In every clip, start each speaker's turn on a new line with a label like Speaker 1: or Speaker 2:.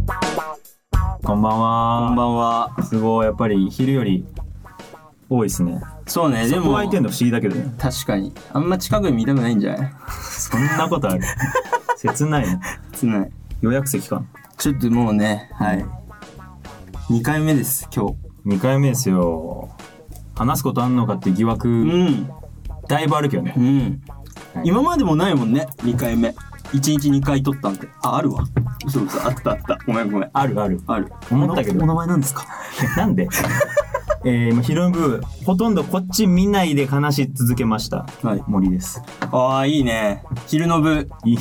Speaker 1: こんばん
Speaker 2: こん
Speaker 1: は。
Speaker 2: ばんは。
Speaker 1: すごい、やっぱり昼より多いですね。
Speaker 2: そうね、
Speaker 1: で
Speaker 2: で
Speaker 1: も
Speaker 2: も、
Speaker 1: 空いてんの不思議だけどね。
Speaker 2: 確かに。あんま近くに見たくないんじゃない
Speaker 1: そんなことあ る。切ないね。
Speaker 2: つない。
Speaker 1: 予約席か。
Speaker 2: ちょっともうね、はい。2回目です、今
Speaker 1: 2回目ですよ。話すことあんのかって疑
Speaker 2: 日。
Speaker 1: 惑、
Speaker 2: ん。
Speaker 1: だいぶあるけどね
Speaker 2: う。ん
Speaker 1: は。い
Speaker 2: 今までもないもんね、2回目。1日2回撮ったんで。あ、あるわ。嘘嘘、あったあった。ごめんごめん。
Speaker 1: あるある。
Speaker 2: ある。
Speaker 1: 思ったけど
Speaker 2: お名前なんですか
Speaker 1: なん でえー、もう昼の部、ほとんどこっち見ないで話し続けました。
Speaker 2: はい。
Speaker 1: 森です。
Speaker 2: ああ、いいね。昼の部。
Speaker 1: いい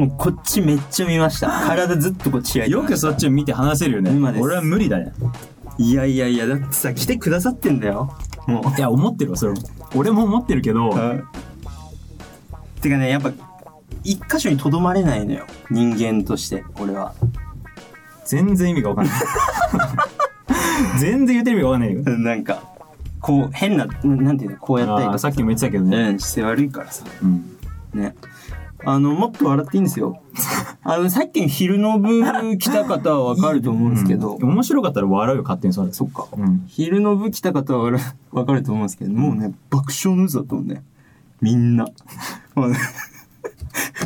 Speaker 2: もうこっちめっちゃ見ました。体ずっとこっち開
Speaker 1: ない
Speaker 2: て
Speaker 1: よ
Speaker 2: ました
Speaker 1: くそっち見て話せるよね
Speaker 2: 今で。す
Speaker 1: 俺は無理だね。
Speaker 2: いやいやいや、だってさ、来てくださってんだよ。もう。
Speaker 1: いや、思ってるわ、それも。俺も思ってるけど、
Speaker 2: てかねやっぱ一箇所にとどまれないのよ人間として俺は
Speaker 1: 全然意味がわ かんない。全然言ってる意味がわかんないよ。
Speaker 2: なんかこう変なななんていうのこうやったり
Speaker 1: あー
Speaker 2: と
Speaker 1: さ
Speaker 2: か
Speaker 1: っきも言ってたけどね。
Speaker 2: うん姿勢悪いからさ
Speaker 1: うん。
Speaker 2: ねあのもっと笑っていいんですよ あのさっきの昼の部来た方はわかると思うんですけど、
Speaker 1: うん面白かったら笑うよ、勝手にそれ。
Speaker 2: そっか
Speaker 1: うん。
Speaker 2: 昼の部来た方はわかる わかると思うんですけどもうね爆笑の渦だと思うねみんな もうね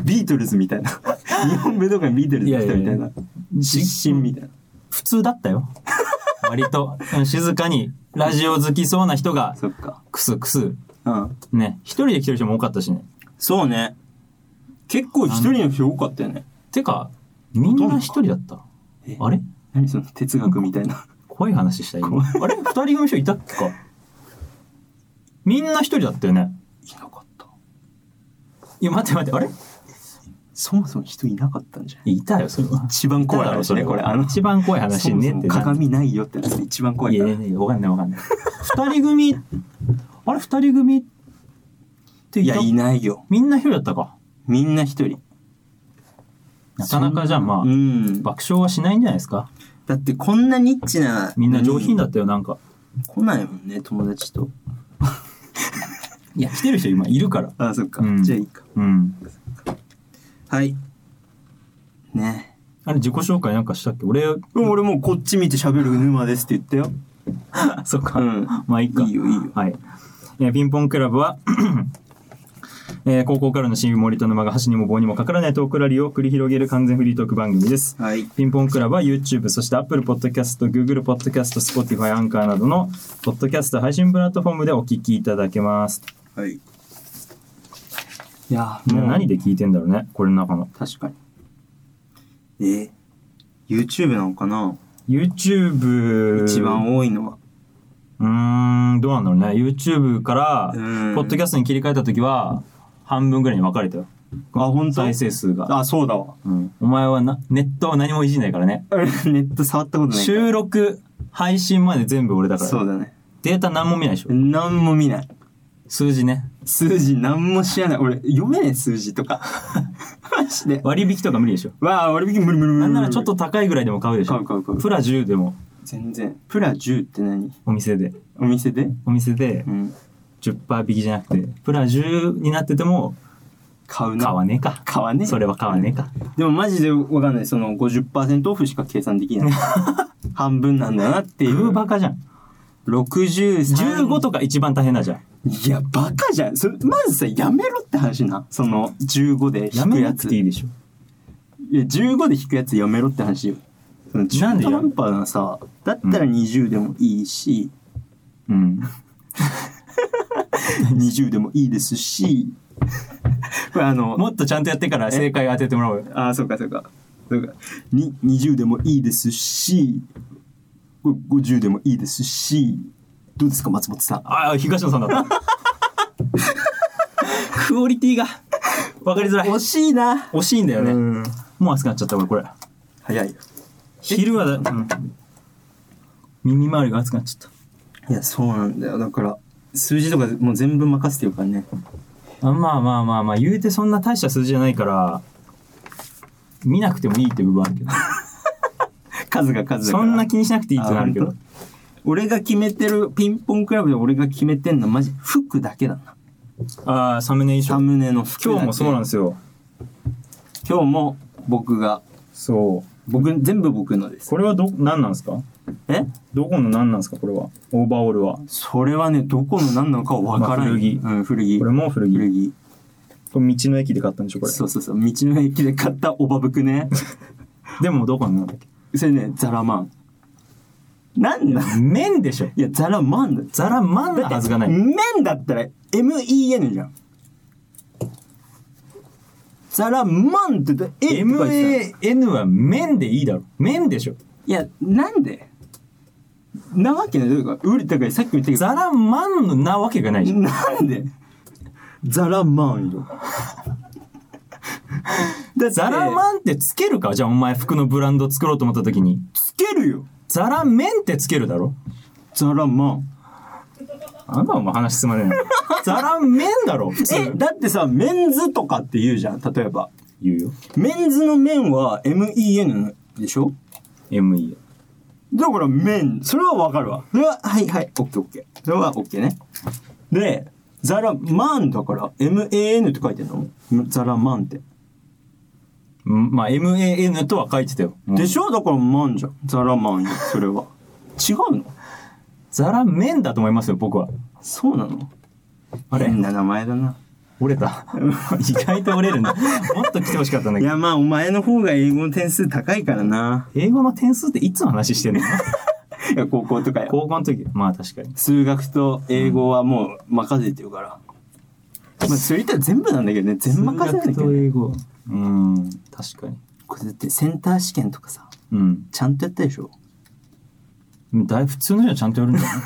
Speaker 2: ビートルズみたいな 日本武道館にビートルズ来たみたい
Speaker 1: いやいやい
Speaker 2: な失神みたいな
Speaker 1: 普通だった よ。割と、うん静かに、ラジオ好きそうな人が、
Speaker 2: そっか
Speaker 1: くすくす、
Speaker 2: うん
Speaker 1: ね、一人で来てる人も多かったしね。
Speaker 2: そうね結構一人の人多かったよね
Speaker 1: てか、みんな一人だった
Speaker 2: え。
Speaker 1: あれ
Speaker 2: 何その哲学みたいな
Speaker 1: 怖い話した今。あれ二人組の人いたっけかみんな一人だったよね。
Speaker 2: いなかった
Speaker 1: いや、待って待って、あれ
Speaker 2: そもそも人いなかったんじゃない
Speaker 1: いたよ、それは。
Speaker 2: 一番怖い話ねこれあの
Speaker 1: 一番怖い話
Speaker 2: そも
Speaker 1: ね
Speaker 2: そ
Speaker 1: っ
Speaker 2: も
Speaker 1: てな
Speaker 2: 鏡ないよってやつで一番怖い
Speaker 1: い
Speaker 2: か
Speaker 1: や
Speaker 2: ら
Speaker 1: いやいや、わかんないわかんない。二人組、あれ二人組って
Speaker 2: い
Speaker 1: い
Speaker 2: や
Speaker 1: た
Speaker 2: いないよ
Speaker 1: みんな一人だったか。
Speaker 2: みんな一人
Speaker 1: なかなかじゃあまあ、
Speaker 2: うん
Speaker 1: 爆笑はしないんじゃないですか。
Speaker 2: だってこんなニッチな
Speaker 1: みんな上品
Speaker 2: だ
Speaker 1: だったよ、なんか。
Speaker 2: 来ないもんね友達と
Speaker 1: いや、来てる人今いるから。
Speaker 2: あそっか、
Speaker 1: うん
Speaker 2: じゃあいいか
Speaker 1: うん。
Speaker 2: はいね
Speaker 1: あれ自己紹介なんかしたっけ俺、
Speaker 2: 俺もうこっち見て喋る沼ですって言ったよ
Speaker 1: そっか。
Speaker 2: うん
Speaker 1: まあいいか。
Speaker 2: いいよいいよ
Speaker 1: はい。えーピンポンクラブは、えー高校からの親友森と沼が箸にも棒にもかからないトークラリーを繰り広げる完全フリートーク番組です。
Speaker 2: はい
Speaker 1: ピンポンクラブは YouTube、そして Apple Podcast、Google Podcast、Spotify、アンカーなどのポッドキャスト配信プラットフォームでお聞きいただけます。
Speaker 2: はいいや
Speaker 1: も
Speaker 2: も
Speaker 1: う
Speaker 2: う
Speaker 1: 何で聞いてんだろうね、これの中の。
Speaker 2: 確かにえー、YouTube なのかな
Speaker 1: YouTube。
Speaker 2: 一番多いのは
Speaker 1: うーん、どうなんだろうね。YouTube から、
Speaker 2: うん
Speaker 1: ポッドキャストに切り替えた時は、半分ぐらいに分かれたよ。
Speaker 2: あ本当
Speaker 1: 再生数が。
Speaker 2: あそうだわ
Speaker 1: うん、お前はな、ネットは何もいじんないからね。
Speaker 2: ネット触ったことないから
Speaker 1: 収録、配信まで全部俺だから。
Speaker 2: そうだね
Speaker 1: データ何も見ないでしょ。
Speaker 2: 何も見ない
Speaker 1: 数字ね。
Speaker 2: 数字何も知らない俺読めねえ数字とか マジで
Speaker 1: 割引とか無理でしょ。
Speaker 2: わあ割引無理無理無理無理
Speaker 1: なんならちょっと高いぐらいでも買うでしょ。
Speaker 2: 買う買う買う
Speaker 1: プラ10でも、
Speaker 2: 全然プラ10って何
Speaker 1: お店で。
Speaker 2: お店で
Speaker 1: お店で
Speaker 2: うん
Speaker 1: 10%引きじゃなくて、プラ10になってても、
Speaker 2: 買うな
Speaker 1: 買わねえか。
Speaker 2: 買わねえ
Speaker 1: それは買わねえか。
Speaker 2: でもマジでわかんないその50%オフしか計算で きない半分なんだなってい
Speaker 1: グー
Speaker 2: う
Speaker 1: バカじゃん。
Speaker 2: 63
Speaker 1: 15とか一番大変だじゃん。
Speaker 2: いやバカじゃんそれまずさやめろって話なその15で
Speaker 1: や
Speaker 2: 引く
Speaker 1: め
Speaker 2: や
Speaker 1: なく
Speaker 2: つ
Speaker 1: ていいでしょ。
Speaker 2: いや15で引くやつやめろって話よその
Speaker 1: なん
Speaker 2: 中
Speaker 1: で
Speaker 2: 途
Speaker 1: よ
Speaker 2: 半端なさだったら20でもいいし、
Speaker 1: うん。
Speaker 2: 20でもいいですし これあの
Speaker 1: もっとちゃんとやってから正解を当ててもらおうよ。
Speaker 2: ああそうかそうかそうかに20でもいいですしこれ50でもいいですしどうですか松本さん
Speaker 1: ああ、東野さんだ った。クオリティが、わかりづらい。
Speaker 2: 惜しいな
Speaker 1: 惜しいんだよね。
Speaker 2: うん
Speaker 1: もう熱くなっちゃった、俺、これ。
Speaker 2: 早いよ
Speaker 1: 昼はだ、うん耳周りが熱くなっちゃっ
Speaker 2: いやそうなんだよだから数字とかもう全部任せてるからね
Speaker 1: た。あまあまあまあまあ、言うてそんな大した数字じゃないから、見なくてもいいって部分あるけ ど。
Speaker 2: 数が数だ
Speaker 1: そ
Speaker 2: から
Speaker 1: んな気にしなくていいってなるけ
Speaker 2: あ
Speaker 1: ど
Speaker 2: 本。当俺が決めてるピンポンクラブで俺が決めてんのマジ服だけだな
Speaker 1: ああー、サムネ衣
Speaker 2: サ
Speaker 1: 装。
Speaker 2: ムネの服だけ
Speaker 1: 今日もそうなんですよ。
Speaker 2: 今日も僕が。
Speaker 1: そう。
Speaker 2: 僕、全部僕のです。
Speaker 1: これはど、何なんですか
Speaker 2: え
Speaker 1: どこの何なんですかこれは。オーバーオールは。
Speaker 2: それはね、どこの何なのかわからな
Speaker 1: ま
Speaker 2: い。
Speaker 1: あ古着
Speaker 2: うん、古着。
Speaker 1: これも古着。
Speaker 2: 古着。
Speaker 1: これ道の駅で買ったんでしょこれ。
Speaker 2: そうそうそう。道の駅で買ったおばぶ くね。
Speaker 1: でもどこのなんだっけ
Speaker 2: それね、ザラマン。なんだ
Speaker 1: 麺でしょ
Speaker 2: いや、ザラマンだ。
Speaker 1: ザラマンなはずがない。
Speaker 2: 麺だったら MEN じゃん。ザラマンって言ったら A って書いてた
Speaker 1: MAN は麺でいいだろ。麺でしょ。
Speaker 2: いや、なんでなわけない。どういうこと売れたからさっきも言ったけど
Speaker 1: ザラマンのなわけがないじゃん。
Speaker 2: なんでザラマンよ。 だって
Speaker 1: ザラマンってつけるかじゃあお前服のブランド作ろうと思った時に。
Speaker 2: つけるよ
Speaker 1: ザラ麺ってつけるだろ
Speaker 2: ザラマン。
Speaker 1: あんなお前話進まねえな。 ザラ麺だろ普
Speaker 2: え、
Speaker 1: 通。
Speaker 2: だってさ、メンズとかって言うじゃん、例えば。
Speaker 1: 言うよ。
Speaker 2: メンズの面は MEN でしょ
Speaker 1: MEN。
Speaker 2: だから面、それはわかるわ。それは、はいはい、オッケーオッケー。それはオッケーね。で、ザラマンだから、MAN って書いてんのザラマンって。
Speaker 1: うんまあ MAN とは書いてたよ。
Speaker 2: で
Speaker 1: で
Speaker 2: しょだからマンじゃん。ザラマンよ、それは。違うの
Speaker 1: ザラ麺だと思いますよ、僕は。
Speaker 2: そうなの
Speaker 1: あれ
Speaker 2: 変な名前だな。
Speaker 1: 折れた。意外と折れるんだ。もっと来てほしかったんだ
Speaker 2: い
Speaker 1: けど。
Speaker 2: や、まあ、お前の方が英語の点数高いからな。
Speaker 1: 英語の点数っていつの話してんの
Speaker 2: いや、高校とかや。
Speaker 1: 高校の時。まあ確かに。
Speaker 2: 数学と英語はもう任せてるから。まあ、それ言ったら全部なんだけどね。全任せなんだけ
Speaker 1: 数
Speaker 2: ど
Speaker 1: 学と
Speaker 2: ね。
Speaker 1: 英語。うん、確かに。
Speaker 2: これだってセンター試験とかさ、
Speaker 1: うん。
Speaker 2: ちゃんとやったでしょ
Speaker 1: だい普通の人はちゃんとやるんだ よね。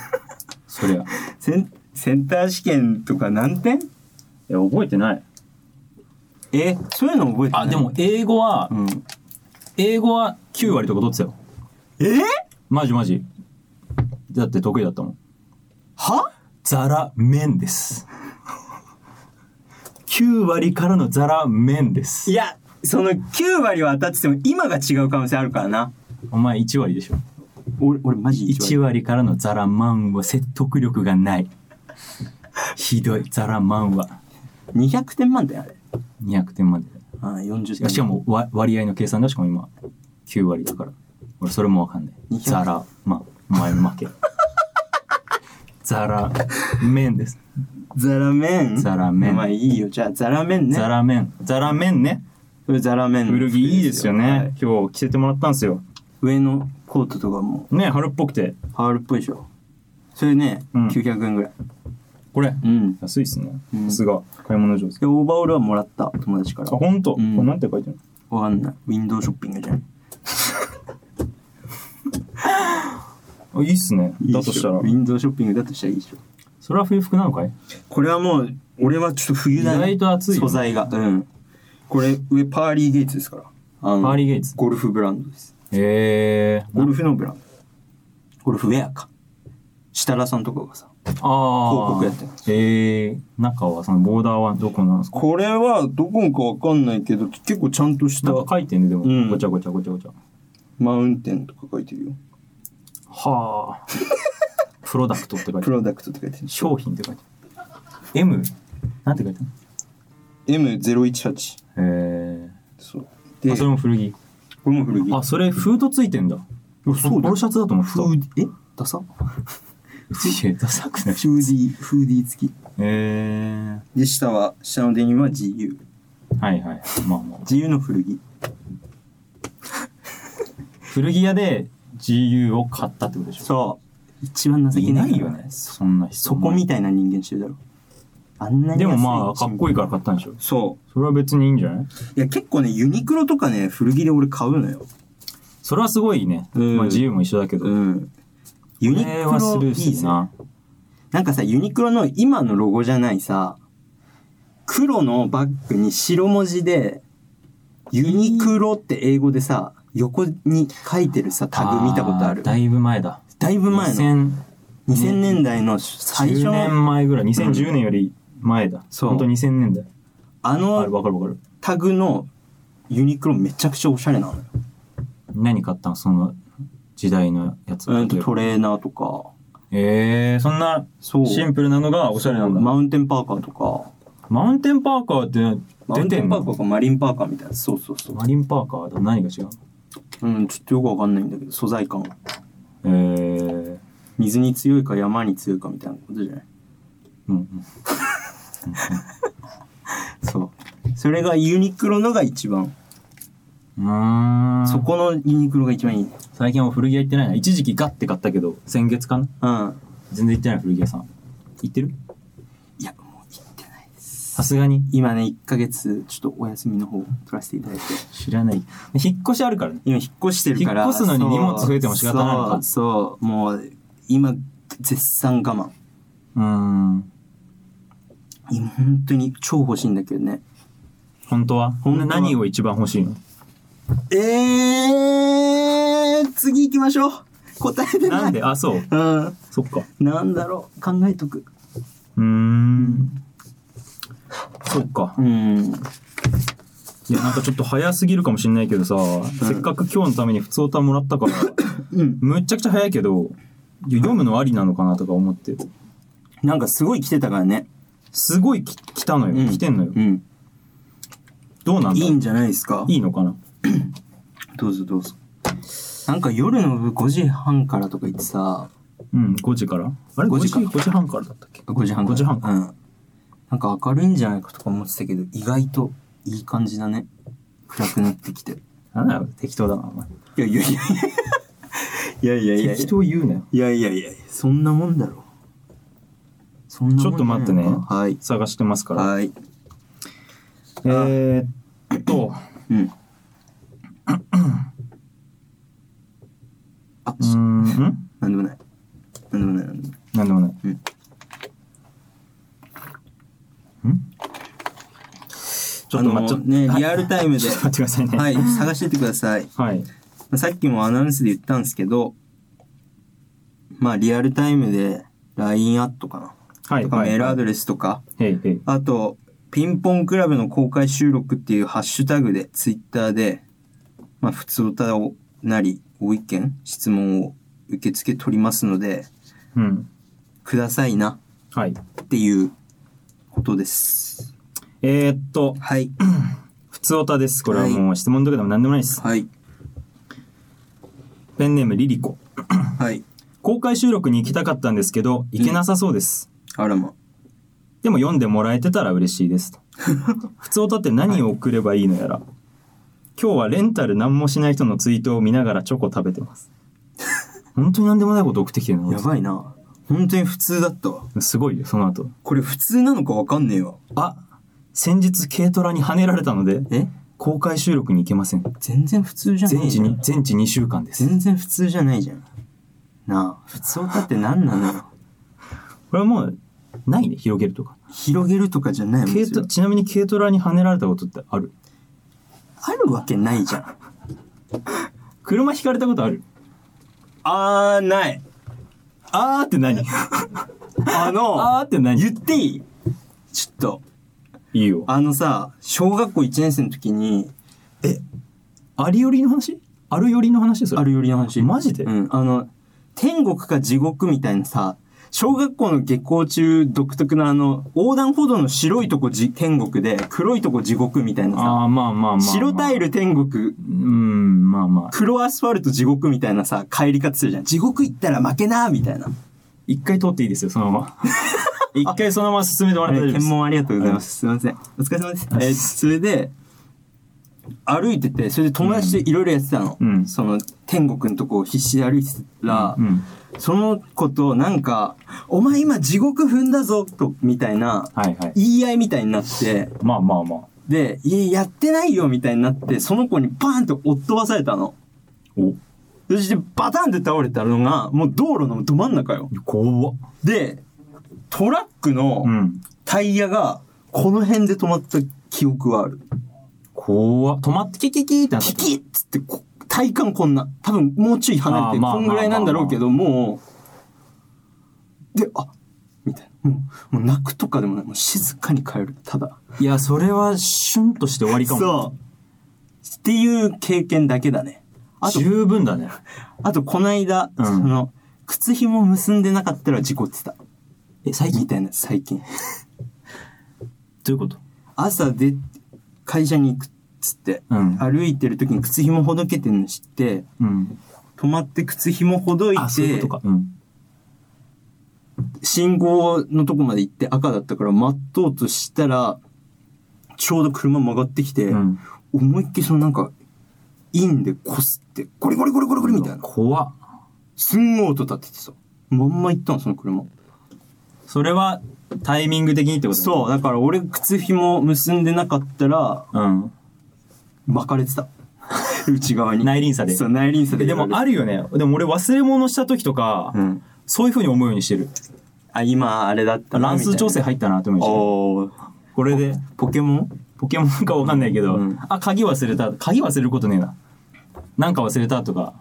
Speaker 1: そりゃ。い
Speaker 2: センセンター試験とか何点
Speaker 1: や、覚えてない。
Speaker 2: え、そういうの覚えてない
Speaker 1: あ、でも、英語は
Speaker 2: う、ん。
Speaker 1: 英語は9割とか取ってたよ。
Speaker 2: え
Speaker 1: マジマジ。だって得意だったもん。
Speaker 2: は
Speaker 1: ザラ麺です。9割からのザラ麺です
Speaker 2: い。や、その9割は当たってても今が違う可能性あるからな。
Speaker 1: お前1割でしょ。
Speaker 2: 俺、俺マジ
Speaker 1: 1割からのザラマンは説得力がない。ひどい、ザラマンは。
Speaker 2: 200点満点あれ。
Speaker 1: 200点まで。
Speaker 2: あー、40
Speaker 1: いや
Speaker 2: 点。
Speaker 1: しかも割割合の計算だしかも今9割だから俺それもわかんない
Speaker 2: 200
Speaker 1: ザラまあ前の負 けザラ麺です
Speaker 2: ザラメン。
Speaker 1: ザラメン
Speaker 2: まあいいよ。じゃあザラメンね。
Speaker 1: ザラ麺ザラ麺ね
Speaker 2: これザラメンの
Speaker 1: 古着いいですよね、
Speaker 2: はい
Speaker 1: 今日着せてもらったんですよ
Speaker 2: 上のコートとかも
Speaker 1: ね春っぽくて
Speaker 2: パールっぽいでしょ。それね、
Speaker 1: うん
Speaker 2: 900円ぐらい。
Speaker 1: これ
Speaker 2: うん。で、
Speaker 1: 安いっすね
Speaker 2: うん
Speaker 1: さすが買い物上手あ
Speaker 2: オーバーオールはもらった、友達から。
Speaker 1: ほんと、
Speaker 2: うん
Speaker 1: これなんて書いてあるの
Speaker 2: わかんない。ウィンドウショッピングじゃん。
Speaker 1: あいいっすね
Speaker 2: いい
Speaker 1: だ
Speaker 2: で
Speaker 1: と
Speaker 2: し
Speaker 1: した
Speaker 2: ょ
Speaker 1: ら
Speaker 2: ウィンドウショッピングだとしたらいいでしょ。
Speaker 1: それは冬服なのかい
Speaker 2: これはもう、俺はちょっと冬だね。
Speaker 1: 意外と暑いよね
Speaker 2: 素材が。うん。これ、上、パーリーゲイツですから。あの
Speaker 1: パーリーゲイツ
Speaker 2: ゴルフブランドです。
Speaker 1: へえ
Speaker 2: ゴルフのブランド。ゴルフウェアか。設楽さんとかがさ。
Speaker 1: ああ
Speaker 2: 広告やってます
Speaker 1: へえ中はそのボーダーはどこなんですか
Speaker 2: これはどこかわかんないけど、結構ちゃんとした
Speaker 1: なんか書いてんねでも、
Speaker 2: うん
Speaker 1: ごちゃごちゃごちゃごちゃ
Speaker 2: マウンテンとか書いてるよ。
Speaker 1: はあ。プロダクトって書いて
Speaker 2: プ
Speaker 1: ある。
Speaker 2: ロダクトって書いてる。
Speaker 1: 商品って書いてある。M? なんて書いて
Speaker 2: M018。
Speaker 1: あるのへ
Speaker 2: そう。
Speaker 1: え。
Speaker 2: で、
Speaker 1: あ、それ
Speaker 2: こ
Speaker 1: も古着。
Speaker 2: れも古着。
Speaker 1: あ、それフードついてんだ。
Speaker 2: そうだ
Speaker 1: ポロシャツだと思ってた。
Speaker 2: フーディ、えダサフ
Speaker 1: いや、ダサくない。へ
Speaker 2: ーディ、フーディ付き。
Speaker 1: え。
Speaker 2: で、下は、下のデニムは GU。
Speaker 1: はいはい。まあまあ。
Speaker 2: GU の古着。
Speaker 1: 古着屋で GU を買ったってことでしょ。
Speaker 2: そう。一番情け
Speaker 1: い
Speaker 2: な
Speaker 1: ないいよね。そんな人。
Speaker 2: そこみたいな人間してるだろ。あんなに安い
Speaker 1: でもまあ、かっこいいから買ったんでしょ。
Speaker 2: そ。
Speaker 1: それは別にいいんじゃないう
Speaker 2: いや、結構ね、ユニクロとかね、古着で俺買うのよ。
Speaker 1: それはすごいね。
Speaker 2: うん
Speaker 1: まあ GU も一緒だけど。こ
Speaker 2: うん。ユニク
Speaker 1: れはス
Speaker 2: ロい
Speaker 1: ルー
Speaker 2: い
Speaker 1: す
Speaker 2: ぜ
Speaker 1: るな。
Speaker 2: なんかさ、ユニクロの今のロゴじゃないさ、黒のバッグに白文字で、ユニクロって英語でさ、横に書いてるさ、タグ見たことある。
Speaker 1: ーだいぶ前だ。
Speaker 2: だいぶ前の、
Speaker 1: 2000
Speaker 2: 2000年代の最初
Speaker 1: 10
Speaker 2: の、
Speaker 1: 年前ぐらい2010年より前だ、
Speaker 2: そう
Speaker 1: ほんと2000年代
Speaker 2: あ
Speaker 1: ある
Speaker 2: の
Speaker 1: わかるわかる
Speaker 2: タグのユニクロめちゃくちゃおしゃれなのよ。
Speaker 1: 何買ったんその時代のやつ
Speaker 2: うんと、トレーナーとか、
Speaker 1: えー、そんな
Speaker 2: そう。
Speaker 1: シンプルなのがおしゃれなんだ
Speaker 2: マウンテンパーカーとか、
Speaker 1: マウンテンパーカーって出てん
Speaker 2: マウンテンパ
Speaker 1: の
Speaker 2: ーカーかマリンパーカーみたいな。そうそうそう。
Speaker 1: マリンパーカーと何が違うの
Speaker 2: うん、ちょっとよくわかんないんだけど、素材感。
Speaker 1: えー、
Speaker 2: 水に強いか山に強いかみたいなことじゃない
Speaker 1: うんうん。
Speaker 2: そう。それがユニクロのが一番。
Speaker 1: うーん
Speaker 2: そこのユニクロが一番いい。
Speaker 1: 最近は古着屋行ってないな一時期ガッて買ったけど先月かな
Speaker 2: うん。
Speaker 1: 全然行ってない古着屋さん行ってる
Speaker 2: いや、もう行ってないです。
Speaker 1: さすがに
Speaker 2: 今ね、1ヶ月、ちょっとお休みの方、取らせていただいて。
Speaker 1: 知らない引っ越しあるからね
Speaker 2: 今、引っ越してるから。
Speaker 1: 引っ越すのに荷物増えても仕方ないのか
Speaker 2: そう、そうもう、今、絶賛我慢。
Speaker 1: うーん
Speaker 2: 今、本当に超欲しいんだけどね。
Speaker 1: 本当は
Speaker 2: 本当は
Speaker 1: 何を一番欲しいの
Speaker 2: えー、次行きましょう。答えてない。
Speaker 1: なんであそう
Speaker 2: うん。
Speaker 1: そっか
Speaker 2: なんだろう。考えとく。
Speaker 1: うーんそっか
Speaker 2: うん。
Speaker 1: いやなんかちょっと早すぎるかもしんないけどさ、せっかく今日のために普通歌もらったから
Speaker 2: うん。
Speaker 1: むっちゃくちゃ早いけどいや読むのありなのかなとか思って
Speaker 2: なんかすごい来てたからね。
Speaker 1: すごいき来たのよ、
Speaker 2: うん
Speaker 1: 来てんのよ
Speaker 2: うん。
Speaker 1: どうなんだ
Speaker 2: い
Speaker 1: ろ
Speaker 2: いうんじゃないですか。
Speaker 1: いいのかな
Speaker 2: どうぞどうぞ。なんか夜の部5時半からとか言ってさ、
Speaker 1: うん、5時からあれ
Speaker 2: 5
Speaker 1: 5
Speaker 2: 時
Speaker 1: 時
Speaker 2: から
Speaker 1: ?5 時半からだったっけ
Speaker 2: 5時半から。
Speaker 1: 5時半
Speaker 2: うん。なんか明るいんじゃないかとか思ってたけど、意外といい感じだね。暗くなってきて。い
Speaker 1: なんだよ、適当だな、お前。
Speaker 2: やいやいやいやいやいやいや
Speaker 1: 適当言うなよ。
Speaker 2: いやいやいやそんなもんだろ。そんなもん
Speaker 1: ちょっと待ってね
Speaker 2: じゃないのかはい。
Speaker 1: 探してますから。
Speaker 2: はい。
Speaker 1: えー、っと、
Speaker 2: うん。あ、
Speaker 1: うーん、ん
Speaker 2: なんでもない。なんでもない、なんでもない。
Speaker 1: なんでもない。
Speaker 2: うん
Speaker 1: んちょっと待っち
Speaker 2: あ
Speaker 1: ょ
Speaker 2: のね、
Speaker 1: はい
Speaker 2: リアルタイム で
Speaker 1: ちょっと待ってくださいね。
Speaker 2: はい、探しててください。
Speaker 1: はい。
Speaker 2: まあさっきもアナウンスで言ったんですけど、まあ、リアルタイムで LINE アットかな。
Speaker 1: はい。
Speaker 2: とか
Speaker 1: はい。
Speaker 2: メールア
Speaker 1: はい
Speaker 2: ドレスとか、
Speaker 1: へいへい。
Speaker 2: あと、ピンポンクラブの公開収録っていうハッシュタグで、ツイッターで、まあ、普通歌をなり、ご意見、質問を受付取りますので、
Speaker 1: うん。
Speaker 2: くださいな
Speaker 1: はい。
Speaker 2: っていうことです。
Speaker 1: えー、っと、
Speaker 2: はい。
Speaker 1: 普通おたです。これはもう質問とかでも何でもないです。
Speaker 2: はい。
Speaker 1: ペンネームリリコ。
Speaker 2: はい。
Speaker 1: 公開収録に行きたかったんですけど、行けなさそうです。
Speaker 2: あらま。
Speaker 1: でも読んでもらえてたら嬉しいですと。 普通歌って何を送ればいいのやら。今日はレンタル何もしない人のツイートを見ながらチョコ食べて ます。本当に何でもないこと送ってきてる
Speaker 2: や
Speaker 1: の
Speaker 2: ばいな。本当に普通だったわ。
Speaker 1: すごいよ、その後。
Speaker 2: これ普通なのかわかんねえわ。
Speaker 1: あ、先日軽トラに跳ねられたので、
Speaker 2: え
Speaker 1: 公開収録に行けません。
Speaker 2: 全然普通じゃない
Speaker 1: 全治に、全治2週間です。
Speaker 2: 全然普通じゃないじゃん。なあ、普通歌って何なのよ。
Speaker 1: これはもう、ないね、広げるとか。
Speaker 2: 広げるとかじゃないもん。
Speaker 1: 軽
Speaker 2: そ
Speaker 1: ト
Speaker 2: れ
Speaker 1: ちなみに軽トラに跳ねられたことってある
Speaker 2: あるわけないじゃん。
Speaker 1: 車引かれたことある
Speaker 2: あー、ない。
Speaker 1: あーって何
Speaker 2: あの、
Speaker 1: あーって何
Speaker 2: 言っていいちょっと、
Speaker 1: いいよ。
Speaker 2: あのさ、小学校1年生の時に、
Speaker 1: ありよりの話あるよりの話それ
Speaker 2: あるよりの話。
Speaker 1: マジで
Speaker 2: うん、あの、天国か地獄みたいなさ、小学校の下校中独特なあの、横断歩道の白いとこじ天国で、黒いとこ地獄みたいなさ、
Speaker 1: ああ、まあまあまあまあ。
Speaker 2: 白タイル天国、
Speaker 1: うん、まあまあ。
Speaker 2: 黒アスファルト地獄みたいなさ、帰り方するじゃん。地獄行ったら負けなみたいな。
Speaker 1: 一回通っていいですよ、そのま ま。一回そのまま進めてもらって大丈夫で
Speaker 2: 検
Speaker 1: す。
Speaker 2: 問ありがとうございます。すいません。お疲れ様です。えーそれで、歩いてて、それで友達といろいろやってたの。
Speaker 1: うん
Speaker 2: その、天国のとこを必死で歩いてたら、
Speaker 1: うん。
Speaker 2: その子となんか、お前今地獄踏んだぞと、みたいな、
Speaker 1: はいはい。
Speaker 2: 言い合いみたいになって、
Speaker 1: まあまあまあ。
Speaker 2: で、いや、やってないよみたいになって、その子にバーンと追っ飛ばされたの。
Speaker 1: お、
Speaker 2: そしてバタンって倒れたのが、もう道路のど真ん中よ。
Speaker 1: 怖っ。
Speaker 2: で、トラックの
Speaker 1: うん。
Speaker 2: タイヤが、この辺で止まった記憶はある。
Speaker 1: 怖っ。止まって、キキキってなっ
Speaker 2: ピ
Speaker 1: た。
Speaker 2: キッつってこ、体感こんな。多分もうちょい離れ
Speaker 1: あー
Speaker 2: て、
Speaker 1: まあ
Speaker 2: こんぐらいなんだろうけど、もう、で、あみたいな。もう、もう泣くとかでもない。もう静かに帰る。ただ。
Speaker 1: いや、それは、シュンとして終わりかも。
Speaker 2: そう。っていう経験だけだね。あと、
Speaker 1: 十分だね。
Speaker 2: あとこの間、
Speaker 1: うん
Speaker 2: その、靴紐結んでなかったら事故ってた。
Speaker 1: え、最
Speaker 2: み
Speaker 1: 近
Speaker 2: たいな、最近。
Speaker 1: どういうこと
Speaker 2: 朝で、会社に行くっつって、
Speaker 1: うん
Speaker 2: 歩いてる時に靴紐ほどけてるの知って、
Speaker 1: うん。
Speaker 2: 止まって靴紐ほどい
Speaker 1: あ、そういう
Speaker 2: て
Speaker 1: こと、か。うん。
Speaker 2: 信号のとこまで行って赤だったから待とうとしたら、ちょうど車曲がってきて、
Speaker 1: うん。
Speaker 2: 思いっきりそのなんか、インでこすって、ゴリゴリゴリゴリゴリみたいな。
Speaker 1: 怖っ。
Speaker 2: すんごい音立っててさ。まんま行ったの、その車。
Speaker 1: それはタイミング的にってことね
Speaker 2: そう、だから俺靴紐結んでなかったら、
Speaker 1: うん。
Speaker 2: 巻かれてた。 内側に。
Speaker 1: 内輪差で
Speaker 2: そう、内輪差で。
Speaker 1: でもあ
Speaker 2: る。
Speaker 1: るよね。でも俺忘れ物した時とか、
Speaker 2: うん。
Speaker 1: そういう風に思うようにしてる。
Speaker 2: あ、今、あれだったな。
Speaker 1: 乱数調整
Speaker 2: み
Speaker 1: 入ったなって思う
Speaker 2: たいな。
Speaker 1: ようにして
Speaker 2: おー
Speaker 1: るこれで、
Speaker 2: ポケモン
Speaker 1: ポケモンかわかんないけど、
Speaker 2: うん
Speaker 1: あ、鍵忘れた。鍵忘れることねえな。なんか忘れたとか、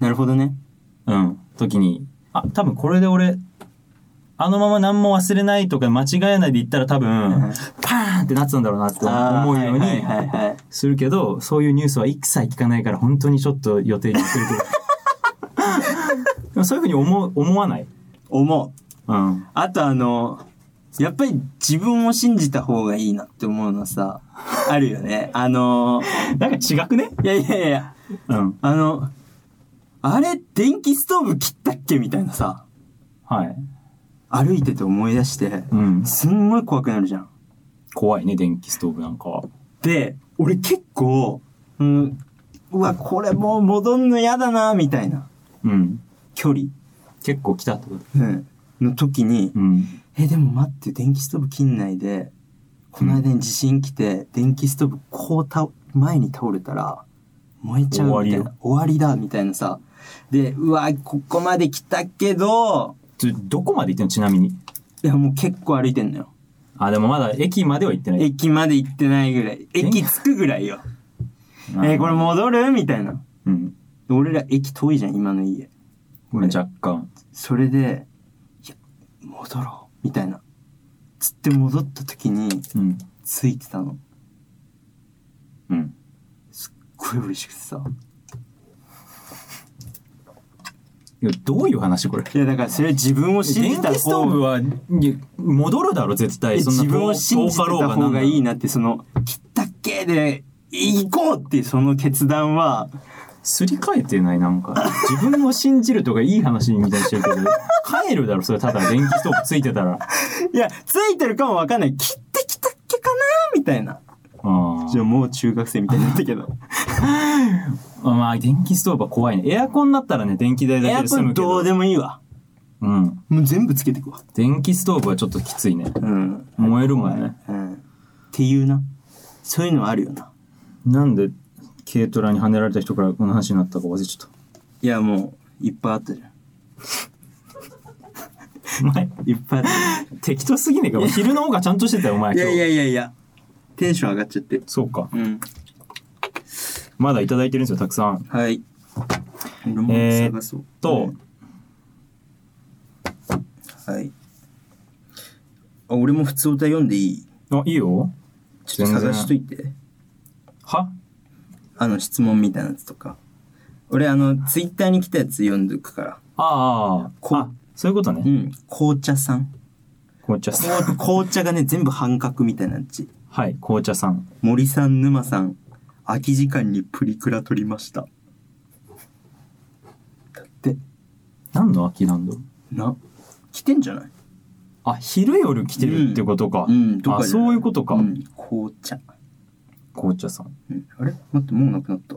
Speaker 2: なるほどね。
Speaker 1: うん、時に、あ、多分これで俺、あのまま何も忘れないとか間違えないで言ったら多
Speaker 2: ん
Speaker 1: 分、パーンってなってたんだろうなって思うよう
Speaker 2: あー
Speaker 1: に
Speaker 2: はいはいはいはい
Speaker 1: するけど、そういうニュースは一切聞かないから本当にちょっと予定に遅れ てる。でもそういうふうに思う思わない
Speaker 2: 思う。
Speaker 1: うん。
Speaker 2: あとあの、やっぱり自分を信じた方がいいなって思うの さ、あるよね。あの、
Speaker 1: なんか違くね
Speaker 2: いやいやいや、
Speaker 1: うん。
Speaker 2: あの、あれ、電気ストーブ切ったっけみたいなさ、
Speaker 1: はい。
Speaker 2: 歩いてて思い出して、
Speaker 1: うん。
Speaker 2: すんごい怖くなるじゃん。
Speaker 1: 怖いね、電気ストーブなんかは。
Speaker 2: で、俺結構、うん、うわ、これもう戻んの嫌だな、みたいな
Speaker 1: うん。
Speaker 2: 距離、
Speaker 1: 結構来たってこと。
Speaker 2: うん、の時に、
Speaker 1: うん。
Speaker 2: え、でも待って、電気ストーブ切んないで、この間に地震来て、電気ストーブこうた、前に倒れたら、燃えちゃうみたいな。終わりだ、みたいなさ。で、うわ、ここまで来たけど、
Speaker 1: ちょどこまで行ってんのちなみに。
Speaker 2: いや、もう結構歩いてんのよ。
Speaker 1: あ、でもまだ駅までは行ってない。
Speaker 2: 駅まで行ってないぐらい。駅着くぐらいよ。えこれ戻るみたいな。
Speaker 1: うん。
Speaker 2: で俺ら駅遠いじゃん、今の家。
Speaker 1: これ若干。
Speaker 2: それで、いや、戻ろう、みたいな。つって戻った時に、
Speaker 1: うん。
Speaker 2: ついてたの。
Speaker 1: うん。
Speaker 2: すっごい嬉しくてさ。
Speaker 1: いや、どういう話これ。
Speaker 2: いや、だからそれは自分を信じ
Speaker 1: 電
Speaker 2: た
Speaker 1: 気ストーブ
Speaker 2: 方が、
Speaker 1: は、いや戻るだろ、絶対。そんな
Speaker 2: 自分を信じて
Speaker 1: 遠かろう
Speaker 2: た
Speaker 1: がな
Speaker 2: 方
Speaker 1: んだ
Speaker 2: が
Speaker 1: ろう
Speaker 2: いいなって、その、切ったっけで、行こうっていうその決断は、
Speaker 1: すり替えてない、なんか。自分を信じるとかいい話みたいにして るけど、帰るだろ、それ、ただ電気ストーブついてたら。
Speaker 2: いや、ついてるかもわかんない。切ってきたっけかなみたいな。
Speaker 1: あ
Speaker 2: じゃあもう中学生みたいになったけど。
Speaker 1: あ。まあ、電気ストーブは怖いね。エアコンだったらね、電気代
Speaker 2: エ
Speaker 1: だけ
Speaker 2: ア
Speaker 1: で
Speaker 2: コ
Speaker 1: 済
Speaker 2: ン
Speaker 1: むけ
Speaker 2: ど
Speaker 1: ど。
Speaker 2: うでもいいわ。
Speaker 1: うん。
Speaker 2: もう全部つけてくわ。
Speaker 1: 電気ストーブはちょっときついね。
Speaker 2: うん。
Speaker 1: 燃えるもんね。
Speaker 2: うん。っていうな。そういうのはあるよな。
Speaker 1: なんで、軽トラにはねられた人からこの話になったか忘れちゃっ
Speaker 2: いや、もう、いっぱいあったじゃん。
Speaker 1: た。お前、
Speaker 2: いっぱいあった。
Speaker 1: 適当すぎねえか。昼の方がちゃんとしてたよ、お前。
Speaker 2: いやいや
Speaker 1: 今日
Speaker 2: いやいや。テンション上がっちゃって。
Speaker 1: そうか。
Speaker 2: うん。
Speaker 1: まだいただいてるんですよ、たくさん。
Speaker 2: はい。俺も
Speaker 1: え
Speaker 2: 探そう
Speaker 1: ーっ。と、
Speaker 2: うん、はい。あ、俺も普通歌読んでいい
Speaker 1: あ、いいよ。
Speaker 2: ちょっと探しといて。
Speaker 1: は
Speaker 2: あの、質問みたいなやつとか。俺、あの、ツイッターに来たやつ読んどくから。
Speaker 1: ああ、
Speaker 2: こ
Speaker 1: あ、そういうこと
Speaker 2: う
Speaker 1: ね。
Speaker 2: ん。紅茶さ ん。
Speaker 1: 紅茶さん。
Speaker 2: こう紅茶がね、全部半角みたいなやつ。
Speaker 1: はい、紅茶さん。
Speaker 2: 森さん、沼さん、空き時間にプリクラ撮りました。だって、
Speaker 1: 何の秋なんだろう
Speaker 2: な、来てんじゃない
Speaker 1: あ、昼夜来てるってことか。
Speaker 2: うん、とか
Speaker 1: あ、
Speaker 2: じゃな
Speaker 1: そういうことか。
Speaker 2: うん、紅茶。
Speaker 1: 紅茶さん。
Speaker 2: うん、あれ待って、もうなくなった。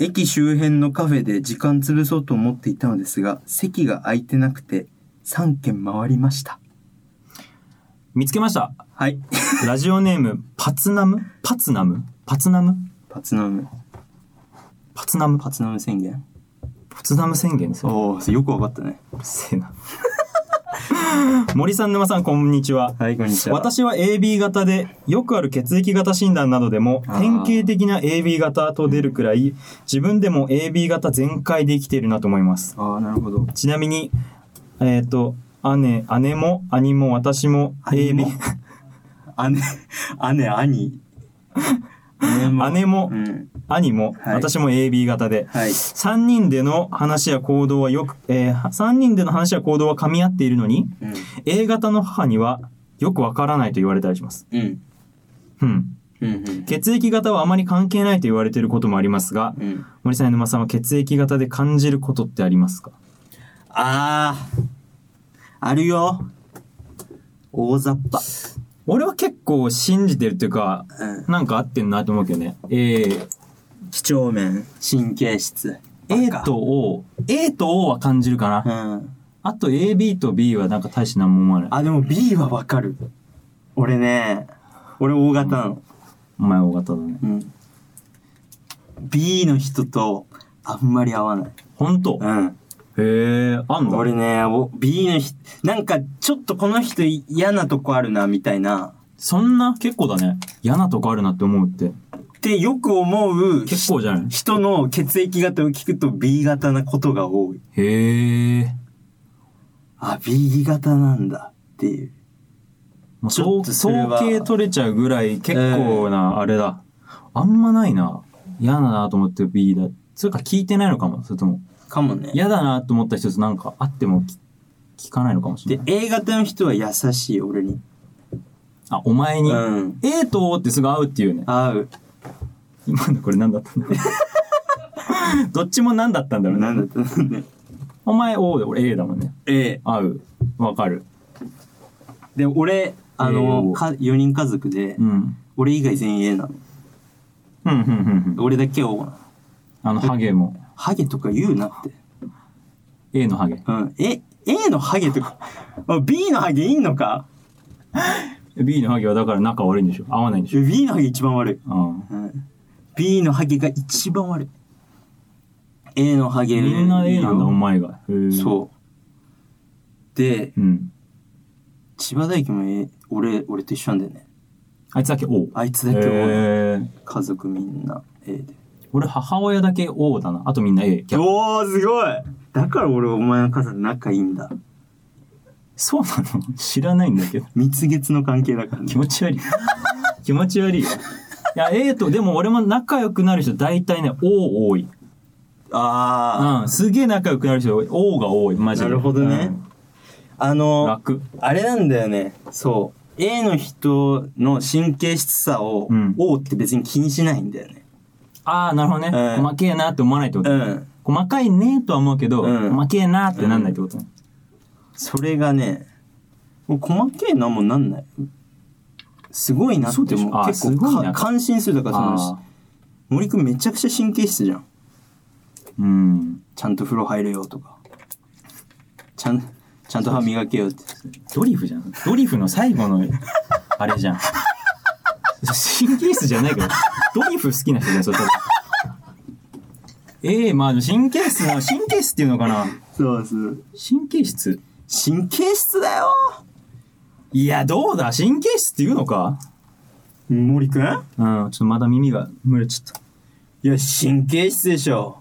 Speaker 2: 駅周辺のカフェで時間潰そうと思っていたのですが、席が空いてなくて、3軒回りました。
Speaker 1: 見つけました。
Speaker 2: はい。
Speaker 1: ラジオネーム、パツナムパツナムパツナム
Speaker 2: パツナム。
Speaker 1: パツナム
Speaker 2: パツナム宣言。
Speaker 1: パツナム宣言ですよ。
Speaker 2: おお、よくわかったね。
Speaker 1: うるせえな。 森さん、沼さん、こんにちは。
Speaker 2: はい、こんにちは。
Speaker 1: 私は AB 型でよくある血液型診断などでも
Speaker 2: あー
Speaker 1: 典型的な AB 型と出るくらい自分でも AB 型全開で生きているなと思います
Speaker 2: ああ、なるほど。
Speaker 1: ちなみにえっ、と姉姉も兄も私も
Speaker 2: 兄
Speaker 1: AB
Speaker 2: も
Speaker 1: 姉
Speaker 2: 姉、姉、兄。姉
Speaker 1: も
Speaker 2: も。う
Speaker 1: も
Speaker 2: ん。
Speaker 1: 兄も、
Speaker 2: はい
Speaker 1: 私も AB 型で
Speaker 2: はい。
Speaker 1: 3人での話や行動はよく、え3人での話や行動は噛み合っているのに
Speaker 2: うん。
Speaker 1: A 型の母にはよくわからないと言われたりします
Speaker 2: うん。
Speaker 1: うん。
Speaker 2: うんうん
Speaker 1: 血液型はあまり関係ないと言われていることもありますが、
Speaker 2: うん
Speaker 1: 森さん、沼さんは血液型で感じることってありますか
Speaker 2: あーあるよ大雑把
Speaker 1: 俺は結構信じてるっていうか、
Speaker 2: うん
Speaker 1: なんか合ってんなと思うけどね。えー、
Speaker 3: 几帳面。
Speaker 2: 神経質
Speaker 1: A と O。A と O は感じるかな。
Speaker 2: うん
Speaker 1: あと AB と B はなんか大して何も思わない。
Speaker 2: あでも B はわかる俺ね俺大型なの
Speaker 1: お前 O 型だね。
Speaker 2: うん B の人とあんまり合わない
Speaker 1: ほんと
Speaker 2: うん
Speaker 1: へえ、あんだ。
Speaker 2: 俺ね、お B の人、なんかちょっとこの人嫌なとこあるな、みたいな。
Speaker 1: そんな結構だね。嫌なとこあるなって思うって。
Speaker 2: ってよく思う
Speaker 1: 結構じゃない
Speaker 2: 人の血液型を聞くと B 型なことが多い。
Speaker 1: へえ。
Speaker 2: あ、B 型なんだっていう。
Speaker 1: もう
Speaker 2: ちょ
Speaker 1: そう
Speaker 2: っとそれ
Speaker 1: 統
Speaker 2: は
Speaker 1: 計取れちゃうぐらい結構な、あれだ。あんまないな。嫌だなと思って B だ。それか聞いてないのかも。それとも。
Speaker 2: かもね。
Speaker 1: 嫌だなと思った人となんかあってもき聞かないのかもしれ
Speaker 2: で
Speaker 1: ない、。
Speaker 2: A 型の人は優しい、俺に。
Speaker 1: あ、お前に。
Speaker 2: うん。
Speaker 1: A と O ってすぐ合うっていうね。
Speaker 2: 合う。
Speaker 1: 今のこれ何だったんだ ろう。どっちも何だったんだろう
Speaker 2: な
Speaker 1: ね。
Speaker 2: んだったんだね。
Speaker 1: お前 O で俺 A だもんね。
Speaker 2: A。
Speaker 1: 合う。わかる。
Speaker 2: で、俺、あ
Speaker 1: A
Speaker 2: の、
Speaker 1: を
Speaker 2: か4人家族で
Speaker 1: う、ん。
Speaker 2: 俺以外全員 A なの。
Speaker 1: うん、うん、うんうん。
Speaker 2: 俺だけ O なの。
Speaker 1: あの、ハゲも。
Speaker 2: ハゲとか言うなって。
Speaker 1: A のハゲ。
Speaker 2: うん。え、A のハゲとか、あ B のハゲいんのか
Speaker 1: B のハゲはだから仲悪いんでしょ合わないんでしょ
Speaker 2: ?B のハゲ一番悪い。
Speaker 1: うん。
Speaker 2: うん。B のハゲが一番悪い。A のハゲ。
Speaker 1: みんな A なんだ、お
Speaker 2: よ
Speaker 1: 前が。う。
Speaker 2: そう。で、
Speaker 1: うん。
Speaker 2: 千葉大輝も A、俺、俺と一緒なんだよね。
Speaker 1: あいつだけ O。
Speaker 2: あいつ
Speaker 1: へ
Speaker 2: だけ O
Speaker 1: ー
Speaker 2: 家族みんな A で。
Speaker 1: 俺、母親だけ O だな。あとみんな A。逆
Speaker 2: おー、すごいだから俺、お前の母さん仲いいんだ。
Speaker 1: そうなの知らないんだけど。
Speaker 2: 蜜月の関係だからね
Speaker 1: 気。持ち悪 い。気持ち悪いよ。いや、A と、でも俺も仲良くなる人、大体ね、O 多い。
Speaker 2: あ
Speaker 1: うん、すげえ仲良くなる人、O が多い、マジで。
Speaker 2: なるほどねー。あ
Speaker 1: うん。
Speaker 2: の、
Speaker 1: 楽。
Speaker 2: あれなんだよね。そう。A の人の神経質さを、
Speaker 1: うん
Speaker 2: O って別に気にしないんだよね。
Speaker 1: ああ、なるほどね。
Speaker 2: うん
Speaker 1: 細けえなって思わないってこと
Speaker 2: う
Speaker 1: ね、
Speaker 2: ん。
Speaker 1: 細かいねとは思うけど、
Speaker 2: うん
Speaker 1: 細けえなってなんないってことね。
Speaker 2: それがね、もう細けえなもんなんない。すごいなって
Speaker 1: そうでし
Speaker 2: も
Speaker 1: ょあ
Speaker 2: う
Speaker 1: ー
Speaker 2: 結
Speaker 1: すごい
Speaker 2: 構
Speaker 1: な
Speaker 2: か感心するだからその
Speaker 1: ああ
Speaker 2: 森くんめちゃくちゃ神経質じゃん。
Speaker 1: うん。
Speaker 2: ちゃんと風呂入れよとか。ちゃん、ちゃんと歯磨けよって。
Speaker 1: ドリフじゃん。ドリフの最後の、あれじゃん。神経質じゃないけど、ドリフ好きな人じゃん、それ多分。ええまあ神経質な、神経質っていうのかな
Speaker 2: そうそう。
Speaker 1: 神経質
Speaker 2: 神経質だよ
Speaker 1: いや、どうだ神経質っていうのか
Speaker 2: 森くんい
Speaker 1: うん、ちょっとまだ耳が蒸れちゃった。
Speaker 2: や、神経質でしょ。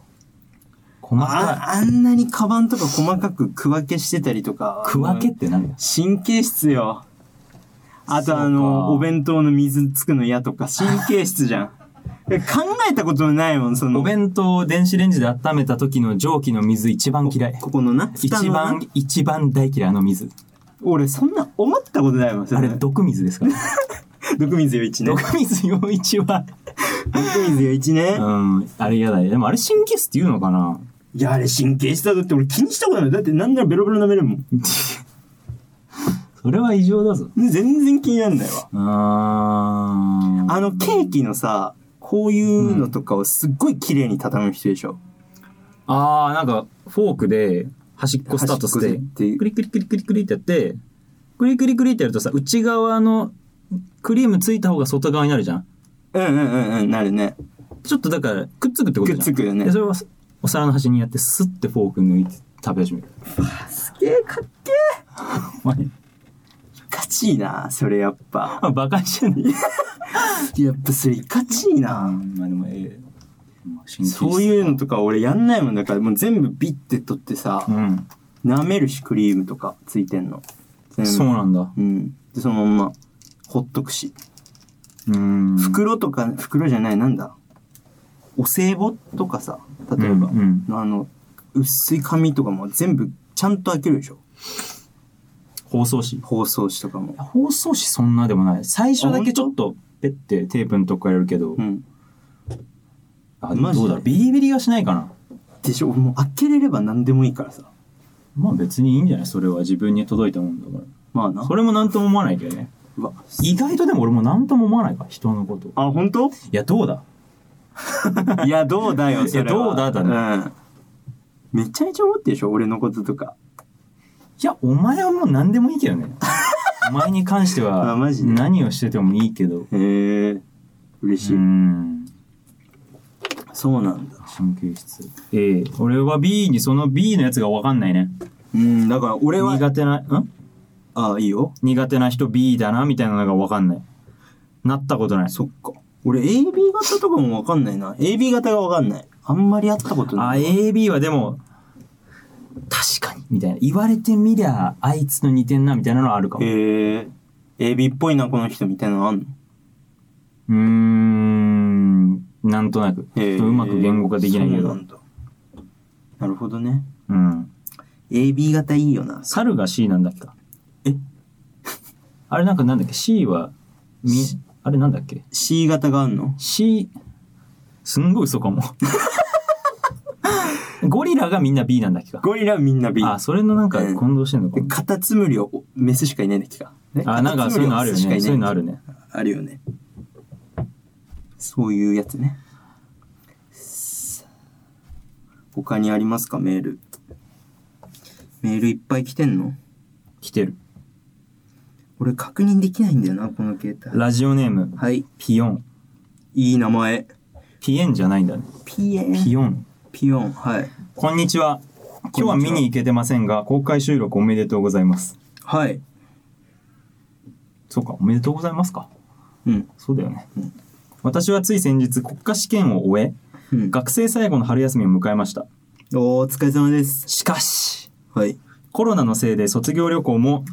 Speaker 1: 細か
Speaker 2: あ、あんなにカバンとか細かく区分けしてたりとか。
Speaker 1: い。区分けってなんだよ。
Speaker 2: 神経質よ。あ
Speaker 1: そう
Speaker 2: と
Speaker 1: か
Speaker 2: あの、お弁当の水つくの嫌とか、神経質じ ゃん。え考えたことないもん、その。
Speaker 1: お弁当を電子レンジで温めた時の蒸気の水一番嫌い。
Speaker 2: ここのな、
Speaker 1: 一
Speaker 2: 蓋のな
Speaker 1: 番、一番大嫌い、あの水。
Speaker 2: 俺そんな思ったことないもん、そ
Speaker 1: あれ、
Speaker 2: れ。
Speaker 1: 毒水ですから。
Speaker 2: 毒水よ、一ね。
Speaker 1: 毒水陽一は。
Speaker 2: 毒水よ、一
Speaker 1: う
Speaker 2: ね。
Speaker 1: ん、あれ嫌だね。でもあれ神経質って言うのかない
Speaker 2: や、あれ神経質だぞって俺気にしたことない。だってなんならベロベロ舐めるもん。
Speaker 1: それは異常だぞ。
Speaker 2: 全然気になんないわ。
Speaker 1: うーん。
Speaker 2: あの、ケーキのさ、こういうのとかをすっごい綺麗に畳む人でしょ。
Speaker 1: あー、なんか、フォークで、端っこスタートし
Speaker 2: 端
Speaker 1: て
Speaker 2: っこでっていう、
Speaker 1: クリクリクリクリクリってやって、クリクリクリってやるとさ、内側のクリームついた方が外側になるじゃん。
Speaker 2: うんうんうんうん、なるね。
Speaker 1: ちょっとだから、くっつくってことじゃ
Speaker 2: くっ
Speaker 1: ん。
Speaker 2: つくよね
Speaker 1: で、。それをお皿の端にやって、スッてフォーク抜いて食べ始める。
Speaker 2: すげえ、かっけえ。
Speaker 1: お前
Speaker 2: いかちいな、それやっぱ。
Speaker 1: あ、バカにしてない。
Speaker 2: やっぱそれいかちい
Speaker 1: あ
Speaker 2: な。
Speaker 1: まあでも、ええ
Speaker 2: そう
Speaker 1: う。
Speaker 2: いうのとか俺やんないもんだから、もう全部ビッて取ってさ
Speaker 1: う、ん。
Speaker 2: 舐めるし、クリームとかついてんの。全部
Speaker 1: そうなんだ。
Speaker 2: うん。で、そのまんま、ほっとくし。
Speaker 1: うーん。
Speaker 2: 袋とか、袋じゃない、なんだお歳暮とかさ、例えば、
Speaker 1: うんうん
Speaker 2: あの、薄い紙とかも全部ちゃんと開けるでしょ
Speaker 1: 包装紙。
Speaker 2: 包装紙とかも。
Speaker 1: 包装紙そんなでもない。最初だけちょっとペッてテープのとこやるけど、
Speaker 2: うん。
Speaker 1: あでも
Speaker 2: マジ
Speaker 1: ど
Speaker 2: で
Speaker 1: うだろうビリビリがしないかな
Speaker 2: でしょもう開けれれば何でもいいからさ。
Speaker 1: まあ別にいいんじゃないそれは自分に届いたもんだか
Speaker 2: まあ
Speaker 1: ら
Speaker 2: な。
Speaker 1: それも何とも思わないけどね
Speaker 2: うわ
Speaker 1: 意外とでも俺も何とも思わないか人のことい
Speaker 2: あ、本当
Speaker 1: やどうだ
Speaker 2: いや、どうだよ、それは。
Speaker 1: いやどうだだね
Speaker 2: うん。めちゃめちゃ思ってるでしょ俺のこととか。
Speaker 1: いやお前はもう何でもいいけど ねお前に関して
Speaker 2: あ
Speaker 1: は
Speaker 2: マジで
Speaker 1: 何をしててもいいけど
Speaker 2: へえ。嬉し
Speaker 1: う
Speaker 2: い。
Speaker 1: ん
Speaker 2: そうなんだ。
Speaker 1: 神経質 A 俺は B にその B のやつが分かんないね
Speaker 2: うん、だから俺は、
Speaker 1: 苦手なん
Speaker 2: あいいよ。
Speaker 1: 苦手な人 B だなみたいなのが分かんないなったことない
Speaker 2: そっか。俺 AB 型とかもわかんないな。AB 型がわかんない。あんまりやったこと
Speaker 1: あ
Speaker 2: ない。
Speaker 1: AB はでも確かにみたいな言われてみりゃあいつと似てんなみたいなのはあるかも、
Speaker 2: へえ。AB っぽいな、この人みたいなのあんの
Speaker 1: うーんなんとなくちょっとうまく言語化できないけ
Speaker 2: そう
Speaker 1: ど
Speaker 2: んだなるほどね。
Speaker 1: うん、
Speaker 2: AB 型いいよな。
Speaker 1: 猿が C なんだっけか
Speaker 2: え
Speaker 1: あれなんかなんだっけ C はみあれなんだっけ
Speaker 2: C 型があんの
Speaker 1: C すんごい嘘 かもゴリラがみんな B なんだっけか
Speaker 2: ゴリラみんな B。
Speaker 1: あそれのなんか混同してんのか
Speaker 2: で
Speaker 1: も
Speaker 2: カタツムリはメスしかいないんだっけか。ね
Speaker 1: あなんかそういうのあるよね
Speaker 2: カタツムリはメスしかいない
Speaker 1: そういうのあるね
Speaker 2: あるよね。そういうやつね。他にありますかメール。メールいっぱい来てんの
Speaker 1: 来てる
Speaker 2: 俺確認できないんだよな、この携帯。
Speaker 1: ラジオネーム
Speaker 2: はい。
Speaker 1: ピヨン
Speaker 2: いい名前。
Speaker 1: ピエンじゃないんだね
Speaker 2: ピエン。
Speaker 1: ピヨン
Speaker 2: ピヨン。はい。
Speaker 1: こんにちは今日は見に行けてませんが公開収録おめでとうございます
Speaker 2: はい。
Speaker 1: そうかおめでとうございますか
Speaker 2: うん。
Speaker 1: そうだよね、
Speaker 2: うん
Speaker 1: 私はつい先日国家試験を終え
Speaker 2: うん、
Speaker 1: 学生最後の春休みを迎えました
Speaker 2: お疲れ様です。
Speaker 1: しかし
Speaker 2: はい。
Speaker 1: コロナのせいで卒業旅行も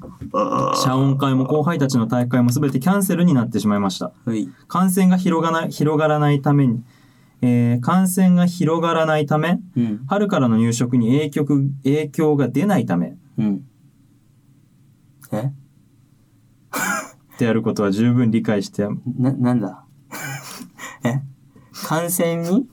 Speaker 1: 謝恩会も後輩たちの大会も全てキャンセルになってしまいました
Speaker 2: はい。
Speaker 1: 感染が広がない広がらないために、えー感染が広がらないため
Speaker 2: うん。
Speaker 1: 春からの入職に影響影響が出ないため
Speaker 2: うん。え
Speaker 1: ってやることは十分理解して
Speaker 2: な、なんだ え感染に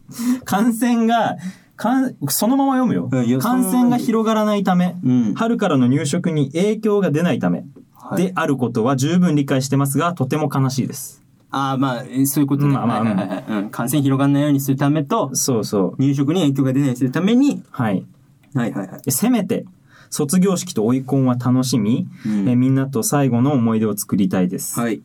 Speaker 1: 感染がかんそのまま読むよ、
Speaker 2: うんいや
Speaker 1: 感染が広がらないため、
Speaker 2: うん
Speaker 1: 春からの入職に影響が出ないため、
Speaker 2: はい
Speaker 1: であることは十分理解してますがとても悲しいです
Speaker 2: ああ、まあ、えそういうことね。
Speaker 1: まあまあ
Speaker 2: はいはいはいはいうん感染広がらないようにするためと、
Speaker 1: そうそう
Speaker 2: 入職に影響が出ないようにするために、
Speaker 1: はい
Speaker 2: はいはいはい。
Speaker 1: せめて卒業式と追い婚は楽しみ、
Speaker 2: うん
Speaker 1: えみんなと最後の思い出を作りたいです、
Speaker 2: はい。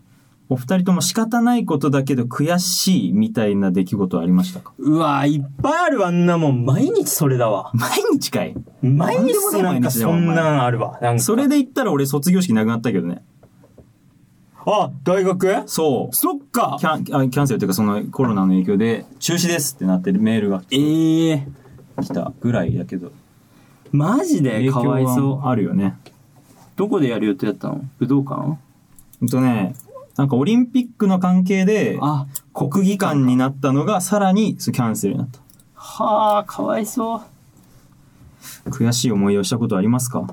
Speaker 1: お二人とも仕方ないことだけど悔しいみたいな出来事はありましたか
Speaker 2: うわーいっぱいあるわ、あんなもん。 毎日それだわ。
Speaker 1: 毎日かい
Speaker 2: 毎日
Speaker 1: なんでもね
Speaker 2: なんか
Speaker 1: 毎日だわ
Speaker 2: そんなんあるわ。なんか
Speaker 1: それで言ったら俺卒業式なくなったけどね
Speaker 2: あ、大学
Speaker 1: そう
Speaker 2: そっか
Speaker 1: キャンあキャンセルというかそのコロナの影響で中止ですってなってるメールが
Speaker 2: ええー、
Speaker 1: 来たぐらいだけど
Speaker 2: マジで
Speaker 1: 影
Speaker 2: か
Speaker 1: 響
Speaker 2: わいそう。
Speaker 1: はあるよね。
Speaker 2: どこでやる予定だったの武道館
Speaker 1: うんとねなんかオリンピックの関係で
Speaker 2: あ、
Speaker 1: 国技館になったのがさらにそうキャンセルになった
Speaker 2: はあ、かわいそう。
Speaker 1: 悔しい思いをしたことありますか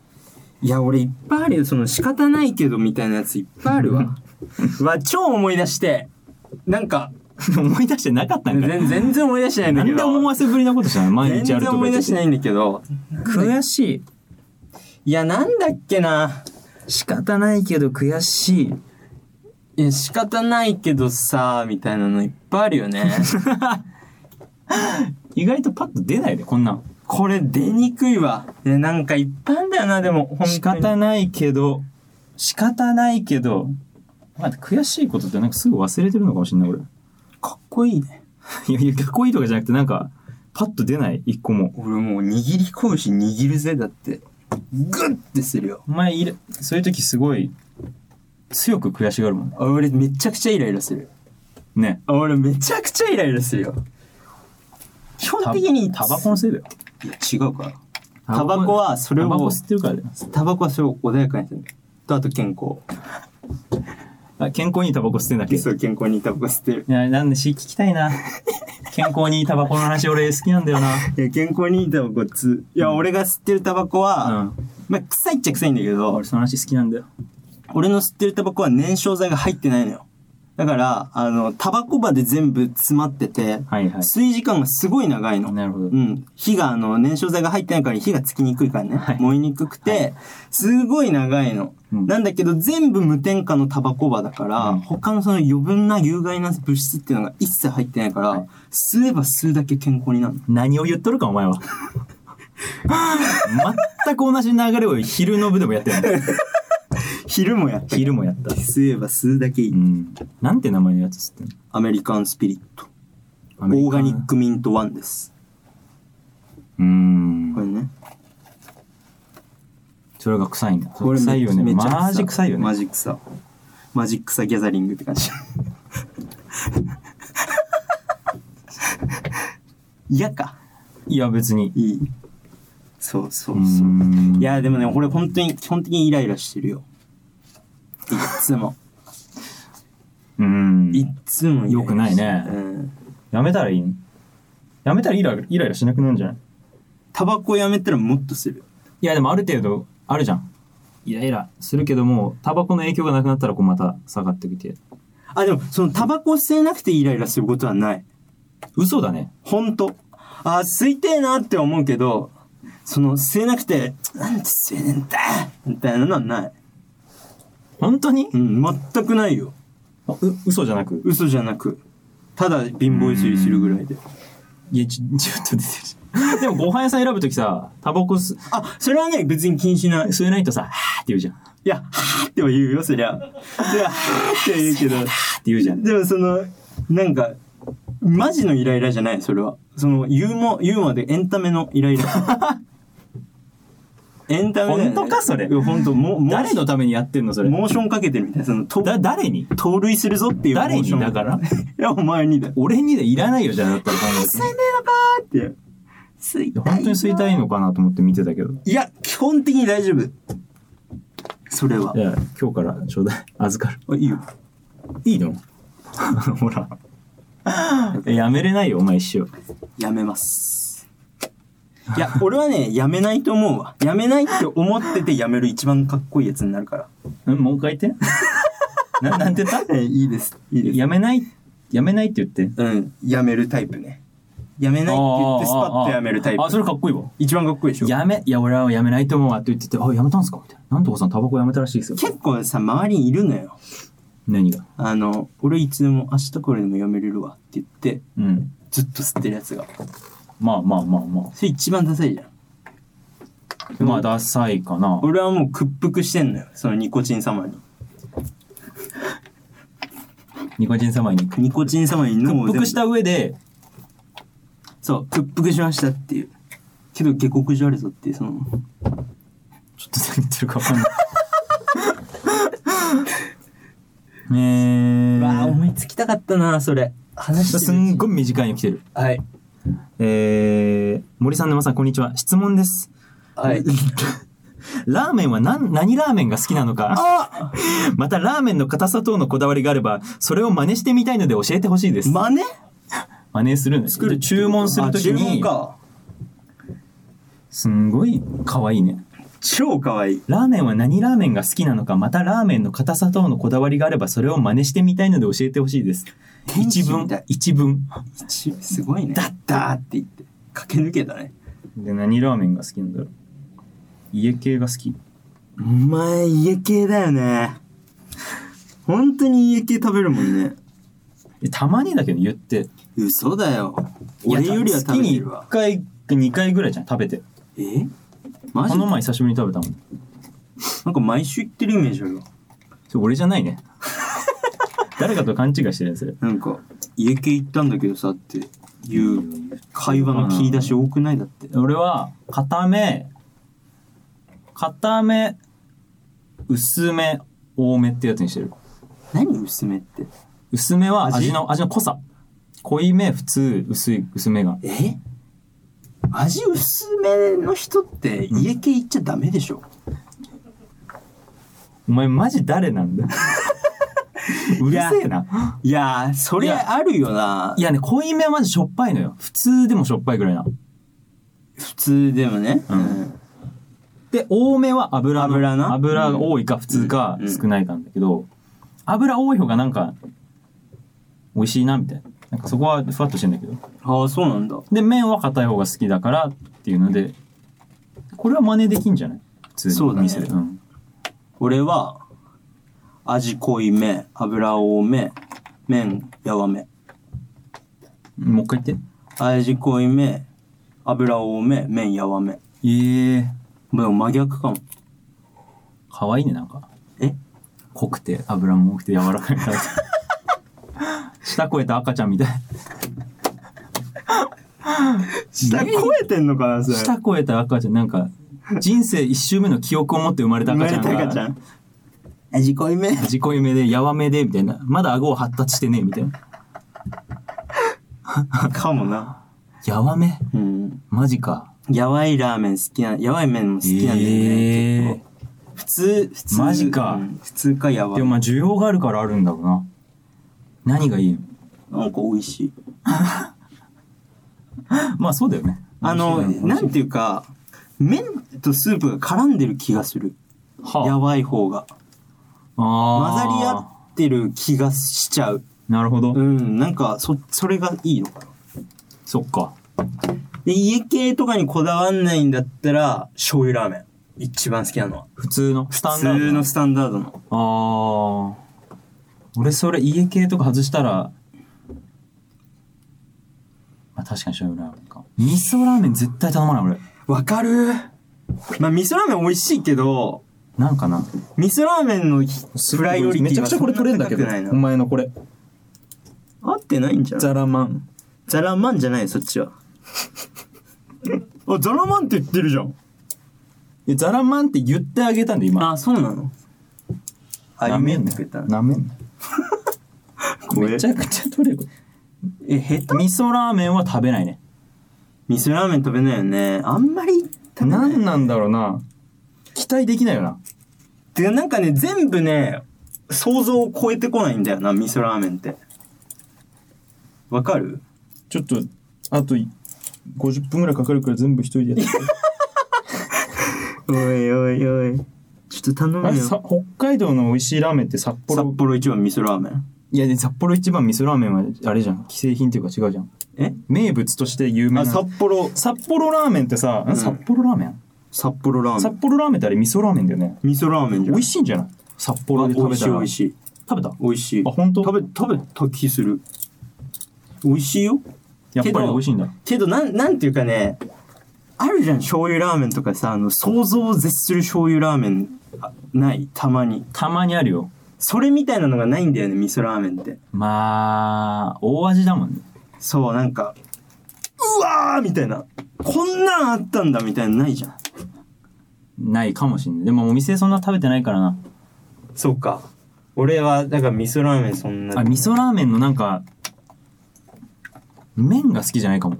Speaker 2: いや、俺いっぱいあるよ。その仕方ないけどみたいなやついっぱいあるわ。う わ、超思い出して、なんか、
Speaker 1: 思い出してなかったんかい
Speaker 2: 全全然思い出してないんだ
Speaker 1: な
Speaker 2: けど。
Speaker 1: んで思わせぶりなことしたの毎
Speaker 2: 全
Speaker 1: 日ある
Speaker 2: 然
Speaker 1: とか
Speaker 2: 思い
Speaker 1: 言
Speaker 2: 出
Speaker 1: っ
Speaker 2: してな
Speaker 1: て
Speaker 2: いんだけど。
Speaker 1: 悔しい
Speaker 2: いや、なんだっけな。
Speaker 1: 仕方ないけど悔しい
Speaker 2: いや、仕方ないけどさ、みたいなのいっぱいあるよね。
Speaker 1: 意外とパッと出ないでこんなん
Speaker 2: これ出にくいわ。いやなんかいっぱいあんだよな、でも。本当に
Speaker 1: 仕方ないけど仕方ないけど、まあ、悔しいことってなんかすぐ忘れてるのかもしれない俺
Speaker 2: かっこいいね。
Speaker 1: いやいやかっこいいとかじゃなくてなんかパッと出ない一個も
Speaker 2: 俺もう握り拳握るぜ、だって。グッてするよ。
Speaker 1: お前いるそういう時すごい強く悔しがるもんね
Speaker 2: あ俺めちゃくちゃイライラする。
Speaker 1: ね
Speaker 2: あ俺めちゃくちゃイライラするよ。基本
Speaker 1: た
Speaker 2: 的に
Speaker 1: タバコのせいだよ
Speaker 2: いや違うから。タバコはそれを
Speaker 1: タバコ吸ってるからだよ
Speaker 2: タバコはそれを穏やかにする。とあと健康。
Speaker 1: あ健康にいいタバコ吸ってんだっけ
Speaker 2: そう健康にタバコ吸ってる。
Speaker 1: いやなんでし聞きたい な健康にいいタバコの話俺好きなんだよない
Speaker 2: や健康にいいタバコつ。いや俺が吸ってるタバコは、
Speaker 1: うん
Speaker 2: まあ臭いっちゃ臭いんだけど
Speaker 1: 俺、その話好きなんだよ
Speaker 2: 俺の吸ってるタバコは燃焼剤が入ってないのよ。だから、あの、タバコ場で全部詰まってて、
Speaker 1: はいはい。
Speaker 2: 吸い時間がすごい長いの。
Speaker 1: なるほど
Speaker 2: う。ん。火が、あの、燃焼剤が入ってないから火がつきにくいからね。
Speaker 1: はい
Speaker 2: 燃えにくくて、すごい長いの。
Speaker 1: うん
Speaker 2: なんだけど、全部無添加のタバコ場だから、
Speaker 1: うん
Speaker 2: 他のその余分な有害な物質っていうのが一切入ってないから、
Speaker 1: はい
Speaker 2: 吸えば吸うだけ健康になるの。
Speaker 1: 何を言っとるかお前は 全く同じ流れを昼の部でもやってる
Speaker 2: 昼もやった。
Speaker 1: 昼もやった、
Speaker 2: 吸えば吸うだけいい。
Speaker 1: うん、なんて名前のやつ知ってんの
Speaker 2: アメリカンスピリット。
Speaker 1: ア
Speaker 2: オ
Speaker 1: メリカ
Speaker 2: ーガニックミントワンです。
Speaker 1: うー
Speaker 2: これ
Speaker 1: ん
Speaker 2: ね。
Speaker 1: それが臭いんだ
Speaker 2: これ
Speaker 1: 臭いよね
Speaker 2: めっちゃ
Speaker 1: マジ臭いよね
Speaker 2: マジ臭。マジ臭ギャザリングって感 じ。嫌か。
Speaker 1: いや別に
Speaker 2: いい。そうそうう
Speaker 1: ー
Speaker 2: そう。
Speaker 1: ん
Speaker 2: いや、でもね、俺本当に、基本的にイライラしてるよ。いっつも。
Speaker 1: うーん
Speaker 2: いっつもイライラしてる
Speaker 1: 良くないね
Speaker 2: うん。
Speaker 1: やめたらいいのやめたらイライライライラしなくなるんじゃない
Speaker 2: タバコやめたらもっとする。
Speaker 1: いやでもある程度あるじゃんイライラするけどもタバコの影響がなくなったらこうまた下がってきて
Speaker 2: あ、でも、そのタバコ吸えなくてイライラすることはない。
Speaker 1: 嘘だね
Speaker 2: ほんと。あ、吸いてえなって思うけど、その、吸えなくて、なんて吸えねえんだみたいなのはない。
Speaker 1: 本当に
Speaker 2: うん、全くないよ。
Speaker 1: あう嘘じゃなく
Speaker 2: 嘘じゃなく。ただ貧乏ゆすりするぐらいで。
Speaker 1: いや、ち、ちょっと 出てる。でも、ご飯屋さん選ぶときさ、タバコ吸、
Speaker 2: あ、それはね、別に気にしない。い
Speaker 1: 吸えないとさ、はーって言うじゃん。は
Speaker 2: や、はーっては言うよ、そりゃ。そりゃ、はーっては言うけど。
Speaker 1: ーって言うじゃん。
Speaker 2: でもその、なんか、マジのイライラじゃない、それは。その、ユーモ、ユーモアでエンタメのイライラ。 エンタメだよね
Speaker 1: 本当かそれ
Speaker 2: いや本当もう、もう
Speaker 1: 誰のためにやってんのそれ。
Speaker 2: モーションかけてるみたいな、その、と
Speaker 1: だ、誰に
Speaker 2: 盗塁するぞっていうモー
Speaker 1: 誰
Speaker 2: シ
Speaker 1: に
Speaker 2: ョン。
Speaker 1: だから
Speaker 2: いや、お前にだ。
Speaker 1: 俺にでいらないよ、じゃあ、だったら考えて。
Speaker 2: 吸えねえのかーって。吸い
Speaker 1: いや
Speaker 2: たい。
Speaker 1: 本当に吸いたいのかなと思って見てたけど。。
Speaker 2: いや、基本的に大丈夫。それはい
Speaker 1: や、今日からちょうだい。預かる。
Speaker 2: あいいよ。
Speaker 1: いいの ほら。やめれないよ、お前一生。
Speaker 2: やめます。いや、俺はね、やめないと思うわ。やめないって思っててやめる一番かっこいいやつになるから。
Speaker 1: んもう一回言 って。な、なんて言った
Speaker 2: え、いいです。いいです。
Speaker 1: やめない、やめないって言って。
Speaker 2: うん、やめるタイプね。やめないって言ってスパッとやめるタイプ
Speaker 1: あーあーあーあ、。それかっこいいわ。
Speaker 2: 一番かっこいいでしょ。
Speaker 1: やめ、いや、俺はやめないと思うわって言ってて、あ、やめたんすかみたいな。なんとかさん、タバコやめたらしいですよ。
Speaker 2: 結構さ、周りにいるのよ。
Speaker 1: 何が
Speaker 2: あの、俺いつでも明日これでもやめれるわって言って、
Speaker 1: うん。
Speaker 2: ずっと吸ってるやつが。
Speaker 1: まあまあまあま
Speaker 2: それ一番ダサいじゃん。
Speaker 1: あ。まあ、ダサいかな。
Speaker 2: 俺はもう屈服してんのよ。そのニコチン様に。
Speaker 1: ニコチン様に。屈
Speaker 2: ニコチン様に脳を全部
Speaker 1: 服した上で、
Speaker 2: そう、屈服しましたっていう。けど下克上あるぞっていう、その、
Speaker 1: ちょっと何言ってるかわかんない。ねえ
Speaker 2: わあ、思いつきたかったな、それ。話し
Speaker 1: す
Speaker 2: てる。
Speaker 1: んごい短いに来てる。
Speaker 2: はい。
Speaker 1: えー、森さん、沼さん、こんにちは。質問です。
Speaker 2: はい。
Speaker 1: ラーメンは何、何ラーメンが好きなのか
Speaker 2: あ
Speaker 1: また、ラーメンの硬さ等のこだわりがあれば、それを真似してみたいので教えてほしいです。
Speaker 2: 真似
Speaker 1: 真似するんです。で注文するとき
Speaker 2: あ注文
Speaker 1: に、
Speaker 2: か。
Speaker 1: すんごい可愛いね。
Speaker 2: 超かわいい。
Speaker 1: ラーメンは何ラーメンが好きなのか、またラーメンの硬さ等のこだわりがあれば、それを真似してみたいので教えてほしいです。
Speaker 2: 天使
Speaker 1: 一
Speaker 2: み
Speaker 1: 文
Speaker 2: たい、
Speaker 1: 一文。
Speaker 2: 一すごいね。だったーって言って。駆け抜けたね。
Speaker 1: で、何ラーメンが好きなんだろう。家系が好き。
Speaker 2: お前、家系だよね。本当に家系食べるもんね。
Speaker 1: えたまにだけど言って。
Speaker 2: 嘘だよ。俺よりは食べてるわ。
Speaker 1: 月に1回、2回ぐらいじゃん、食べて。
Speaker 2: えマ
Speaker 1: こ
Speaker 2: ジ
Speaker 1: の前久しぶりに食べたもん。
Speaker 2: なんか毎週行ってるイメージあるわ。
Speaker 1: それ俺じゃないね。誰かと勘違いしてるやつ。
Speaker 2: なんか、家系行ったんだけどさっていう会話の切り出し多くないだって。
Speaker 1: 俺は、固め、固め、薄め、多めってやつにしてる。
Speaker 2: 何薄めって。
Speaker 1: 薄めは
Speaker 2: 味
Speaker 1: 味の味の濃さ濃いめ普通薄い薄めが
Speaker 2: え味薄めの人って家系行っちゃダメでしょ。
Speaker 1: お前マジ誰なん だようるせえない
Speaker 2: やー、そ
Speaker 1: い
Speaker 2: れ
Speaker 1: や。
Speaker 2: あるよない
Speaker 1: やね濃いめはマジしょっぱいのよ普通でもしょっぱいぐらいな
Speaker 2: 普通でもね。
Speaker 1: うんで多めは油の
Speaker 2: 油な
Speaker 1: 油が多いか普通か
Speaker 2: うん
Speaker 1: 少ないかなんだけど、油多い方がなんか美味しいなみたいななんかそこはふわっとしてんだけど
Speaker 2: ああ、そうなんだ。
Speaker 1: で麺は硬い方が好きだからっていうのでこれは真似できんじゃない普通に
Speaker 2: そうだね
Speaker 1: 店でん
Speaker 2: 俺は、味濃いめ、油多め、麺やわめ。
Speaker 1: もう一回言って
Speaker 2: 味濃いめ、油多め、麺やわめ。
Speaker 1: ええ
Speaker 2: でも真逆かも。
Speaker 1: 可愛いねなんか
Speaker 2: え
Speaker 1: 濃くて脂も多くて柔らかいから 舌超えた赤ちゃんみたい
Speaker 2: 下超えてんのかなそれ。
Speaker 1: 舌超えた赤ちゃんなんか人生一周目の記憶を持って生まれた赤ちゃん
Speaker 2: 生まれた赤ち
Speaker 1: が
Speaker 2: ゃん。味濃いめ。
Speaker 1: 自己夢でやわめでみたいなまだ顎を発達してねみたいな
Speaker 2: かもな。
Speaker 1: やわめ
Speaker 2: うん。
Speaker 1: マジか
Speaker 2: やわいラーメン好きな、やわい麺も好きなんだよね。
Speaker 1: えー
Speaker 2: 結構普通、普通。
Speaker 1: マジか
Speaker 2: うん普通かやわ
Speaker 1: でもまあ需要があるからあるんだろうな何がいい
Speaker 2: なんか美味しい。
Speaker 1: まあそうだよね
Speaker 2: あの、
Speaker 1: 美味しい
Speaker 2: なんていうか、麺とスープが絡んでる気がする。や
Speaker 1: は
Speaker 2: ばい方が。
Speaker 1: あ、
Speaker 2: 混ざり合
Speaker 1: あ
Speaker 2: ってる気がしちゃう。
Speaker 1: ーなるほど、
Speaker 2: うん、なんか、そ、それがいいのかな。
Speaker 1: そっか
Speaker 2: で、家系とかにこだわんないんだったら、醤油ラーメン。一番好きなのは。
Speaker 1: 普通のスタンダード
Speaker 2: 普
Speaker 1: な
Speaker 2: 通のスタンダードの。
Speaker 1: ああ俺それ家系とか外したらまあ確かに醤油ラーメンか味噌ラーメン絶対頼まない俺
Speaker 2: わかるまあ、味噌ラーメン美味しいけど、
Speaker 1: なんかな
Speaker 2: 味噌ラーメンのプライオリティ
Speaker 1: めちゃくちゃこれ取れんだけどお
Speaker 2: 合
Speaker 1: 前のこれ
Speaker 2: ってないんじゃん。
Speaker 1: ザラマン
Speaker 2: ザラマンじゃないそっ ちは。あ、ザラマンって言ってるじゃん。
Speaker 1: いやザラマンって言ってあげたんで今
Speaker 2: あ、そうなのあ、
Speaker 1: な
Speaker 2: 夢
Speaker 1: めん
Speaker 2: って
Speaker 1: な
Speaker 2: くれた。
Speaker 1: なめんな
Speaker 2: 怖え
Speaker 1: めちゃくちゃ取れる
Speaker 2: え、下手
Speaker 1: 味噌ラーメンは食べないね
Speaker 2: 味噌ラーメン食べないよね。あんまり食べない。
Speaker 1: 何なんだろうな期待できないよな
Speaker 2: てかなんかね、全部ね、想像を超えてこないんだよな、味噌ラーメンって。わかる
Speaker 1: ちょっとあと50分ぐらいかかるから全部一人でやって
Speaker 2: おいおいおい。ちょっと頼
Speaker 1: あれさ北海道の美味しいラーメンって札
Speaker 2: 札
Speaker 1: 幌
Speaker 2: 幌一番味噌ラーメン。
Speaker 1: いやで札幌一番味噌ラーメンはあれじゃん既製品っていうか違うじゃん
Speaker 2: え
Speaker 1: 名物として有名
Speaker 2: あ、
Speaker 1: な
Speaker 2: 札幌、
Speaker 1: 札幌ラーメンってさ、
Speaker 2: ん
Speaker 1: 札幌ラーメン
Speaker 2: 札幌ラーメ
Speaker 1: 札
Speaker 2: ン。
Speaker 1: 幌ラーメンってあれ味噌ラーメンだよね
Speaker 2: 味噌ラーメンじゃ
Speaker 1: 美
Speaker 2: ん。
Speaker 1: 味しいんじゃない札幌で
Speaker 2: あ
Speaker 1: 食べ
Speaker 2: 美味したい
Speaker 1: ら
Speaker 2: 美味しい。
Speaker 1: 食べた
Speaker 2: 美味しい。
Speaker 1: あ本当
Speaker 2: 食べ、食べた気する。美味しいよ。
Speaker 1: やっぱり美味しいんだ
Speaker 2: けどなんなんていうかねあるじゃん醤油ラーメンとかさあの想像を絶する醤油ラーメンあないたまに
Speaker 1: たまにあるよ
Speaker 2: それみたいなのがないんだよね味噌ラーメンって
Speaker 1: まあ大味だもんね
Speaker 2: そうなんかうわーみたいなこんなんあったんだみたいなのないじゃん
Speaker 1: ないかもしんないでもお店そんな食べてないからな
Speaker 2: そうか俺はだから味噌ラーメンそんな
Speaker 1: あ味噌ラーメンのなんか麺が好きじゃないかも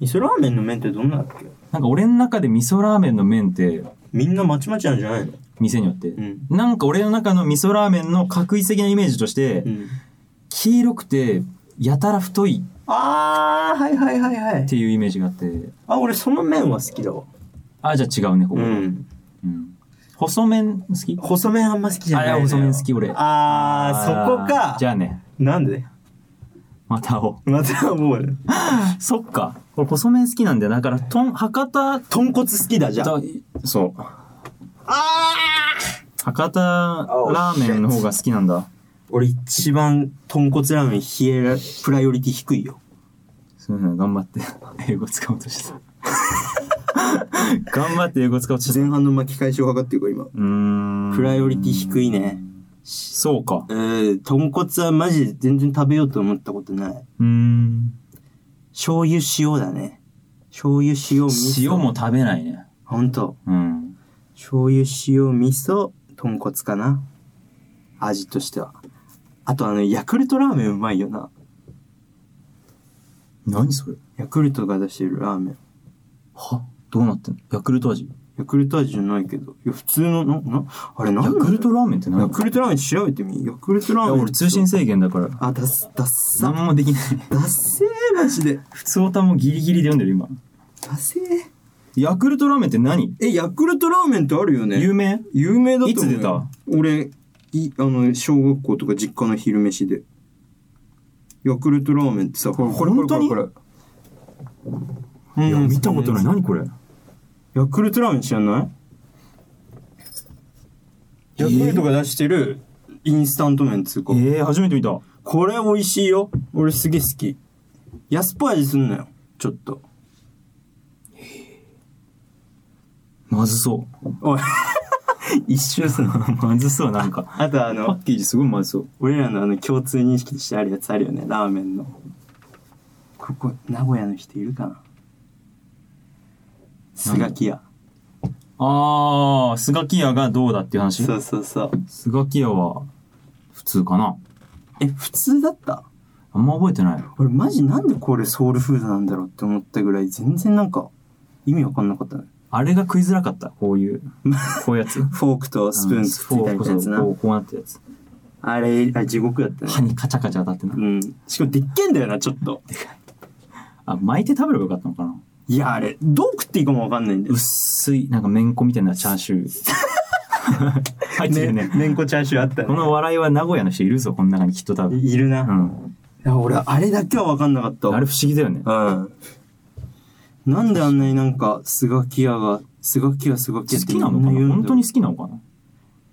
Speaker 2: 味噌ラーメンの麺ってどんなだっけ
Speaker 1: なんか俺の中で味噌ラーメンの麺って
Speaker 2: みんなまちまちなんじゃないの
Speaker 1: 店によって、
Speaker 2: ん
Speaker 1: なんか俺の中の味噌ラーメンの画一的なイメージとして、
Speaker 2: うん
Speaker 1: 黄色くてやたら太い
Speaker 2: あーはいはいはいは
Speaker 1: っ
Speaker 2: い
Speaker 1: ていうイメージがあって
Speaker 2: あ俺その麺は好きだわ
Speaker 1: あじゃあ違うねここ、
Speaker 2: ん
Speaker 1: うん細麺好き
Speaker 2: 細麺あんま好きじゃないのよ
Speaker 1: あ細麺好き俺
Speaker 2: あーそこか
Speaker 1: じゃあね
Speaker 2: なんで
Speaker 1: また会おう
Speaker 2: またもう
Speaker 1: そっか俺細麺好きなんだよだからとん博多
Speaker 2: 豚骨好きだじゃん
Speaker 1: とそう
Speaker 2: あ
Speaker 1: 博多ラーメンの方が好きなんだ
Speaker 2: 俺一番豚骨ラーメン冷えプライオリティ低いよ
Speaker 1: そういうの頑張って英語使おうとしてた頑張って英語使おうとしてた
Speaker 2: 前半の巻き返しを図ってるから今
Speaker 1: うーん
Speaker 2: プライオリティ低いね
Speaker 1: そうか
Speaker 2: えー、豚骨はマジで全然食べようと思ったことないう
Speaker 1: ーん
Speaker 2: 醤油塩だね醤油塩味噌
Speaker 1: 塩も食べないね
Speaker 2: ほんと
Speaker 1: うん
Speaker 2: 醤油塩味噌豚骨かな味としてはあとあのヤクルトラーメンうまいよな
Speaker 1: 何それ
Speaker 2: ヤクルトが出してるラーメン。
Speaker 1: はどうなってんのヤクルト味
Speaker 2: ヤクルト味じゃないけど。いや、普通の、な、な、あれなん
Speaker 1: ヤ
Speaker 2: なの
Speaker 1: クルトラーメンって何
Speaker 2: ヤクルトラーメン調べてみヤクルトラ
Speaker 1: い
Speaker 2: ー
Speaker 1: や
Speaker 2: メン。
Speaker 1: 俺通信制限だから
Speaker 2: あ、だっ、だっさ。
Speaker 1: 何もできない
Speaker 2: だっせー、マジで。
Speaker 1: 普通オタもギリギリで読んでる今
Speaker 2: だせー。
Speaker 1: ヤクルトラーメンって何
Speaker 2: え、ヤクルトラーメンってあるよね。
Speaker 1: 有名
Speaker 2: 有名だと思う。
Speaker 1: いつ出た
Speaker 2: 俺、い、あの、小学校とか実家の昼飯で。ヤクルトラーメンってさ、これ、これ、これ、これ、これ。。
Speaker 1: いや見たことないい何これ
Speaker 2: ヤクルトラーメン知らないヤクルトが出してるインスタント麺っつうか。
Speaker 1: えー、初めて見た
Speaker 2: これ美味しいよ。俺すげえ好き。安っぽい味すんのよ。ちょっと。
Speaker 1: まずそう
Speaker 2: おい。一周すんの。
Speaker 1: まずそうなんか
Speaker 2: あとあ
Speaker 1: パ
Speaker 2: の
Speaker 1: ッ、ケージすごいまずそう
Speaker 2: 俺らのあの共通認識としてあるやつあるよね。ラーメンの。ここ、名古屋の人いるかなスガキ屋。
Speaker 1: あースガキ屋がどうだっていう話
Speaker 2: そうそうそう。
Speaker 1: スガキ屋は普通かな
Speaker 2: え、普通だった
Speaker 1: あんま覚えてない
Speaker 2: 俺マジなんでこれソウルフードなんだろうって思ったぐらい全然なんか意味わかんなかったね。
Speaker 1: あれが食いづらかったこういうこういうや つ
Speaker 2: フォークとスプーンくっついたみたいなやつ
Speaker 1: うん
Speaker 2: な
Speaker 1: こ。うこうなったやつ
Speaker 2: あれ、あれ地獄だったね。
Speaker 1: 歯にカチャカチャ当たってな
Speaker 2: うん。しかもでっけんだよな、ちょっと。
Speaker 1: あ巻いて食べればよかったのかない
Speaker 2: や、あれ、どう食っていいかもわかんないんだよ。
Speaker 1: 薄いなんか麺粉みたいなチャーシュ ー入ってるね
Speaker 2: めんこチャーシューあったね
Speaker 1: この笑いは名古屋の人いるぞこの中にきっと多分
Speaker 2: いるな。
Speaker 1: う
Speaker 2: い
Speaker 1: ん
Speaker 2: や、俺、あれだけはわかんなかったわ。
Speaker 1: あれ不思議だよね
Speaker 2: うん。なんであんなになんか、スガキ屋が、スガキ屋、スガキ屋
Speaker 1: 好
Speaker 2: って
Speaker 1: きなのか
Speaker 2: みん言
Speaker 1: な
Speaker 2: うんだよ
Speaker 1: 本当に好きなのかな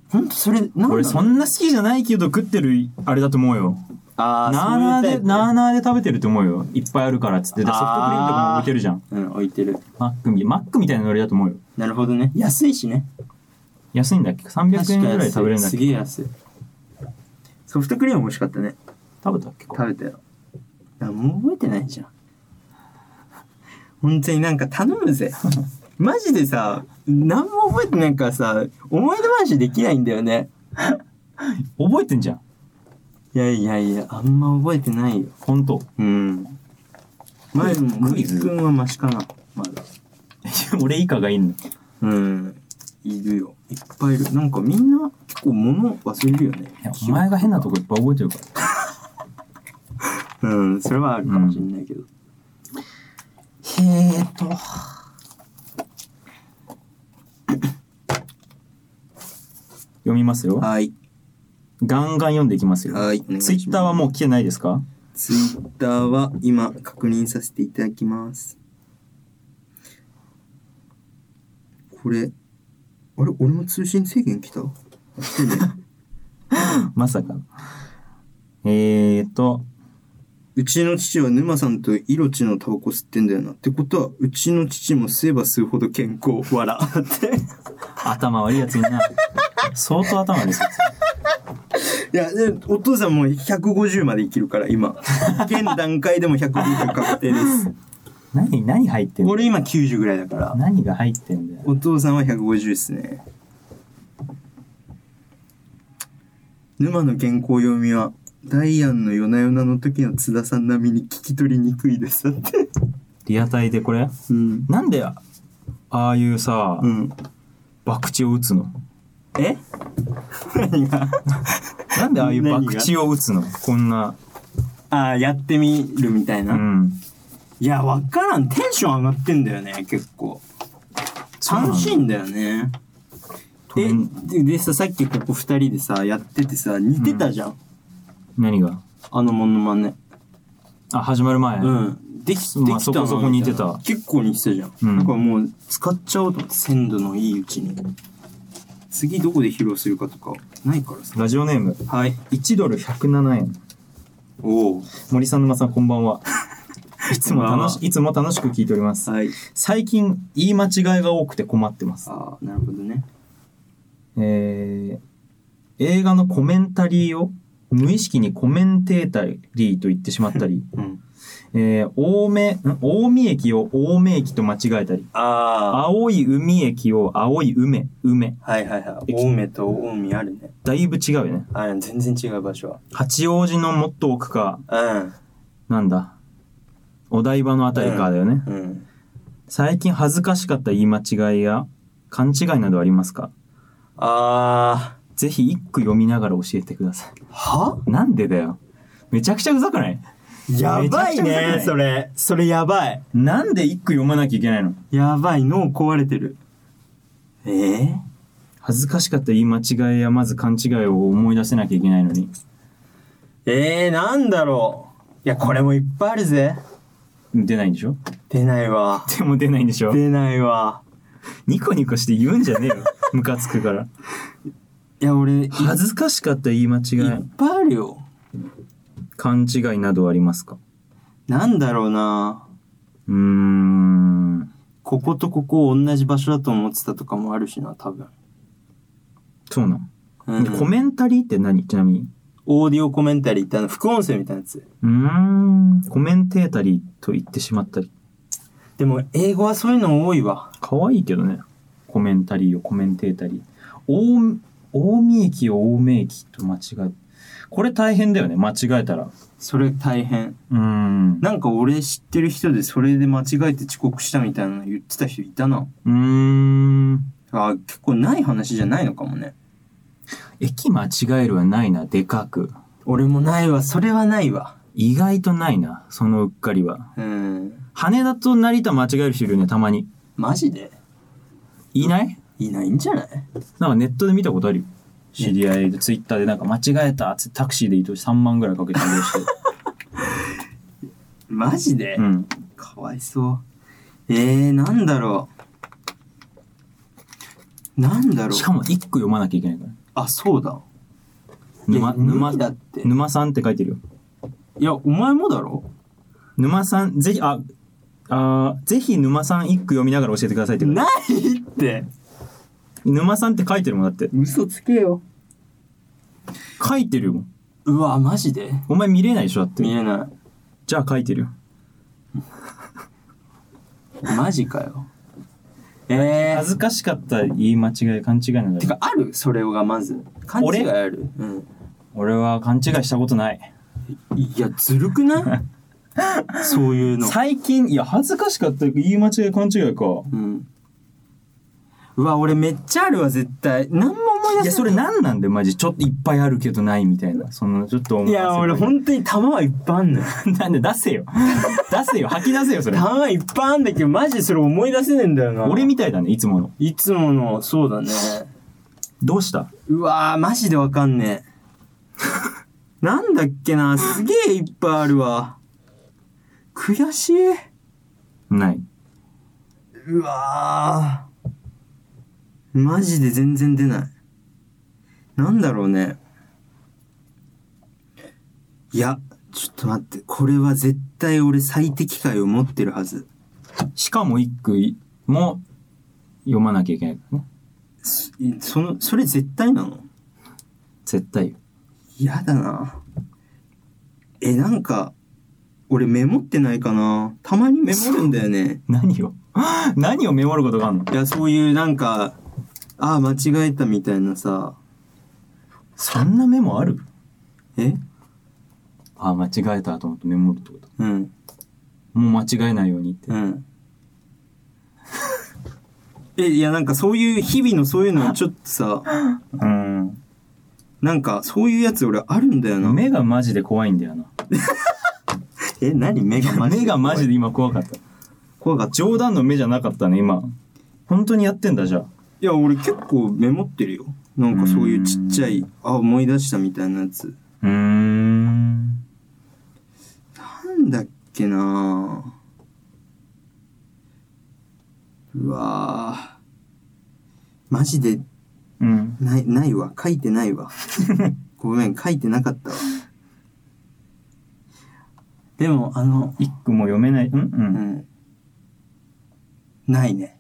Speaker 2: 本当それ、なんだ
Speaker 1: 俺そんな好きじゃないけど食ってるあれだと思うよ
Speaker 2: あー
Speaker 1: なあなあ
Speaker 2: そうい
Speaker 1: で
Speaker 2: うタイプ
Speaker 1: なあなあで食べてると思うよいっぱいあるからっつってだからソフトクリームとかも置いてるじゃん
Speaker 2: うん、置いてる。
Speaker 1: マックみマックみたいなノリだと思うよ
Speaker 2: なるほどね。安いしね。
Speaker 1: 安いんだっけ300円ぐらいで食べれるんだっ
Speaker 2: す
Speaker 1: け
Speaker 2: げえ安いソフトクリーム美味しかったね
Speaker 1: 食べたっけ
Speaker 2: 食べたよあもう覚えてないじゃん本当になんか頼 むぜマジでさ何も覚えてないからさ思い出話できないんだよね
Speaker 1: 覚えてんじゃん
Speaker 2: いやいやいやあんま覚えてないよ
Speaker 1: 本当
Speaker 2: うん前も
Speaker 1: クイ
Speaker 2: 森
Speaker 1: ズ
Speaker 2: くんはマシかなまだ
Speaker 1: 俺以下がいいの
Speaker 2: うんいるよいっぱいいるなんかみんな結構物忘れるよね
Speaker 1: いやお前が変なとこいっぱい覚えてるから
Speaker 2: うんそれはあるかもしれないけど、
Speaker 1: へえと読みますよ
Speaker 2: はい
Speaker 1: ガンガン読んでいきますよ
Speaker 2: はいお願いし
Speaker 1: ツ
Speaker 2: ま
Speaker 1: イ
Speaker 2: す
Speaker 1: ッターはもう来てないですか
Speaker 2: ツイッターは今確認させていただきます。これ、あれ俺も通信制限来た来てね
Speaker 1: まさかのえーと
Speaker 2: うちの父は沼さんとイロチのタバコ吸ってんだよな。ってことは、うちの父も吸えば吸うほど健康。 笑って。
Speaker 1: 頭悪いやつにな相当頭ですよ
Speaker 2: いや、でお父さんもう150まで生きるから、今。現段階でも150確定です。
Speaker 1: 何何入ってんの
Speaker 2: 俺今90ぐらいだから。
Speaker 1: 何が入ってんだよ
Speaker 2: お父さんは150ですね沼の原稿読みはダイアンの夜な夜なの時の津田さん並みに聞き取りにくいですだって
Speaker 1: リアタイでこれ
Speaker 2: うん、
Speaker 1: なんでああいうさ、
Speaker 2: うん、
Speaker 1: 博打を打つの
Speaker 2: え何が
Speaker 1: なんでああいう
Speaker 2: 何が
Speaker 1: 博打を打つのこんな
Speaker 2: ああやってみるみたいな、
Speaker 1: うん
Speaker 2: いやわからんテンション上がってんだよね結構楽しいんだよね
Speaker 1: トレ
Speaker 2: え
Speaker 1: ン
Speaker 2: ででささっきここ2人でさやっててさ似てたじゃん、
Speaker 1: 何が
Speaker 2: あのモノマネ
Speaker 1: あ始まる前、
Speaker 2: うん。できできた
Speaker 1: まあそこそこ似てた
Speaker 2: みいな結構似てたじゃん。
Speaker 1: うん
Speaker 2: だからもう使っちゃおうと思って、鮮度のいいうちに。次どこで披露するかとか、ないからさ。
Speaker 1: ラジオネーム
Speaker 2: はい。
Speaker 1: 1ドル107円
Speaker 2: おお。
Speaker 1: 森さん沼さんこんばんはいつも楽しいつも楽しく聞いております
Speaker 2: はい。
Speaker 1: 最近言い間違いが多くて困ってます
Speaker 2: ああ、なるほどね。
Speaker 1: えー映画のコメンタリーを無意識にコメンテータリーと言ってしまったり、
Speaker 2: うん。
Speaker 1: えー、青梅、ん青海駅を青梅駅と間違えたり、
Speaker 2: ああ。
Speaker 1: 青い海駅を青い梅、梅。
Speaker 2: はいはいはい。青梅と青海あるね。
Speaker 1: だいぶ違うよね。
Speaker 2: あれ、全然違う場所
Speaker 1: 八王子のもっと奥か、
Speaker 2: は。
Speaker 1: なんだ。お台場のあたりかだよね。
Speaker 2: うん。うん。
Speaker 1: 最近恥ずかしかった言い間違いや勘違いなどありますか
Speaker 2: あ
Speaker 1: ぜひ一句読みながら教えてくださ。
Speaker 2: あ。はい
Speaker 1: なんでだよ。めちゃくちゃうざくない
Speaker 2: やばい
Speaker 1: めちゃくちゃうざくな
Speaker 2: ね
Speaker 1: い、
Speaker 2: それ。それやばい。
Speaker 1: なんで一句読まなきゃいけないの
Speaker 2: やばい、脳壊れてる。ええ
Speaker 1: 恥ずかしかった言い間違いやまず勘違いを思い出せなきゃいけないのに
Speaker 2: えー、なんだろう。いや、これもいっぱいあるぜ。
Speaker 1: 出ないんでしょ
Speaker 2: 出ないわ。
Speaker 1: でも出ないんでしょ
Speaker 2: 出ないわ。
Speaker 1: ニコニコして言うんじゃねえよ。ムカつくから。
Speaker 2: いや、俺、いっ
Speaker 1: 恥ずかしかった言い間違
Speaker 2: い
Speaker 1: い
Speaker 2: っ。ぱいあるよ。
Speaker 1: 勘違いなどありますか
Speaker 2: なんだろうな。
Speaker 1: うーん。
Speaker 2: こことここ同じ場所だと思ってたとかもあるしな、多分。
Speaker 1: そうなん。
Speaker 2: うん
Speaker 1: でコメンタリーって何ちなみに。
Speaker 2: オーディオコメンタリーってあの、副音声みたいなやつ。
Speaker 1: うーん。コメンテータリーと言ってしまったり。
Speaker 2: でも、英語はそういうの多いわ。
Speaker 1: 可愛いけどね。コメンタリーをコメンテータリー。大、大見駅を大名駅と間違え。これ大変だよね。間違えたら。
Speaker 2: それ大変。
Speaker 1: うーん。う
Speaker 2: なんか俺知ってる人でそれで間違えて遅刻したみたいなの言ってた人いたな。
Speaker 1: ーん。
Speaker 2: あ、結構ない話じゃないのかもね。
Speaker 1: 駅間違えるはないな。でかく。
Speaker 2: 俺もないわ。それはないわ。
Speaker 1: 意外とないな。そのうっかりは。
Speaker 2: うん。
Speaker 1: 羽田と成田間違える人いるよね。たまに。
Speaker 2: マジで
Speaker 1: いない
Speaker 2: いないんじゃない
Speaker 1: なんかネットで見たことあるよ。知り合いで、ツイッターでなんか間違えたっつってタクシーで移動して3万ぐらいかけて移動して。
Speaker 2: マジ で、
Speaker 1: うん。
Speaker 2: かわいそう。えー、なんだろう。なんだろう
Speaker 1: し。かも1個読まなきゃいけないから。
Speaker 2: あ、そうだ。
Speaker 1: 沼、
Speaker 2: いや無
Speaker 1: 沼
Speaker 2: 理だって。
Speaker 1: 沼さんって書いてるよ。
Speaker 2: いや、お前もだろ
Speaker 1: 沼さん、ぜひ、あ、あーぜひ沼さん一句読みながら教えてくださいって書いてあ
Speaker 2: ないって。
Speaker 1: る。沼さんって書いてるもんだって。
Speaker 2: 嘘つけよ。
Speaker 1: 書いてるもん。
Speaker 2: うわ、マジで
Speaker 1: お前見れないでしょだって
Speaker 2: 見。えな
Speaker 1: じゃあ書いてるよ。
Speaker 2: い。マジかよ。え
Speaker 1: 恥
Speaker 2: ー。
Speaker 1: ずかしかった言い間違い、勘違いなんだ
Speaker 2: て
Speaker 1: よ。
Speaker 2: か、あるそれがまず。勘違いある。
Speaker 1: 俺は勘違いしたことない。
Speaker 2: うん。いや、ずるくない そういうの。
Speaker 1: 最近、いや、恥ずかしかった言い間違い、勘違いか。
Speaker 2: うん。うわ、俺めっちゃあるわ、絶対。なんも思い
Speaker 1: いや、
Speaker 2: 出せ
Speaker 1: そ
Speaker 2: ない。
Speaker 1: れ何なんでマジ。ちょっといっぱいあるけどないみたいな。その、ちょっと思
Speaker 2: いや、俺
Speaker 1: ん
Speaker 2: 本当に弾はいっぱいあんのよ。
Speaker 1: なんで出せ よ。出せよ。吐き出せよ、それ。
Speaker 2: 弾はいっぱいあんだけど、マジそれ思い出せねえんだよな。
Speaker 1: 俺みたいだね、いつもの。
Speaker 2: いつもの、そうだね。
Speaker 1: どうした
Speaker 2: うわー、マジでわかんねえ。なんだっけな、すげえいっぱいあるわ。悔しい。
Speaker 1: ない。
Speaker 2: うわー。マジで全然出ない。なんだろうね。いや、ちょっと待って。これは絶対俺最適解を持ってるはず。
Speaker 1: しかも一句も読まなきゃいけないからね。
Speaker 2: いその、それ絶対なの
Speaker 1: 絶対よ。
Speaker 2: 嫌だな。え、なんか、俺メモってないかな。たまにメモるんだよね。
Speaker 1: 何を 何をメモることがあるの
Speaker 2: いや、そういうなんか、ああ、間違えたみたいなさ。
Speaker 1: そんなメモある
Speaker 2: え
Speaker 1: あ、間違えたと思ってメモるってこと。
Speaker 2: うん。
Speaker 1: もう間違えないようにって。
Speaker 2: うん。 え、いや、なんかそういう、日々のそういうのちょっとさ、
Speaker 1: うん。
Speaker 2: なんかそういうやつ俺あるんだよな。
Speaker 1: 目がマジで怖いんだよな。
Speaker 2: え、何目がマジで。
Speaker 1: 目がマジで。今怖かった。
Speaker 2: 怖がっちゃう。
Speaker 1: 冗談の目じゃなかったね、今。本当にやってんだ、じゃあ。
Speaker 2: いや、俺結構メモってるよ。なんかそういうちっちゃい、あ、思い出したみたいなやつ。
Speaker 1: うーん。
Speaker 2: なんだっけなうわぁ。マジで、
Speaker 1: うん。
Speaker 2: ない、ないわ。書いてない わ。ごめん、書いてなかったわ。でも、あの、
Speaker 1: 一句も読めない。うんう。
Speaker 2: うんん。ない ね。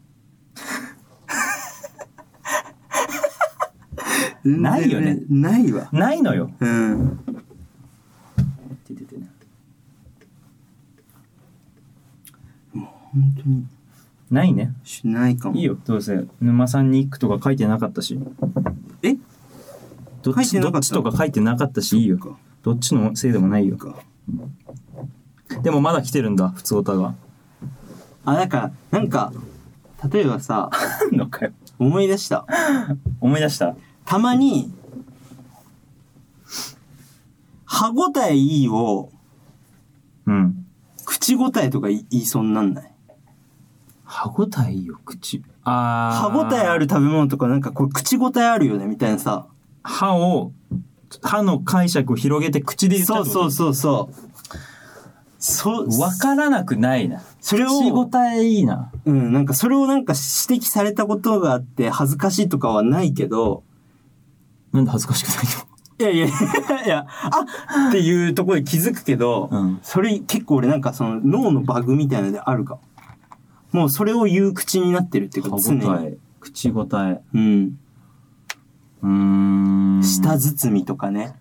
Speaker 1: ないよね
Speaker 2: 全然ないわ。
Speaker 1: ないのよ。
Speaker 2: うん。
Speaker 1: 出ててね
Speaker 2: 本当に、
Speaker 1: ないね。
Speaker 2: しないかも。
Speaker 1: いいよ、どうせ。沼さんに一句とか書いてなかったし。
Speaker 2: え
Speaker 1: どっ
Speaker 2: 書いて
Speaker 1: ち
Speaker 2: な
Speaker 1: ど
Speaker 2: かった
Speaker 1: っちとか書いてなかったし、いいよ。
Speaker 2: か。
Speaker 1: どっちのせいでもないよ。
Speaker 2: か。
Speaker 1: でもまだ来てるんだ、普通歌が。
Speaker 2: あ、なんか、なんか、例えばさ、
Speaker 1: あんのかよ。
Speaker 2: 思い出した。
Speaker 1: 思い出した。
Speaker 2: たまに、歯ごたえいいを、
Speaker 1: うん。
Speaker 2: 口ごたえとか言いそうになんない。
Speaker 1: 歯ごたえいいよ、口。あ
Speaker 2: 歯ごたえある。食べ物とか、なんかこれ口ごたえあるよね、みたいなさ。
Speaker 1: 歯を、歯の解釈を広げて口で言っちゃ。
Speaker 2: そううそううそうそう。そ、
Speaker 1: わからなくないな。
Speaker 2: それ
Speaker 1: 仕
Speaker 2: を、
Speaker 1: 事いいな。
Speaker 2: うん、なんかそれをなんか指摘されたことがあって恥ずかしいとかはないけど、
Speaker 1: なんで恥ずかしくない
Speaker 2: いやいや、いや、あっていうところで気づくけど、
Speaker 1: のうん。
Speaker 2: それ結構俺なんかその脳のバグみたいなのであるかも。もうそれを言う口になってるっていうか、常
Speaker 1: 歯応
Speaker 2: に。
Speaker 1: え。口応え。
Speaker 2: うん。
Speaker 1: うーん。
Speaker 2: 舌包みとかね。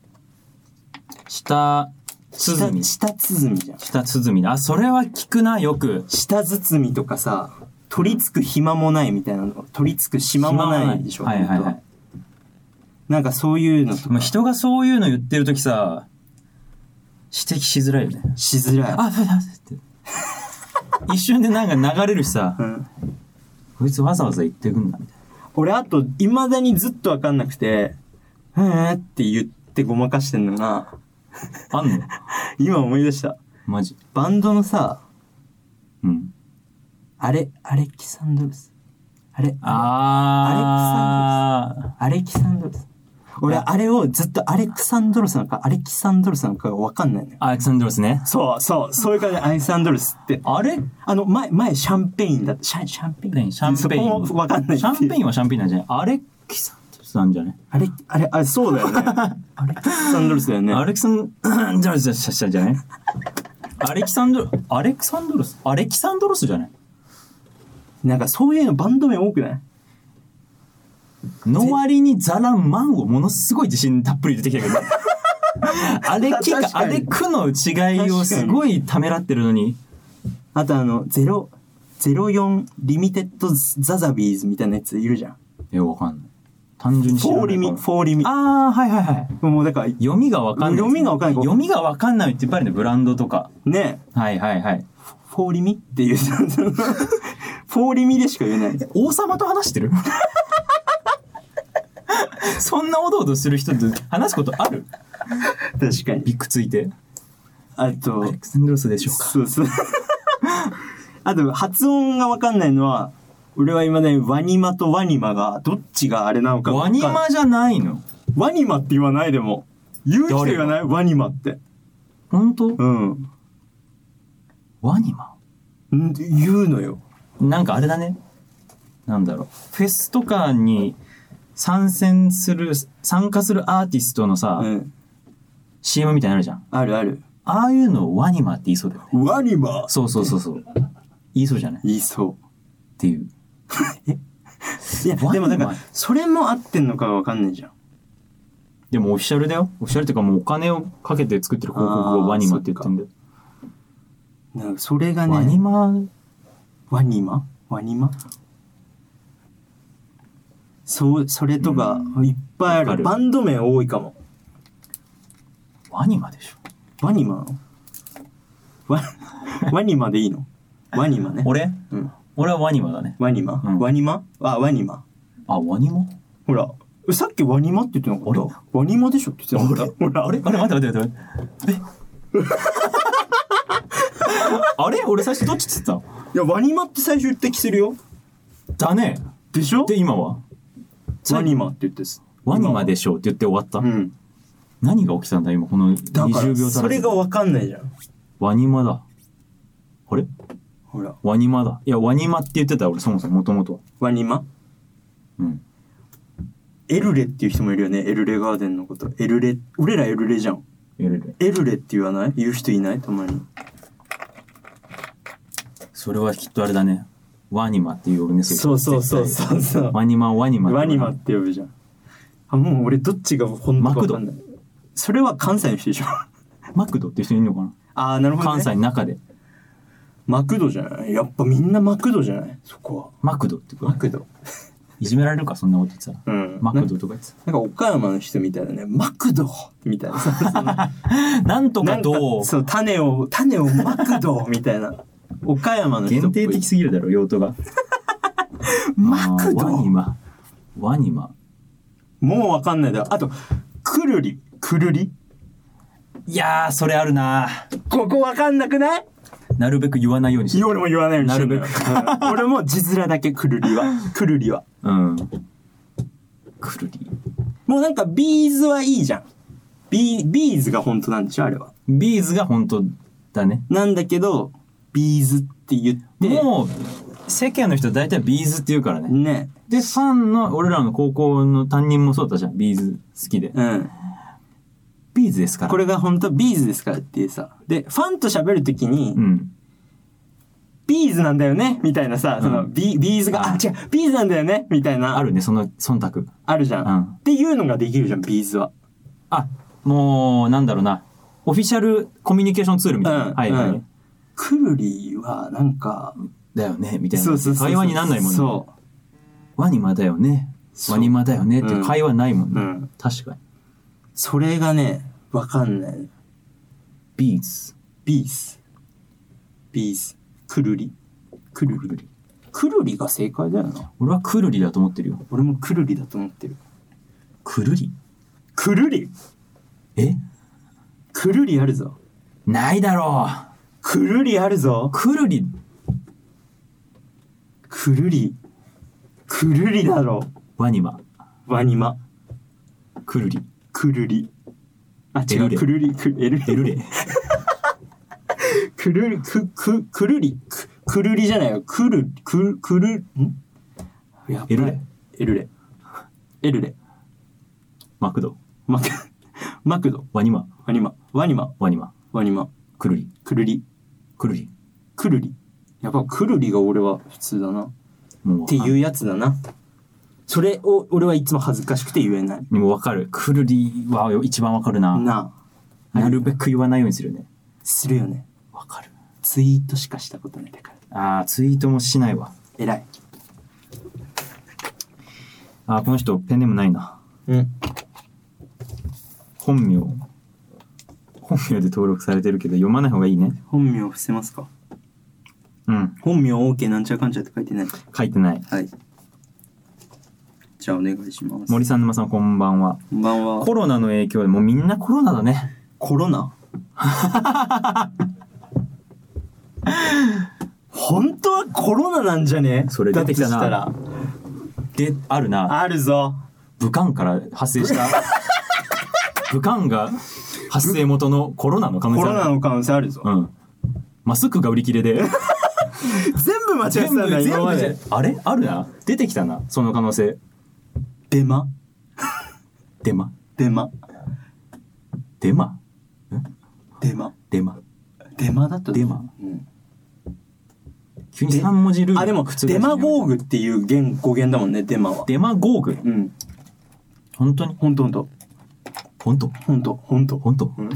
Speaker 1: 舌
Speaker 2: 舌
Speaker 1: 包み。
Speaker 2: 舌包みじゃん。
Speaker 1: 舌包みだ。あ、それは聞くな、よく。
Speaker 2: 舌包みとかさ、取り付く暇もないみたいなの。取り付く島もないでしょ。
Speaker 1: はいはい
Speaker 2: 本当
Speaker 1: は。
Speaker 2: はいなんかそういうのと
Speaker 1: まあ、
Speaker 2: か
Speaker 1: 人がそういうの言ってるときさ、指摘しづらいよね。
Speaker 2: しづらい。
Speaker 1: あ、ふだって。一瞬でなんか流れるしさ
Speaker 2: う、ん。
Speaker 1: こいつわざわざ言ってくんな、みたい
Speaker 2: 俺あと、未だにずっとわかんなくて、うーんって言ってごまかしてんのが、
Speaker 1: な。あんの
Speaker 2: 今思い出した。
Speaker 1: マジ。
Speaker 2: バンドのさ、
Speaker 1: うん。
Speaker 2: あれ、アレキサンドロス。あれ、
Speaker 1: あー。
Speaker 2: アレキサンドロス。俺、あれをずっとアレクサンドロスなのか、アレキサンドロスなのかがわかんないのよ。
Speaker 1: アレクサンドロスね。
Speaker 2: そうそう、そういう感じでアレキサンドロスって。
Speaker 1: あれ
Speaker 2: あの、前、前、シャンペインだった。シャン、シャンペイン。
Speaker 1: シャンペイン。
Speaker 2: そこもわかんない
Speaker 1: シャンペイ
Speaker 2: ン。
Speaker 1: ンはシャンペインなんじゃないアレキサンドロスなんじゃない
Speaker 2: あれ、あれ、あれ、そうだよ ね。アレキサンドロスだよね。
Speaker 1: アレキサンドロスじゃないアレキサンドロアレキサンドロスアレキサンドロスじゃない
Speaker 2: なんかそういうのバンド名多くない
Speaker 1: の割にザラマンをものすごい自信たっぷり出てきたけど。あれきか
Speaker 2: 確、か
Speaker 1: あ
Speaker 2: に
Speaker 1: れくの違いをすごいためらってるのに。
Speaker 2: あとあの、ゼロ、ゼロ四リミテッドザザビーズみたいなやついるじゃん。
Speaker 1: え、わかんない。単純に
Speaker 2: フ
Speaker 1: 知らない
Speaker 2: ォー
Speaker 1: から
Speaker 2: リミ、フォーリミ。
Speaker 1: あー、はいはいはい。
Speaker 2: もうだから、
Speaker 1: 読みがわかんない。
Speaker 2: 読みがわかんない
Speaker 1: 読みがわかんないって言っぱりね、ブランドとか。
Speaker 2: ね、
Speaker 1: はいはいはい。
Speaker 2: フォーリミっていう、その フォーリミでしか言えない。
Speaker 1: 王様と話してるそんなおどおどする人と話すことある
Speaker 2: 確かに。
Speaker 1: ビッグついて。
Speaker 2: あと、
Speaker 1: クサンドロスでしょうか。
Speaker 2: そうそう。あと、発音がわかんないのは、俺は今ね、ワニマとワニマが、どっちがあれなのか
Speaker 1: ワ
Speaker 2: わかんな
Speaker 1: ニ
Speaker 2: い。
Speaker 1: マじゃないの
Speaker 2: ワニマって言わないでも。言う人
Speaker 1: 誰
Speaker 2: 言
Speaker 1: が
Speaker 2: わないワニマって。
Speaker 1: 本当
Speaker 2: うん。
Speaker 1: ワニマ
Speaker 2: ん言うのよ。
Speaker 1: なんかあれだね。なんだろう。フェスとかに参戦する、参加するアーティストのさ、
Speaker 2: うん。
Speaker 1: CM みたいなのあるじゃん。
Speaker 2: あるある。
Speaker 1: ああいうのをワニマって言いそうだよね。
Speaker 2: ワニマ
Speaker 1: そうそうそうそう。言いそうじゃないっ
Speaker 2: 言いそ
Speaker 1: ていう。
Speaker 2: う。いや、
Speaker 1: ワニ
Speaker 2: で
Speaker 1: マ
Speaker 2: もなんか、それも合ってんのかわかんないじゃん。
Speaker 1: でもオフィシャルだよ。オフィシャルっていうかもうお金をかけて作ってる広告をワニマって言ってんだよ。
Speaker 2: なんかそれがね、
Speaker 1: ワニマ、
Speaker 2: ワニマワニマそう、それとか
Speaker 1: う、ん
Speaker 2: いっぱいあ
Speaker 1: わか
Speaker 2: る。
Speaker 1: る
Speaker 2: バンド名多いかも。
Speaker 1: ワニマでしょ。
Speaker 2: ワニマなのワワニマでいいのワニマね。
Speaker 1: 俺
Speaker 2: うん、
Speaker 1: 俺はワニマだね。
Speaker 2: ワニマ、
Speaker 1: うん
Speaker 2: ワニマあ、ワニマ。
Speaker 1: あ、ワニマ
Speaker 2: ほら、えさっきワニマって言ってなかったワニマでしょって言ってなかったほら、
Speaker 1: あれあれ待って待って待って待って。え あれ俺最初どっちっつってたの
Speaker 2: いや、ワニマって最初言ってきてるよ。
Speaker 1: だね。
Speaker 2: でしょ
Speaker 1: で、今は
Speaker 2: ワニマって言ってす。
Speaker 1: ワニマでしょうって言って終わった。
Speaker 2: うん。
Speaker 1: 何が起きたんだ今、この
Speaker 2: だか
Speaker 1: 20
Speaker 2: ら、
Speaker 1: 秒
Speaker 2: それがわかんないじゃん。
Speaker 1: ワニマだ。あれ
Speaker 2: ほら、
Speaker 1: ワニマだ。いや、ワニマって言ってた俺、そもそも、もともとは。
Speaker 2: ワニマ
Speaker 1: うん。
Speaker 2: エルレっていう人もいるよね。エルレガーデンのこと。エルレ、俺らエルレじゃん。
Speaker 1: エルレ。
Speaker 2: エルレって言わない言う人いないたまに。
Speaker 1: それはきっとあれだね。ワニマっていう俺ね、
Speaker 2: そうそうそう
Speaker 1: 絶
Speaker 2: そうそ
Speaker 1: 対
Speaker 2: う。
Speaker 1: ワニマ、ワニマ。
Speaker 2: ワニマっ。て呼ぶじゃん。あ、もう俺どっちが本当かわかんない。それは関西の人でしょ。
Speaker 1: マクドっていう人いるのかな
Speaker 2: ああ、なるほど、
Speaker 1: 関
Speaker 2: ね。
Speaker 1: 西の中で。
Speaker 2: マクドじゃないやっぱみんなマクドじゃないそこ
Speaker 1: マクドって
Speaker 2: は。
Speaker 1: こ
Speaker 2: マ
Speaker 1: と
Speaker 2: クド。
Speaker 1: いじめられるか、そんなこと言ってたら。
Speaker 2: うん。
Speaker 1: マク
Speaker 2: な
Speaker 1: ドとか言ってた。
Speaker 2: なんか岡山の人みたいなね、マクドみたいなさ。その
Speaker 1: なんと
Speaker 2: な
Speaker 1: か
Speaker 2: ん
Speaker 1: どう
Speaker 2: かそう、種を、種をマクドみたいな。岡山の
Speaker 1: 限
Speaker 2: 人っぽい
Speaker 1: 定的すぎるだろ、用途が。
Speaker 2: マク
Speaker 1: あーワニ
Speaker 2: ド
Speaker 1: マ。ワニマ。
Speaker 2: もうわかんないだろ。あと、くるり。くるり
Speaker 1: いやー、それあるな
Speaker 2: ここわかんなくない
Speaker 1: なるべく言わないようにしてる。
Speaker 2: 俺も言わないようにしてる
Speaker 1: なる
Speaker 2: うん俺も字面だけくるりは。くるりは。
Speaker 1: うん。くるり。
Speaker 2: もうなんかビーズはいいじゃん。ビー、ビーズが本当なんでしょあれは。
Speaker 1: ビーズが本当だね。
Speaker 2: なんだけど、ビーズって言って、
Speaker 1: もう、世間の人大体ビーズって言うからね。
Speaker 2: ね、
Speaker 1: で、ファンの、俺らの高校の担任もそうだったじゃん。ビーズ好きで。
Speaker 2: うん。
Speaker 1: ビーズですから。
Speaker 2: これが本当はビーズですからっていうさ。で、ファンと喋るときに、
Speaker 1: うん。
Speaker 2: ビーズなんだよねみたいなさ、
Speaker 1: うん
Speaker 2: そのビビーズが、
Speaker 1: あ
Speaker 2: あ、違う、ビーズなんだよねみたいな、
Speaker 1: あ
Speaker 2: ある
Speaker 1: るね、その忖度。
Speaker 2: じゃん,、
Speaker 1: うん
Speaker 2: っていうのができるじゃん、ビーズは。
Speaker 1: あ、もう、なんだろうな。オフィシャルコミュニケーションツールみたいな。
Speaker 2: うん
Speaker 1: はいはい。
Speaker 2: うんクルリーは、なんか、
Speaker 1: だよね、みたいな。
Speaker 2: そうそうそうそう。
Speaker 1: 会話になんないもんね。
Speaker 2: そ
Speaker 1: ワニマだよね。
Speaker 2: そう
Speaker 1: ワニマだよねっていう会話ないもん
Speaker 2: う。う
Speaker 1: ね。
Speaker 2: ん。
Speaker 1: 確かに。
Speaker 2: それがね、わかんない。
Speaker 1: ビーズ。
Speaker 2: ビーズ。ビーズ。くるり。くるり。くるりが正解だよな。
Speaker 1: 俺はくるりだと思ってるよ。
Speaker 2: 俺もくるりだと思ってる。
Speaker 1: くるり
Speaker 2: くるり
Speaker 1: え
Speaker 2: くるりあるぞ。
Speaker 1: ないだろ
Speaker 2: くるりあるぞ
Speaker 1: う。。くるり、
Speaker 2: くるり。くるりだろ
Speaker 1: ワニマ、
Speaker 2: う。ワニマ。
Speaker 1: くるり、
Speaker 2: くるり。あ、違
Speaker 1: エル
Speaker 2: う。
Speaker 1: レ
Speaker 2: くるり。くる
Speaker 1: エル
Speaker 2: り。
Speaker 1: レ。
Speaker 2: くるり。く、く、くるり。く、くるりじゃないよ。くる、く、くる、んやばい
Speaker 1: エルレ。
Speaker 2: エルレ。エルレ。
Speaker 1: マクド、
Speaker 2: マク、マクド。
Speaker 1: ワニマ、
Speaker 2: ワニマ。ワニマ。
Speaker 1: ワニマ、
Speaker 2: ワニマ。
Speaker 1: くるり、
Speaker 2: くるり。
Speaker 1: くるり。
Speaker 2: くるり。やっぱくるりが俺は普通だな。っ
Speaker 1: もう、。
Speaker 2: ていううやつだな。それを俺はいつも恥ずかしくて言えない。
Speaker 1: でもわかる。くるりは一番わかるな。
Speaker 2: なあ、
Speaker 1: なるべく言わないようにするね。
Speaker 2: するよね。
Speaker 1: わかる。
Speaker 2: ツイートしかしたことないだから。
Speaker 1: あー、ツイートもしないわ。
Speaker 2: 偉い。
Speaker 1: あー、この人、ペンネームないな。
Speaker 2: うん。
Speaker 1: 本名。本名で登録されてるけど、読まない方がいいね。
Speaker 2: 本名伏せますか
Speaker 1: うん。
Speaker 2: 本名 OK なんちゃらかんちゃらって書いてない。
Speaker 1: 書いてない。
Speaker 2: はい。じゃあお願いします。
Speaker 1: 森さん、沼さん、こんばんは。
Speaker 2: こんばんは。
Speaker 1: コロナの影響で、もうみんなコロナだね。
Speaker 2: コロナ 本当はコロナなんじゃね
Speaker 1: それ出てきたな
Speaker 2: だとしたら
Speaker 1: で、あるな。
Speaker 2: あるぞ。
Speaker 1: 武漢から発生 した。武漢が発生元のコロナの可能
Speaker 2: コ
Speaker 1: 性
Speaker 2: ロナ
Speaker 1: ある。
Speaker 2: の可能性あるぞ。
Speaker 1: うん。マスクが売り切れで。
Speaker 2: 全部間違えてたんだ今まで。
Speaker 1: あれあるな。出てきたな。その可能性。
Speaker 2: デマ
Speaker 1: デマ。
Speaker 2: デマ
Speaker 1: デマ。
Speaker 2: デマ
Speaker 1: デマ。
Speaker 2: デマだった
Speaker 1: デマ、
Speaker 2: うん
Speaker 1: 急に3文字ルール。
Speaker 2: あでもデマゴーグ。っていう言語源だもんねデマは
Speaker 1: デマゴーグ。
Speaker 2: うん
Speaker 1: 本当に
Speaker 2: ほんとほ
Speaker 1: 本
Speaker 2: んと
Speaker 1: 当
Speaker 2: ほんとほんと
Speaker 1: 本当
Speaker 2: うん
Speaker 1: こ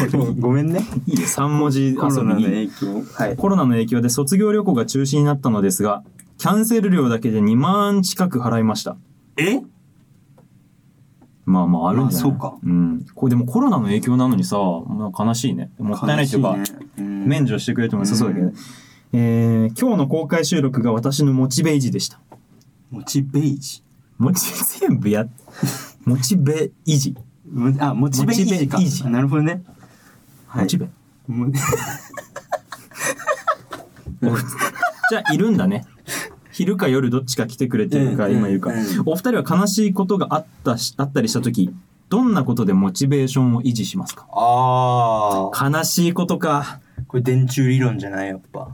Speaker 1: れ
Speaker 2: ごめんね
Speaker 1: いいよ。3文字遊
Speaker 2: コロナの
Speaker 1: びに。
Speaker 2: 影響はい
Speaker 1: コロナの影響で卒業旅行が中止になったのですが、キャンセル料だけで2万近く払いました。
Speaker 2: え
Speaker 1: まあまああるんじゃない、
Speaker 2: まあそうか
Speaker 1: ん。これでもコロナの影響なのにさ、まあ、悲しいね。もったいないというか、
Speaker 2: 面
Speaker 1: 免除してくれても良さそうだけど、
Speaker 2: うん
Speaker 1: えー、今日の公開収録が私のモチベ維持でした。
Speaker 2: モチベージ
Speaker 1: モチ、全部や っ、モチベ維持。
Speaker 2: むあモチベージか
Speaker 1: モチベ維持
Speaker 2: あなるほどねはい
Speaker 1: モチベ。
Speaker 2: も
Speaker 1: じゃあ、いるんだね。昼か夜どっちか来てくれてるか、
Speaker 2: うん
Speaker 1: 今いるか
Speaker 2: うん。
Speaker 1: お二人は悲しいことがあったし、あったりしたとき、どんなことでモチベーションを維持しますか
Speaker 2: ああ
Speaker 1: 悲しいことか。
Speaker 2: これ電柱理論じゃないやっぱ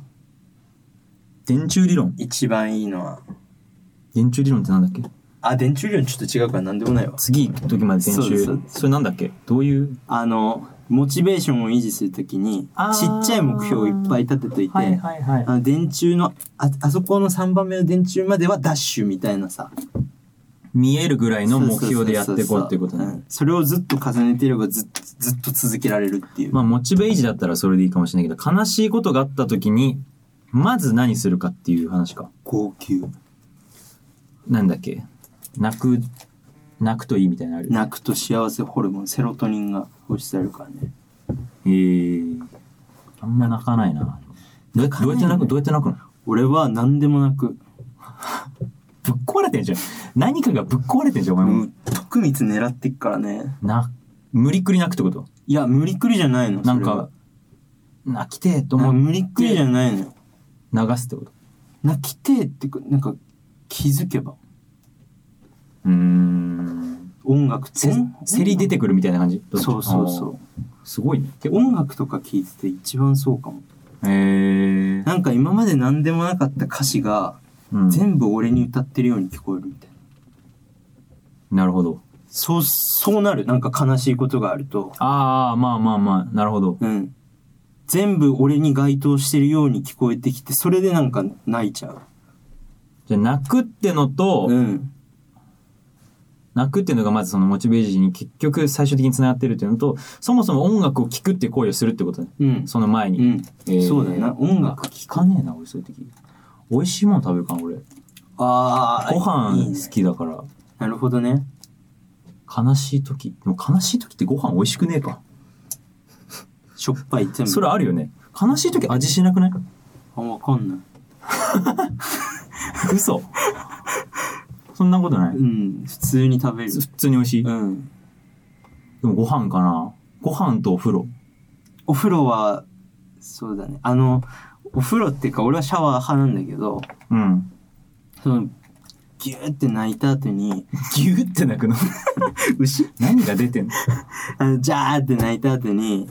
Speaker 1: 電柱理論。
Speaker 2: 一番いいのは
Speaker 1: 電柱理論ってなんだっけ
Speaker 2: あ電柱理論ちょっと違うからなんでもないわ
Speaker 1: 次行く時まで電
Speaker 2: そうで
Speaker 1: 柱
Speaker 2: すそう
Speaker 1: そ
Speaker 2: で
Speaker 1: れなんだっけどういう
Speaker 2: あの、モチベーションを維持するときに
Speaker 1: あ、ー
Speaker 2: ちっちゃい目標をいっぱい立てと
Speaker 1: い
Speaker 2: いて、
Speaker 1: は
Speaker 2: あの電柱のあ、あそこの3番目の電柱まではダッシュみたいなさ。
Speaker 1: 見えるぐらいの目標でやっていこうっていうこと
Speaker 2: そそそそ
Speaker 1: ね
Speaker 2: んそれをずっと重ねていればずっとずっと続けられるっていう。
Speaker 1: まあモチベ維持だったらそれでいいかもしれないけど悲しいことがあった時にまず何するかっていう話か
Speaker 2: 号泣。
Speaker 1: なんだっけ泣く泣くといいみたいなのある
Speaker 2: 泣くと幸せホルモン、セロトニンが放出されるからね。
Speaker 1: えー、あんま泣かないなどうや
Speaker 2: 泣か
Speaker 1: どう
Speaker 2: ない
Speaker 1: やって
Speaker 2: ね
Speaker 1: 泣くどうやって泣くの
Speaker 2: 俺は何でも泣く。
Speaker 1: ぶっ壊れてんじゃん何かがぶっ壊れてんじゃんお前も、
Speaker 2: もう、徳光狙ってっからね。
Speaker 1: な無理くり泣くってこと
Speaker 2: いや、無理くりじゃないの。
Speaker 1: な
Speaker 2: そ
Speaker 1: ん
Speaker 2: れは
Speaker 1: か、泣きてえと
Speaker 2: あ
Speaker 1: 思う
Speaker 2: 無理くりじゃないの。
Speaker 1: 流すってこと
Speaker 2: 泣きてえってか、なんか、気づけば。
Speaker 1: うーん
Speaker 2: 音楽
Speaker 1: せせり出てくるみたいな感じ
Speaker 2: るそうそうそうう
Speaker 1: すごいね
Speaker 2: で音楽とか聴いてて一番そうかも
Speaker 1: へえ
Speaker 2: なんか今まで何でもなかった歌詞が
Speaker 1: うん
Speaker 2: 全部俺に歌ってるように聞こえるみたいな
Speaker 1: なるほど
Speaker 2: そうそうなるなんか悲しいことがあると
Speaker 1: ああまあまあまあなるほど
Speaker 2: うん全部俺に該当してるように聞こえてきてそれでなんか泣いちゃう
Speaker 1: じゃあ泣くってのと、
Speaker 2: うん
Speaker 1: 泣くっていうのがまずそのモチベーションに結局最終的につながってるっていうのとそもそも音楽を聴くっていう行為をするってことね
Speaker 2: うん
Speaker 1: その前に、
Speaker 2: うん
Speaker 1: えー
Speaker 2: そうだよな音楽
Speaker 1: 聴かねえな俺そういう時美味しいもの食べるかな俺
Speaker 2: ああ
Speaker 1: ご
Speaker 2: い
Speaker 1: 飯
Speaker 2: いね
Speaker 1: 好きだから
Speaker 2: なるほどね
Speaker 1: 悲しい時でも悲しい時ってご飯美味しくねえか
Speaker 2: しょっぱい全部
Speaker 1: それあるよね悲しい時味しなくない
Speaker 2: あわかんない
Speaker 1: 嘘そんなことない
Speaker 2: うん普通に食べる
Speaker 1: 普通に美味しい、で
Speaker 2: うん
Speaker 1: もご飯かなご飯とお風呂
Speaker 2: お風呂はそうだねあのお風呂っていうか俺はシャワー派なんだけど
Speaker 1: うん
Speaker 2: そのギューって泣いた後に
Speaker 1: ギューってな くの
Speaker 2: 牛
Speaker 1: 何が出てんの
Speaker 2: あのジャーって泣いた後に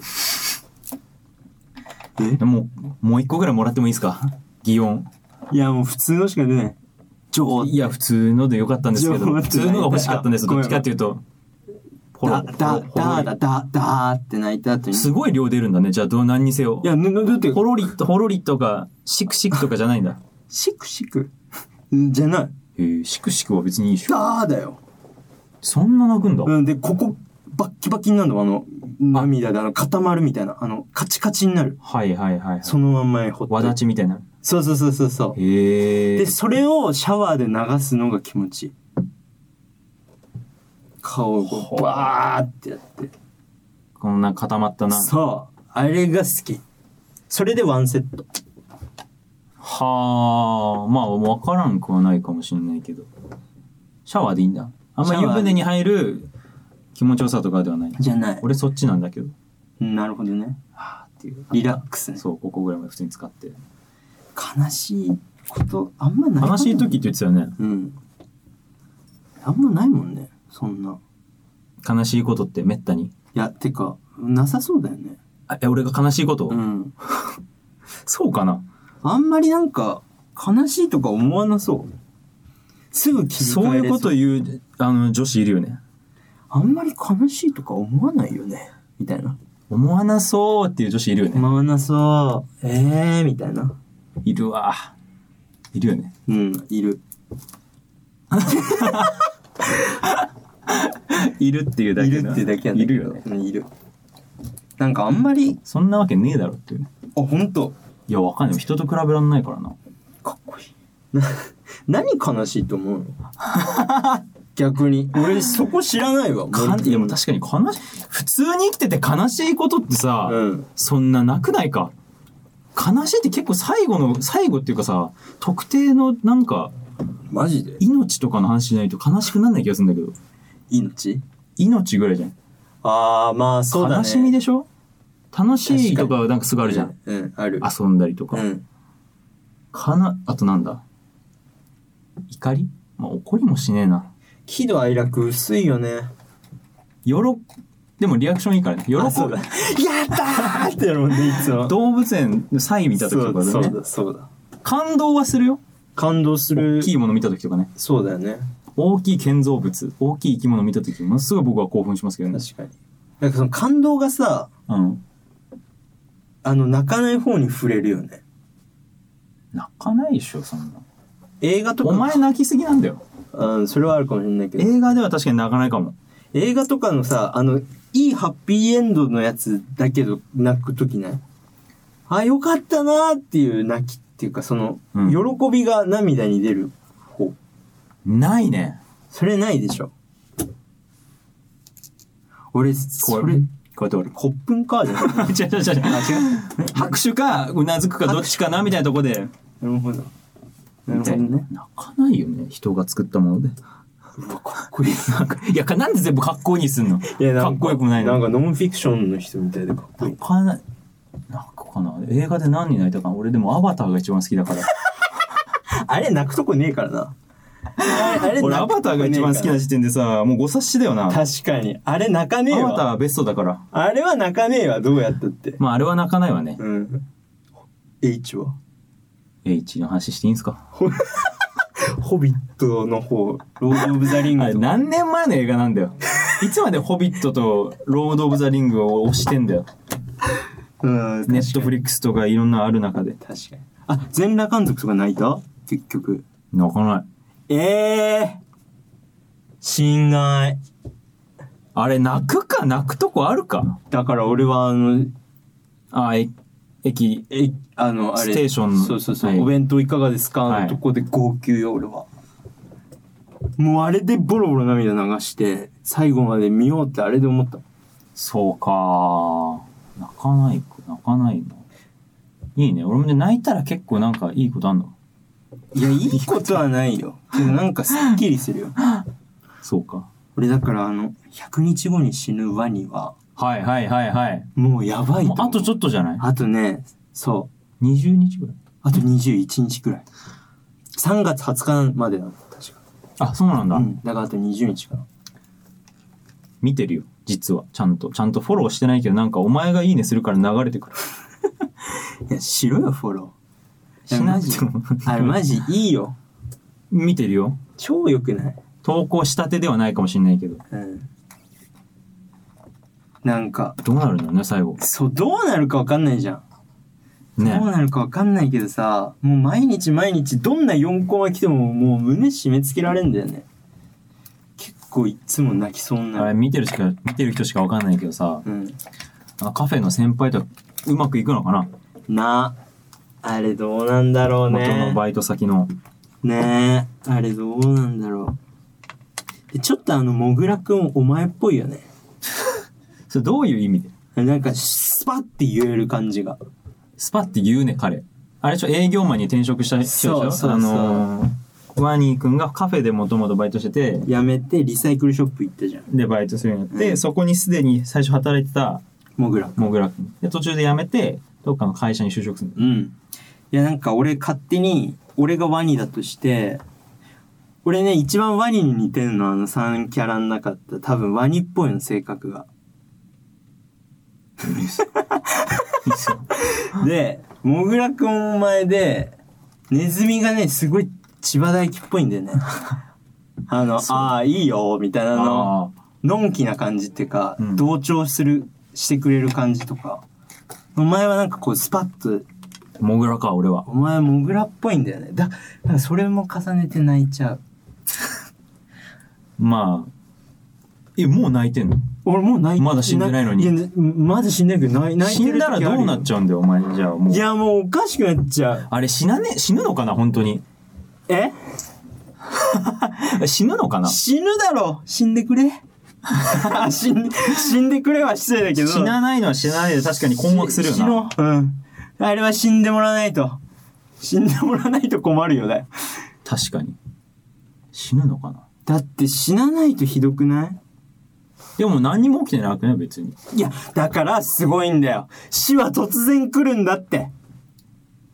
Speaker 2: え
Speaker 1: でもうもう一個ぐらいもらってもいいですか擬音
Speaker 2: いやもう普通のしか出ないジョー
Speaker 1: いや普通のでよかったんですけど
Speaker 2: ちょ
Speaker 1: 普
Speaker 2: 待って
Speaker 1: 通のが欲しかったんです
Speaker 2: ご
Speaker 1: ど
Speaker 2: め
Speaker 1: っ
Speaker 2: ん
Speaker 1: ちかっていうとほ
Speaker 2: だ
Speaker 1: ら
Speaker 2: だ
Speaker 1: ほろ
Speaker 2: だだだだーって泣いた後に
Speaker 1: すごい量出るんだねじゃあどう何にせよ
Speaker 2: いやぬぬだって
Speaker 1: ほろりとほろりとかシクシクとかじゃないん だ
Speaker 2: シクシクんじゃない
Speaker 1: えー、シクシクは別にいいでしょ
Speaker 2: だーだよ
Speaker 1: そんな泣くんだ、
Speaker 2: うん、で、ここ、バッキバキになるの、あの、涙で、あの、固まるみたいな、あの、カチカチになる。
Speaker 1: はいはいはい、はい、
Speaker 2: そのまんまにほっ
Speaker 1: わだ
Speaker 2: て。
Speaker 1: ちみたいな
Speaker 2: そうそうそうそうそ
Speaker 1: へ
Speaker 2: う。
Speaker 1: え
Speaker 2: で、それをシャワーで流すのが気持ちいい。顔をこ
Speaker 1: ほ
Speaker 2: う
Speaker 1: う
Speaker 2: バーってやって。
Speaker 1: こんな固まったな
Speaker 2: そう。あれが好き。それでワンセット。
Speaker 1: はあまあ分からんくはないかもしれないけどシャワーでいいんだあんま
Speaker 2: シャワ
Speaker 1: 湯
Speaker 2: ーで
Speaker 1: 船に入る気持ちよさとかではない
Speaker 2: じゃない。
Speaker 1: 俺そっちなんだけど
Speaker 2: なるほどね。
Speaker 1: はあっていう
Speaker 2: リラックスね。
Speaker 1: そうここぐらいまで普通に使って
Speaker 2: 悲しいこと、あんまない。
Speaker 1: 悲しい時って言ってたよね
Speaker 2: うん。あんまないもんね。そんな。
Speaker 1: 悲しいことってめったに
Speaker 2: いや、てか、なさそうだよね。
Speaker 1: あえ俺が悲しいこと、
Speaker 2: うん。
Speaker 1: そうかな
Speaker 2: あんまりなんか、悲しいとか思わなそう。すぐ気
Speaker 1: そういうこと言うあの女子いるよね
Speaker 2: あんまり悲しいとか思わないよね。みたいな。
Speaker 1: 思わなそうっていう女子いるよね、
Speaker 2: 思わなそう。ええー、みたいな。
Speaker 1: いるわいるよね
Speaker 2: うん、いる。
Speaker 1: いるっていうだ
Speaker 2: い
Speaker 1: け
Speaker 2: るってだけや
Speaker 1: いるよね
Speaker 2: うんいる。なんかあんまり、
Speaker 1: そんなわけねえだろっていうね
Speaker 2: あ、ほんと。
Speaker 1: いやわかんない人と比べらんないからな
Speaker 2: かっこ いい。な、何悲しいと思うの逆に。俺、そこ知ら ないわ。
Speaker 1: かんいやもう
Speaker 2: 確
Speaker 1: 確かに悲し普通に生きてて悲しいことってさ、
Speaker 2: うん。
Speaker 1: そんななくないか悲しいって結構最後の最後っていうかさ特定のなんか
Speaker 2: マジで
Speaker 1: 命とかの話しないと悲しくなんない気がするんだけど
Speaker 2: 命
Speaker 1: 命ぐらいじゃん、
Speaker 2: ああ、まあ、そうだね。
Speaker 1: 悲しみでしょ楽しいとかなんかすぐあ
Speaker 2: あ
Speaker 1: るじゃん。
Speaker 2: うん、ある。
Speaker 1: 遊んだりとか、
Speaker 2: うん。
Speaker 1: かなあとなんだ怒りまあ怒りもしねえな
Speaker 2: 喜怒哀楽薄いよね。
Speaker 1: よろでもリアクションいいからね喜ぶ
Speaker 2: あ そうだ。やったーってやるもんね、いつも。
Speaker 1: 動物園のサイ見た時とか
Speaker 2: そ
Speaker 1: だ
Speaker 2: うそう
Speaker 1: ね
Speaker 2: だ、そうだ。
Speaker 1: 感動はするよ
Speaker 2: 感動する
Speaker 1: 大。きいもの見た時とかね
Speaker 2: そうだよね。
Speaker 1: 大きい建造物大きい生き物見た時ものすごい僕は興奮しますけどね
Speaker 2: 確かに。なんかその感動がさ、
Speaker 1: うん
Speaker 2: あの、泣かない方に触れるよね。
Speaker 1: 泣かないでしょそんな
Speaker 2: 映画とか。
Speaker 1: お前泣きすぎなんだよ
Speaker 2: うん、それはあるかもしれないけど。
Speaker 1: 映画では確かに泣かないかも
Speaker 2: 映画とかのさ、あの、いいハッピーエンドのやつだけど、泣くときないあ、よかったなーっていう泣きっていうか、その、
Speaker 1: うん
Speaker 2: 喜びが涙に出る方。
Speaker 1: ないね
Speaker 2: それないでしょ。俺、それ、
Speaker 1: こうやって俺
Speaker 2: コップンカーじゃない
Speaker 1: 違う違う違う違う
Speaker 2: あ、違う。
Speaker 1: 拍手かうなずくかどっちかなみたいなとこで
Speaker 2: なるほど。なる
Speaker 1: み
Speaker 2: ほ
Speaker 1: た
Speaker 2: ど
Speaker 1: い
Speaker 2: ね。
Speaker 1: 泣かないよね人が作ったもので
Speaker 2: うわ、かっこいい。
Speaker 1: なんかいやかなんで全部かっこいいにすんのかっこよくもないの
Speaker 2: んかノンフィクションの人みたいでかっこい
Speaker 1: 泣
Speaker 2: い。
Speaker 1: かない泣くかな映画で何に泣いたかな俺でもアバターが一番好きだから
Speaker 2: あれ、泣くとこねえからな。あれ
Speaker 1: 俺アバターが一番好きな時点でさもうご察しだよなアバ
Speaker 2: 確かに。あれ泣かねえ
Speaker 1: ター
Speaker 2: わ。
Speaker 1: はベストだから
Speaker 2: あれは泣かねえわ、どうやったって。
Speaker 1: まああれは泣かないわね
Speaker 2: うん。H は
Speaker 1: H の話していいんすか
Speaker 2: ホビットの方、ロード・オブ・ザ・リン
Speaker 1: あ
Speaker 2: グ
Speaker 1: れ
Speaker 2: と
Speaker 1: 何年前の映画なん だよいつまで「ホビット」と「ロード・オブ・ザ・リング」を推してんだよ
Speaker 2: うん、
Speaker 1: ネットフ
Speaker 2: リ
Speaker 1: リックスとかいろんなのある中で
Speaker 2: 確かに。あ、全裸監督とか泣いた結局。
Speaker 1: 泣かない
Speaker 2: ええー心外。
Speaker 1: あれ泣くか泣くとこあるか
Speaker 2: だから俺は、あの、
Speaker 1: ああ駅
Speaker 2: え、あの、あれ。
Speaker 1: ステーションの
Speaker 2: そうそうそう。
Speaker 1: はい
Speaker 2: お弁当いかがですか
Speaker 1: はい
Speaker 2: のとこで号泣よ、俺は。もうあれでボロボロ涙流して、最後まで見ようってあれで思った。
Speaker 1: そうか泣かないか泣かないのいいね俺もね泣いたら結構なんかいいことあんの
Speaker 2: いや、いいことはない よ。でもなんかすっきりするよ。
Speaker 1: そうか
Speaker 2: 俺だからあの、100日後に死ぬワニは、
Speaker 1: はいはいはいはい
Speaker 2: もうやばい
Speaker 1: も
Speaker 2: と
Speaker 1: うあとち
Speaker 2: ょ
Speaker 1: ょっとじゃない
Speaker 2: あとね、そ。
Speaker 1: 20日ぐらいう
Speaker 2: あと21日くらい。3月20日までなの、確か。
Speaker 1: あそうなんだ、
Speaker 2: うん。だからあと20日から。
Speaker 1: 見てるよ実はちゃんとちゃんとフォローしてないけどなんかお前がいいねするから流れてくる
Speaker 2: いや、しろよ、フォロー。
Speaker 1: しないで
Speaker 2: あれ、マジいいよ。
Speaker 1: 見てるよ
Speaker 2: 超良くない
Speaker 1: 投稿したてではないかもしれないけど
Speaker 2: うん。なんか、
Speaker 1: どうなるんだろうね最後
Speaker 2: そう、どうなるかわかんないじゃん。
Speaker 1: ね
Speaker 2: どうなるかわかんないけどさ、もう毎日毎日どんな4コマ来てももう胸締め付けられんだよね。結構いっつも泣きそうに
Speaker 1: あ
Speaker 2: な
Speaker 1: れ
Speaker 2: る。
Speaker 1: 見てるしか見てる人しかわかんないけどさ
Speaker 2: うん。
Speaker 1: あのカフェの先輩とうまくいくのかな、
Speaker 2: な、あれどうなんだろう
Speaker 1: 元の
Speaker 2: ね。
Speaker 1: バイト先の
Speaker 2: ねえ、あれどうなんだろう。でちょっとあの、もぐらくんお前っぽいよね。
Speaker 1: それどういう意味で
Speaker 2: なんか、スパって言える感じが。
Speaker 1: スパって言うね彼あれでしょ営業マンに転職した人でしょ
Speaker 2: そうそうそう
Speaker 1: あのーワニー君がカフェでもともとバイトしてて
Speaker 2: やめてリサイクルショップ行ったじゃん。
Speaker 1: でバイトするようになって、
Speaker 2: うん
Speaker 1: そこにすでに最初働いてた
Speaker 2: もぐらくん。
Speaker 1: モグラ君で途中で辞めてどっかの会社に就職する
Speaker 2: うん。いや、なんか俺勝手に、俺がワニだとして、俺ね、一番ワニに似てるのはあの3キャラの中だった多分ワニっぽいの性 格が。
Speaker 1: いいっすよいいっすよ
Speaker 2: で、もぐらくんお前で、ネズミがね、すごい千葉大輝っぽいんだ よね。あの、
Speaker 1: そう
Speaker 2: ああ、いいよ、みたいなの、
Speaker 1: あー
Speaker 2: のんきな感じっていうか、
Speaker 1: うん
Speaker 2: 同調する、してくれる感じとか。お前はなんかこう、スパッと、
Speaker 1: モグラか俺は
Speaker 2: お前モグラっぽいんだよね。だ、だからそれも重ねて泣いちゃう。
Speaker 1: まあえもう泣いてんの
Speaker 2: 俺もう泣い
Speaker 1: まだ死んでないのに
Speaker 2: やまだ死んでないけど泣い泣い
Speaker 1: 死
Speaker 2: て
Speaker 1: ん
Speaker 2: る時
Speaker 1: だ
Speaker 2: ある
Speaker 1: ら
Speaker 2: よ
Speaker 1: どうなっちゃうんだよお前じゃあもう
Speaker 2: いやもうおかしくなっちゃう
Speaker 1: あれ死なね死ぬのかな本当に
Speaker 2: え
Speaker 1: 死ぬのかな
Speaker 2: 死ぬだろ死んでくれ 死んで死んでくれは失礼だけど
Speaker 1: 死なないのは死なないで確かに困惑するよ
Speaker 2: 死
Speaker 1: な
Speaker 2: のうんあれは死んでもらわないと死んでもらわないと困るよね
Speaker 1: 確かに死ぬのかな
Speaker 2: だって死なないとひどくない
Speaker 1: でも何にも起きてなくね別に
Speaker 2: いや、だからすごいんだよ。死は突然来るんだって。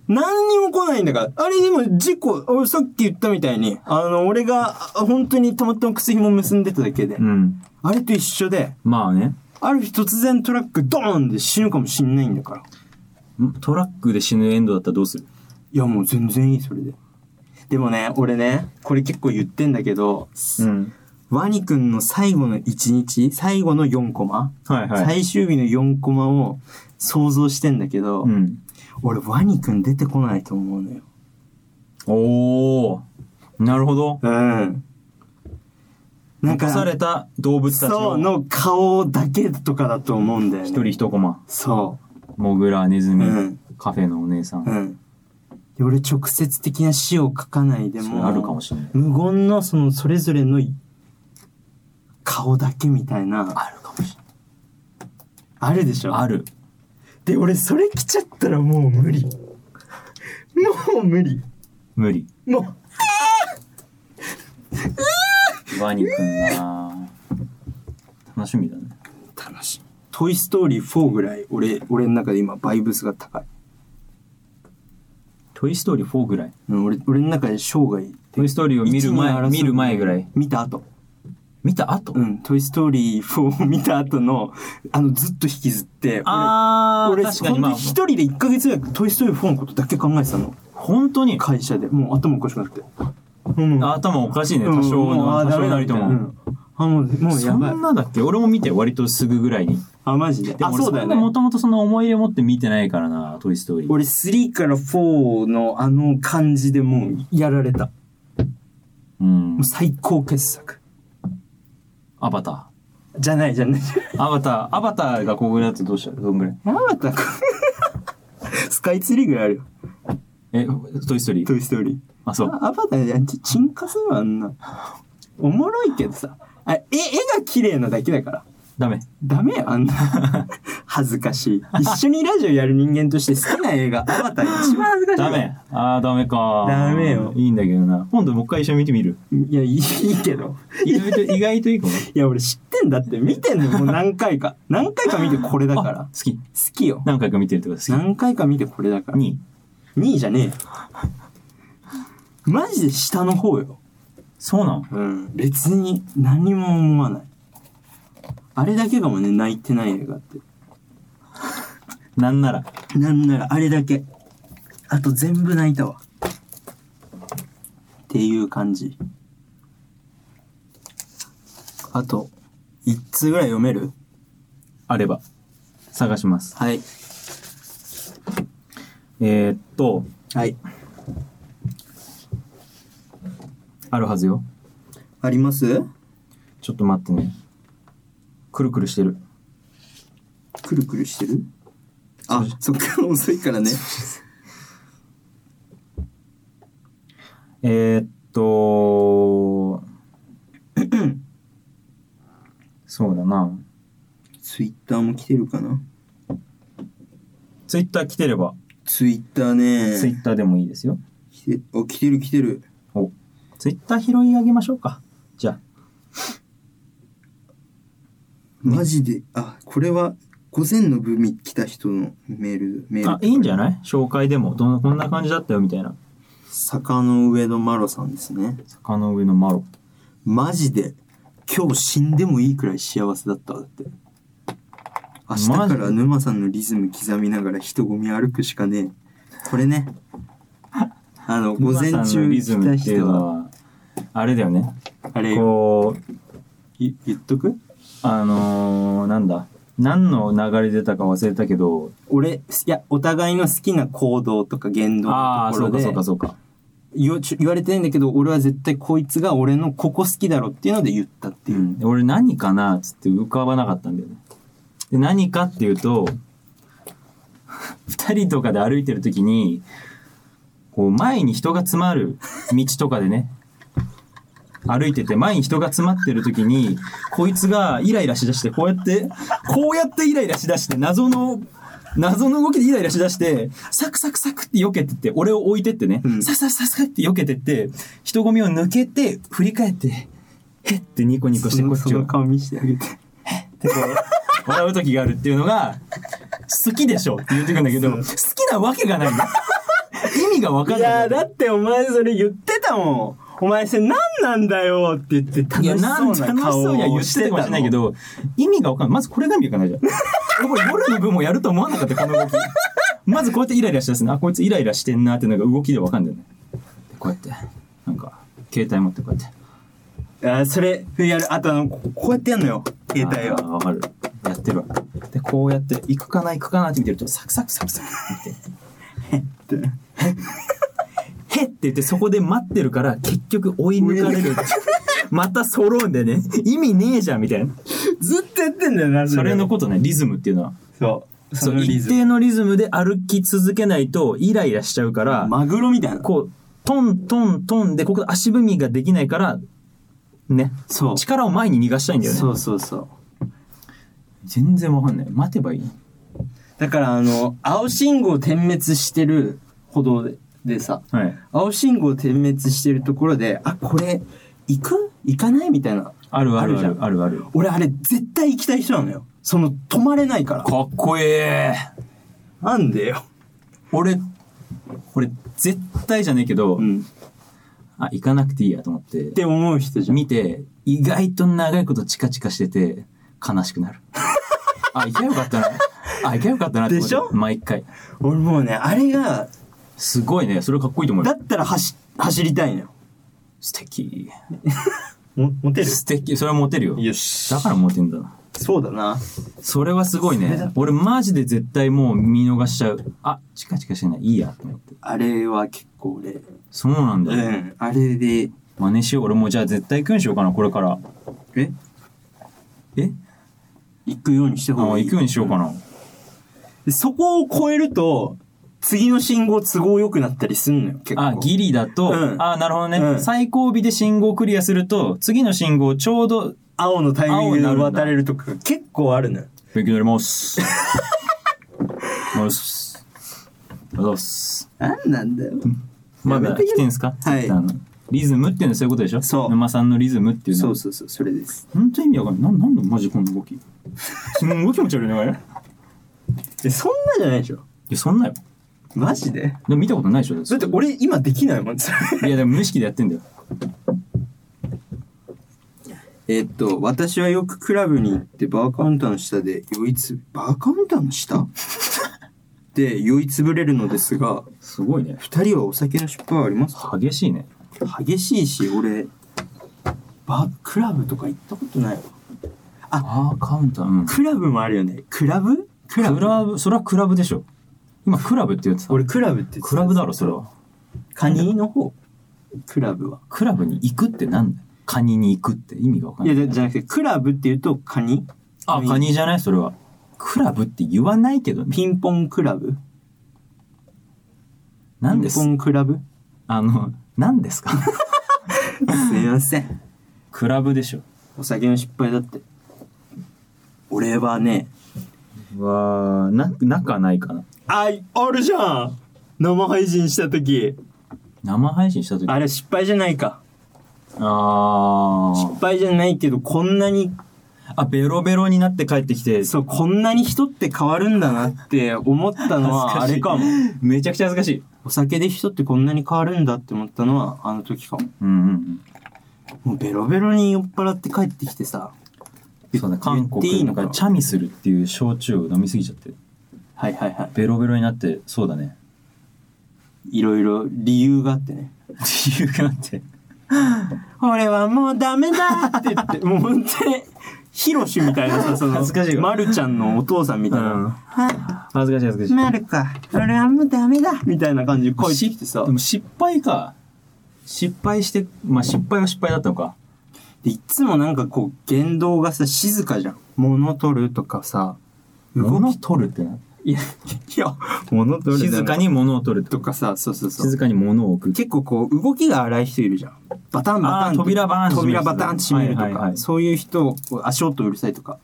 Speaker 2: 何にも来ないんだから。あれでも事故、俺さっき言ったみたいに、あの、俺があ本当にたまたま靴紐結んでただけで、
Speaker 1: うん
Speaker 2: あれと一緒で、
Speaker 1: まあね
Speaker 2: ある日突然トラックドーンで死ぬかもしんないんだから。
Speaker 1: んトラックで死ぬエンドだったらどうする
Speaker 2: いや、もう全然いい、それで。でもね、俺ね、これ結構言ってんだけど、
Speaker 1: うん
Speaker 2: ワニくんの最後の1日、最後の4コマ、
Speaker 1: はいはい
Speaker 2: 最終日の4コマを想像してんだけど、
Speaker 1: うん
Speaker 2: 俺ワニくん出てこないと思うのよ
Speaker 1: おおなるほど
Speaker 2: うんなん
Speaker 1: 残
Speaker 2: か
Speaker 1: された動物たち
Speaker 2: そう
Speaker 1: の
Speaker 2: の顔だけとかだと思うんだよね
Speaker 1: 一人一コマ
Speaker 2: そ
Speaker 1: モグラネズ
Speaker 2: うう
Speaker 1: ミ、
Speaker 2: ん
Speaker 1: カフェのお姉さん、
Speaker 2: うんで俺直接的な詩を書かないで
Speaker 1: そ
Speaker 2: も
Speaker 1: れあるかもしれない
Speaker 2: 無言のそのそれぞれの顔だけみたいな
Speaker 1: あるかもしれ
Speaker 2: あるでしょ
Speaker 1: ないある
Speaker 2: で俺それ来ちゃったらもう無理もう無理
Speaker 1: 無理
Speaker 2: もう
Speaker 1: ワニくんな楽しみだね
Speaker 2: 楽しい「トイ・ストーリー4」ぐらい俺俺の中で今バイブスが高い
Speaker 1: トイ・ストーリー4ぐらい。
Speaker 2: うん俺、俺の中で生涯。
Speaker 1: トイ・ストーリーを見る
Speaker 2: 一二
Speaker 1: 前、
Speaker 2: 争う
Speaker 1: 見る前ぐらい。
Speaker 2: 見た後。
Speaker 1: 見た後、
Speaker 2: うん、トイストーリー4を見た後の、あの、ずっと引きずって、
Speaker 1: あー、
Speaker 2: 俺、俺
Speaker 1: 確かにま
Speaker 2: 本
Speaker 1: あ
Speaker 2: 当、に一人で1ヶ月ぐらいトイストーリー4のことだけ考えてたの。
Speaker 1: 本当に、
Speaker 2: 会社で。もう頭おかしくなって。うん
Speaker 1: 頭おかしいね、
Speaker 2: うん
Speaker 1: 多少
Speaker 2: もう
Speaker 1: の、
Speaker 2: あー
Speaker 1: 多
Speaker 2: ダメ
Speaker 1: 少
Speaker 2: だ
Speaker 1: なりとも。
Speaker 2: うんあ、もう、もうや
Speaker 1: そ
Speaker 2: ばい。
Speaker 1: んなだっけ俺も見て割とすぐぐらいに。
Speaker 2: あ、マジで。
Speaker 1: で
Speaker 2: あ、
Speaker 1: も
Speaker 2: そうだよね。
Speaker 1: もともとその思い入れ持って見てないからな、トイ・ストーリー。
Speaker 2: 俺3から4のあの感じでもうやられた。
Speaker 1: うん
Speaker 2: もう。最高傑作。
Speaker 1: アバタ
Speaker 2: じゃないじ ゃない。
Speaker 1: ー。アバター、アバターがここぐらいだとどうしたらどんぐらい
Speaker 2: あなた、 スカイツリーぐらいあるよ。
Speaker 1: え、トイ・ストーリ
Speaker 2: ト
Speaker 1: ー。
Speaker 2: イストーリー。
Speaker 1: あ、そう。
Speaker 2: あアバターじゃん、ち沈下するわ、あんな。おもろいけどさ。あ、絵、絵が綺麗なだけだから。
Speaker 1: ダメ。
Speaker 2: ダメよ、あんな。 恥ずかしい。一緒にラジオやる人間として好きな映画、アバター一番恥ずかしい。
Speaker 1: ダメ。あー、ダメか。
Speaker 2: ダメよ
Speaker 1: いいんだけどな。今度もう一回一緒に見てみる。
Speaker 2: いや、いいいいけど。
Speaker 1: 意外と、意外 といいかも。
Speaker 2: いや、俺知ってんだって。見てんのよもう何回か。何回か見てこれだか
Speaker 1: あ
Speaker 2: ら。
Speaker 1: 好き。
Speaker 2: 好きよ。
Speaker 1: 何回か見てるってこと好
Speaker 2: 何回か見てこれだか
Speaker 1: き。
Speaker 2: ら。2
Speaker 1: 2位。
Speaker 2: 位じゃねえよ。マジで下の方よ。
Speaker 1: そうなの
Speaker 2: うん。別に何も思わない。あれだけかもね、泣いてない映画って。
Speaker 1: なんなら。
Speaker 2: なんならあれだけ。あと全部泣いたわ。っていう感じ。あと、1通ぐらい読める
Speaker 1: あれば。探します。
Speaker 2: はい。
Speaker 1: えー、っと、
Speaker 2: はい。
Speaker 1: あるはずよ。
Speaker 2: あります
Speaker 1: ちょっと待ってね。くるくるしてる。
Speaker 2: くるくるしてるあ、そっから 遅いからね。
Speaker 1: えー、っ と、そうだな。
Speaker 2: ツイッターも来てるかな
Speaker 1: ツイッター来てれば、
Speaker 2: ツイッターね
Speaker 1: ツイッターでもいいですよ。
Speaker 2: 来てお、来てる来てる。
Speaker 1: お、ツイッター拾い上げましょうか。じゃ
Speaker 2: マジで、あ、これは、午前の部に来た人のメール、メール。
Speaker 1: あ。あ、いいんじゃない紹介でも、どんこんな感じだったよ、みたいな。
Speaker 2: 坂の上のマロさんですね。
Speaker 1: 坂の上のマロ。
Speaker 2: マジで、今日死んでもいいくらい幸せだったわだって。明日か
Speaker 1: マジ
Speaker 2: ら沼さんのリズム刻みながら人混み歩くしかねえ。これ ね。あの、午前
Speaker 1: 熊さん
Speaker 2: 中
Speaker 1: のリ
Speaker 2: 来
Speaker 1: ズム
Speaker 2: た
Speaker 1: っていう
Speaker 2: 人
Speaker 1: の
Speaker 2: は、
Speaker 1: は、あれだよね。
Speaker 2: あれ、
Speaker 1: こう、
Speaker 2: い言っとく
Speaker 1: あのー、なんだ。何の流れ出たか忘れたけど、
Speaker 2: 俺、いや、お互いの好きな行動とか言動
Speaker 1: あ
Speaker 2: の
Speaker 1: あ、
Speaker 2: と
Speaker 1: そ
Speaker 2: ころ
Speaker 1: うか
Speaker 2: で
Speaker 1: そうかそうか。
Speaker 2: 言わちょ言われてないんだけど、俺は絶対こいつが俺のここ好きだろっていうので言ったって
Speaker 1: う
Speaker 2: いう。
Speaker 1: ん、俺何かなっつって浮かばなかったんだよね。で何かっていうと二人とかで歩いてる時にこう前に人が詰まる道とかでね歩いてて前に人が詰まってる時にこいつがイライラしだしてこうやってこうやってイライラしだして謎の謎の動きでイライラしだしてサクサクサクって避けてって俺を置いてってね、
Speaker 2: うん
Speaker 1: サクサクサクサクって避けてって人混みを抜けて振り返ってへってニコニコして
Speaker 2: そ
Speaker 1: こ
Speaker 2: の
Speaker 1: っち
Speaker 2: そ
Speaker 1: を
Speaker 2: の顔見せてあげて。
Speaker 1: ってこう、笑う時があるっていうのが、好きでしょって言ってくるんだけど、好きなわけがない んだ。意味がわかん
Speaker 2: い
Speaker 1: な
Speaker 2: や
Speaker 1: いん
Speaker 2: ーだ
Speaker 1: だ。
Speaker 2: ってお前それ言ってたもんお前それ何なんだよって言って楽
Speaker 1: いや、
Speaker 2: し
Speaker 1: なん
Speaker 2: そうな
Speaker 1: 楽し
Speaker 2: 顔
Speaker 1: そうには言
Speaker 2: を
Speaker 1: っ
Speaker 2: して
Speaker 1: て
Speaker 2: た
Speaker 1: たかもしれないけど、意味がわかんない。まずこれが意味わかんないじ ゃん。俺これ夜の部もやると思わなかった、この動き。まずこうやってイライラしてすね。あ、こいつイライラしてんなっていうのが動きでわかんだよね。でこうやって、なんか、携帯持ってこうやって。
Speaker 2: あーそれやるあとあのここうやってやんのよ携帯
Speaker 1: あー
Speaker 2: を
Speaker 1: わかる。やってるわ。で、こうやって、行くかな、行くかなって見てると、サクサクサクサクって見て。
Speaker 2: って
Speaker 1: へって言ってそこで待ってるから結局追い抜かれる。また揃うんでね。意味ねえじゃんみたいな。
Speaker 2: ずっとやってんだよな
Speaker 1: それのことね、リズムっていうのは。
Speaker 2: そう
Speaker 1: そ、
Speaker 2: そうのリ
Speaker 1: 一
Speaker 2: ズム
Speaker 1: 定のリズムで歩き続けないとイライラしちゃうから、
Speaker 2: マグロみたいな
Speaker 1: こう、トントントンで、ここで足踏みができないから、ね。
Speaker 2: そう
Speaker 1: 力を前に逃がしたいんだよ
Speaker 2: そ
Speaker 1: ね。
Speaker 2: うそうそう
Speaker 1: 全然わかんない。待てばいい。
Speaker 2: だからあの青信号点滅してる歩道ででさ
Speaker 1: はい。
Speaker 2: 青信号点滅してるところであこれ行く行かないみたいな
Speaker 1: あるある
Speaker 2: ある
Speaker 1: あ
Speaker 2: じゃ
Speaker 1: る
Speaker 2: ん
Speaker 1: あるある。
Speaker 2: 俺あれ絶対行きたい人なのよその止まれないから
Speaker 1: かっこええ。
Speaker 2: なんでよ
Speaker 1: 俺、俺、絶対じゃねえけど、
Speaker 2: うん。っ
Speaker 1: あ、行かなくていいやと思って、
Speaker 2: て思う人じゃん。
Speaker 1: 見て、意外と長いことチカチカしてて、悲しく なる。あ、行けばよかったな。あ、行けばよかったなって思って。
Speaker 2: でしょ
Speaker 1: 毎回。
Speaker 2: 俺もうね、あれが、
Speaker 1: すごいね。それかっこいいと思う
Speaker 2: だ
Speaker 1: よ。
Speaker 2: ったら走、走りたいのよ。
Speaker 1: 素敵。
Speaker 2: もモテ
Speaker 1: 素敵。それはモテるよ。
Speaker 2: よし
Speaker 1: だからモテんだな。
Speaker 2: そうだな。
Speaker 1: それはすごい
Speaker 2: それだ
Speaker 1: ね。俺マジで絶対もう見逃しちゃう。あ、チカチカしてない。いいやと思って。
Speaker 2: あれは結構俺、
Speaker 1: そうなんだ。
Speaker 2: うん。あれで、
Speaker 1: 真似しよう。俺もうじゃあ絶対行くんしようかな、これから。
Speaker 2: え
Speaker 1: え
Speaker 2: 行くようにして
Speaker 1: あ
Speaker 2: ほうがいい。
Speaker 1: 行くようにしようかな。
Speaker 2: でそこを超えると、次の信号都合良くなったりすんのよ、結構。
Speaker 1: あ、ギリだと、
Speaker 2: うん
Speaker 1: あ、なるほどね、
Speaker 2: うん
Speaker 1: 最後尾で信号クリアすると、次の信号ちょうど、
Speaker 2: 青のタイミングで
Speaker 1: 青になるんだ
Speaker 2: 渡れるとか結構あるのよ。
Speaker 1: 勉強になります。ます。ありがとうございます。
Speaker 2: なんなんだよ。
Speaker 1: まだ来てんすか
Speaker 2: はい
Speaker 1: Twitter のリズムっていうのはそういうことでしょ
Speaker 2: そう
Speaker 1: 沼さんのリズムっていうの
Speaker 2: そ
Speaker 1: は
Speaker 2: う。そうそう、それです。
Speaker 1: ほんと意味わかんない。なんなんだマジこの動き。すんごい気持ち悪いね、こ れ。い
Speaker 2: え、そんなじゃないでしょ。
Speaker 1: や、そんなよ。
Speaker 2: マジで
Speaker 1: でも見たこと ないでしょだ
Speaker 2: だって俺今できないもん、それ。
Speaker 1: いや、でも無意識でやってんだよ。
Speaker 2: えっと、私はよくクラブに行ってバーカウンターの下で酔いつ、バーカウンターの 下で酔いつぶれるのですが、
Speaker 1: すごいね。
Speaker 2: 二人はお酒の失敗はあります
Speaker 1: 激しいね。
Speaker 2: 激しいし、俺、バー、クラブとか行ったことないわ。
Speaker 1: あー、カウンター。うん。
Speaker 2: クラブもあるよね。クラブクラブ
Speaker 1: クラブ、それはクラブでしょ。今、クラブって言ってた。
Speaker 2: 俺クラブって言ってた
Speaker 1: クラブだろ、それは。
Speaker 2: カニの方クラブは。
Speaker 1: クラブに行くってなんだよカニに行くって意味がわかん
Speaker 2: い
Speaker 1: ない。
Speaker 2: や、じゃじゃなくて、クラブって言うとカニ
Speaker 1: あ、カニじゃないそれは。クラブって言わないけどね。
Speaker 2: ピンポンクラブ
Speaker 1: 何で
Speaker 2: ピン
Speaker 1: す
Speaker 2: ポンクラブ
Speaker 1: あの、何ですか
Speaker 2: すいません。
Speaker 1: クラブでしょ。
Speaker 2: お酒の失敗だって。俺はね、
Speaker 1: わー、な、仲ないかな。
Speaker 2: あい、あるじゃん生配信した時。
Speaker 1: 生配信した時。
Speaker 2: あれ失敗じゃないか。
Speaker 1: あ
Speaker 2: 失
Speaker 1: ー。
Speaker 2: 敗じゃないけど、こんなに、
Speaker 1: あ、ベロベロになって帰ってきて、
Speaker 2: そう、こんなに人って変わるんだなって思ったのは、あ
Speaker 1: 恥
Speaker 2: れ
Speaker 1: ずか
Speaker 2: か
Speaker 1: しい
Speaker 2: も。
Speaker 1: めちゃくちゃ恥ずかしい。
Speaker 2: お酒で人ってこんなに変わるんだって思ったのは、あの時かも。
Speaker 1: うんうんうん。
Speaker 2: もうベロベロに酔っ払って帰ってきてさ。
Speaker 1: そうね、韓
Speaker 2: 言っていい
Speaker 1: 国
Speaker 2: の
Speaker 1: と
Speaker 2: か
Speaker 1: かチャミスルっていう焼酎を飲みすぎちゃって
Speaker 2: はいはいはい。
Speaker 1: ベロベロになってそうだね
Speaker 2: いろいろ理由があってね。
Speaker 1: 理由があって
Speaker 2: 俺はもうダメだって言 って、もう本当に、ヒロシみたいなさ、その、
Speaker 1: 恥ずかしいわ
Speaker 2: まるちゃんのお父さんみたいな。
Speaker 1: うん
Speaker 2: は
Speaker 1: 恥ずかしい恥ず
Speaker 2: い、まるか、俺はもうダメだみたいな感じで帰ってきてさ
Speaker 1: で。も失敗か失敗してまあ失敗は失敗だったのか
Speaker 2: でいつもなんかこう、言動がさ、静かじゃん。物取るとかさ、
Speaker 1: 物を取るってない
Speaker 2: や、いや、物取る
Speaker 1: 静かに物を取るって
Speaker 2: とかさ、そうそうそう
Speaker 1: 静。かに物を置く
Speaker 2: 結構こう動きが荒い人いるじゃんバタンバタン
Speaker 1: あー扉バーンって
Speaker 2: 扉バタンって閉めるとか、
Speaker 1: はいはいはい
Speaker 2: そういう人足音うるさいとか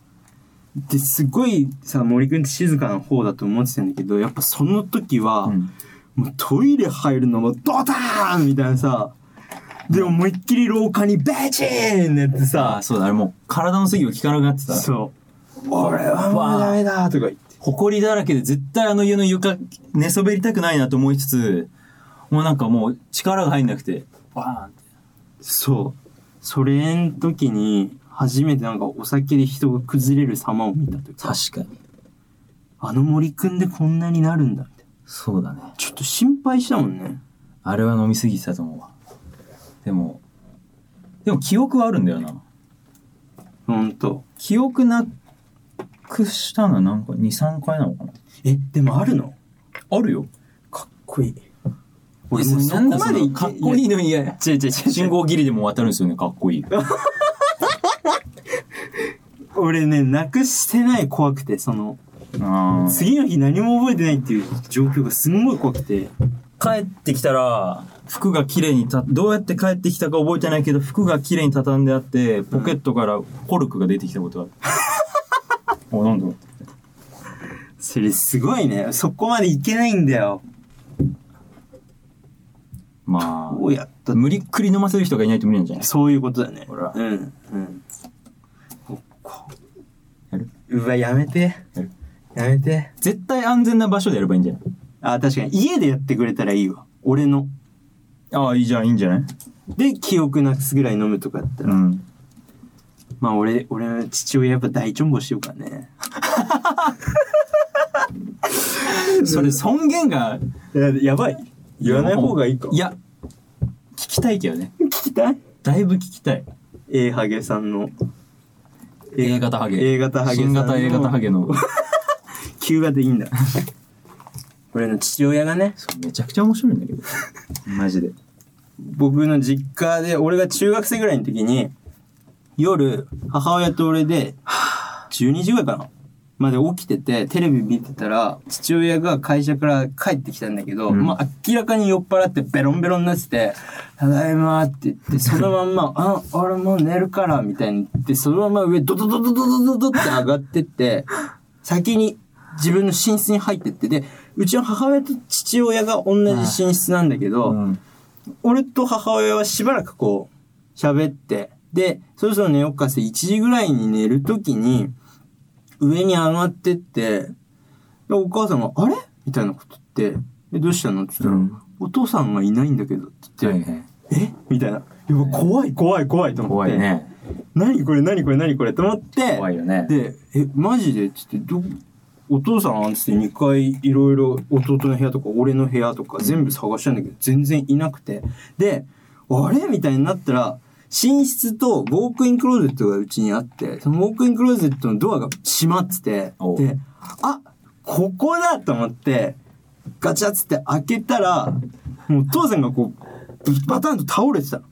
Speaker 2: ですごいさ森くんって静かな方だと思ってたんだけどやっぱその時は、
Speaker 1: うん
Speaker 2: もうトイレ入るのもドターンみたいなさで思いっきり廊下にベチーンって
Speaker 1: あ
Speaker 2: さ
Speaker 1: あそうだあれもう体の席を聞かなくなってた
Speaker 2: そう俺はもうダメだとか言って
Speaker 1: 埃だらけで絶対あの家の床寝そべりたくないなと思いつつもうなんかもう力が入んなくてバーンって
Speaker 2: そうそれん時に初めてなんかお酒で人が崩れる様を見たというか
Speaker 1: 確かに
Speaker 2: あの森くんでこんなになるんだみたいな。
Speaker 1: そうだね
Speaker 2: ちょっと心配したもんね。
Speaker 1: あれは飲みすぎてたと思うわ。でも、でも記憶はあるんだよな。
Speaker 2: ほんと。
Speaker 1: 記憶なくしたのはなんか2、3回なのかな。
Speaker 2: え、でもあるの
Speaker 1: あるよ。
Speaker 2: かっこいい。俺
Speaker 1: 俺
Speaker 2: も
Speaker 1: も
Speaker 2: う
Speaker 1: う
Speaker 2: そ
Speaker 1: そ
Speaker 2: こ
Speaker 1: こ
Speaker 2: ま
Speaker 1: ま
Speaker 2: で
Speaker 1: で
Speaker 2: い
Speaker 1: かっこいいのに嫌や。
Speaker 2: 違う違う違う。
Speaker 1: 信号ギリでも渡るんですよね、かっこいい。
Speaker 2: 俺ね、なくしてない怖くて、その、
Speaker 1: あー
Speaker 2: 次の日何も覚えてないっていう状況がすんごい怖くて。
Speaker 1: 帰ってきたら、服が綺麗にた、どうやって帰ってきたか覚えてないけど、服が綺麗に畳んであって、ポケットからコルクが出てきたことがある。お、なんだろう
Speaker 2: それすごいね。そこまでいけないんだよ。
Speaker 1: ま
Speaker 2: こうやった
Speaker 1: あ、。無理っくり飲ませる人がいないと無理なんじゃない
Speaker 2: そういうことだね。
Speaker 1: ほら
Speaker 2: うん。うん。ここ
Speaker 1: やる
Speaker 2: うわ、やめて
Speaker 1: やる。
Speaker 2: やめて。
Speaker 1: 絶対安全な場所でやればいいんじゃない
Speaker 2: あ、確かに。家でやってくれたらいいわ。俺の。
Speaker 1: ああ、いいじゃん、いいんじゃない
Speaker 2: で、記憶なくすぐらい飲むとかだったら。
Speaker 1: うん。
Speaker 2: まあ、俺、俺の父親やっぱ大チョンボしようからね。
Speaker 1: それ、尊厳が、
Speaker 2: ややばい。言わない方がいいか。
Speaker 1: い、や、聞きたいけどね。
Speaker 2: 聞きたい
Speaker 1: だいぶ聞きたい。
Speaker 2: ?A ハゲさんの。
Speaker 1: A 型ハゲ。
Speaker 2: A 型ハゲさん
Speaker 1: 新型 A 型ハゲの。
Speaker 2: 旧型いい んだ。俺の父親がね、
Speaker 1: そうめちゃくちゃ面白いんだけど。マジで。
Speaker 2: 僕の実家で、俺が中学生ぐらいの時に、夜、母親と俺で、12時ぐらいかなまで起きてて、テレビ見てたら、父親が会社から帰ってきたんだけど、
Speaker 1: うん
Speaker 2: まあ明らかに酔っ払ってベロンベロンになってて、ただいまって言って、そのまんま、あ、俺もう寝るから、みたいに言って、そのまま上、ドドドドドドドドって上がってって、先に自分の寝室に入ってって、で、うちの母親と父親が同じ寝室なんだけど、
Speaker 1: うん。
Speaker 2: 俺と母親はしばらくこう、喋って、で、そろそろ寝よっかって1時ぐらいに寝るときに、上に上がってって、でお母さんが、あれみたいなこと言って、え、どうしたのって言ったら、
Speaker 1: うん
Speaker 2: お父さんがいないんだけどって
Speaker 1: は
Speaker 2: 言っ
Speaker 1: い
Speaker 2: て、
Speaker 1: はい
Speaker 2: えみたいな。やっぱ怖い怖い怖いと思っ
Speaker 1: 怖
Speaker 2: て。
Speaker 1: い。ね。
Speaker 2: 何これ何これ何これと思って、
Speaker 1: 怖いよね。
Speaker 2: で、え、マジでっつって、ど、お父さんっつって2回いろいろ弟の部屋とか俺の部屋とか全部探したんだけど全然いなくて。で、あれみたいになったら、寝室とウォークインクローゼットがうちにあって、そのウォークインクローゼットのドアが閉まってて
Speaker 1: お、う
Speaker 2: で、あ、ここだと思って、ガチャっつって開けたら、もうお父さんがこう、バタンと倒れてたの。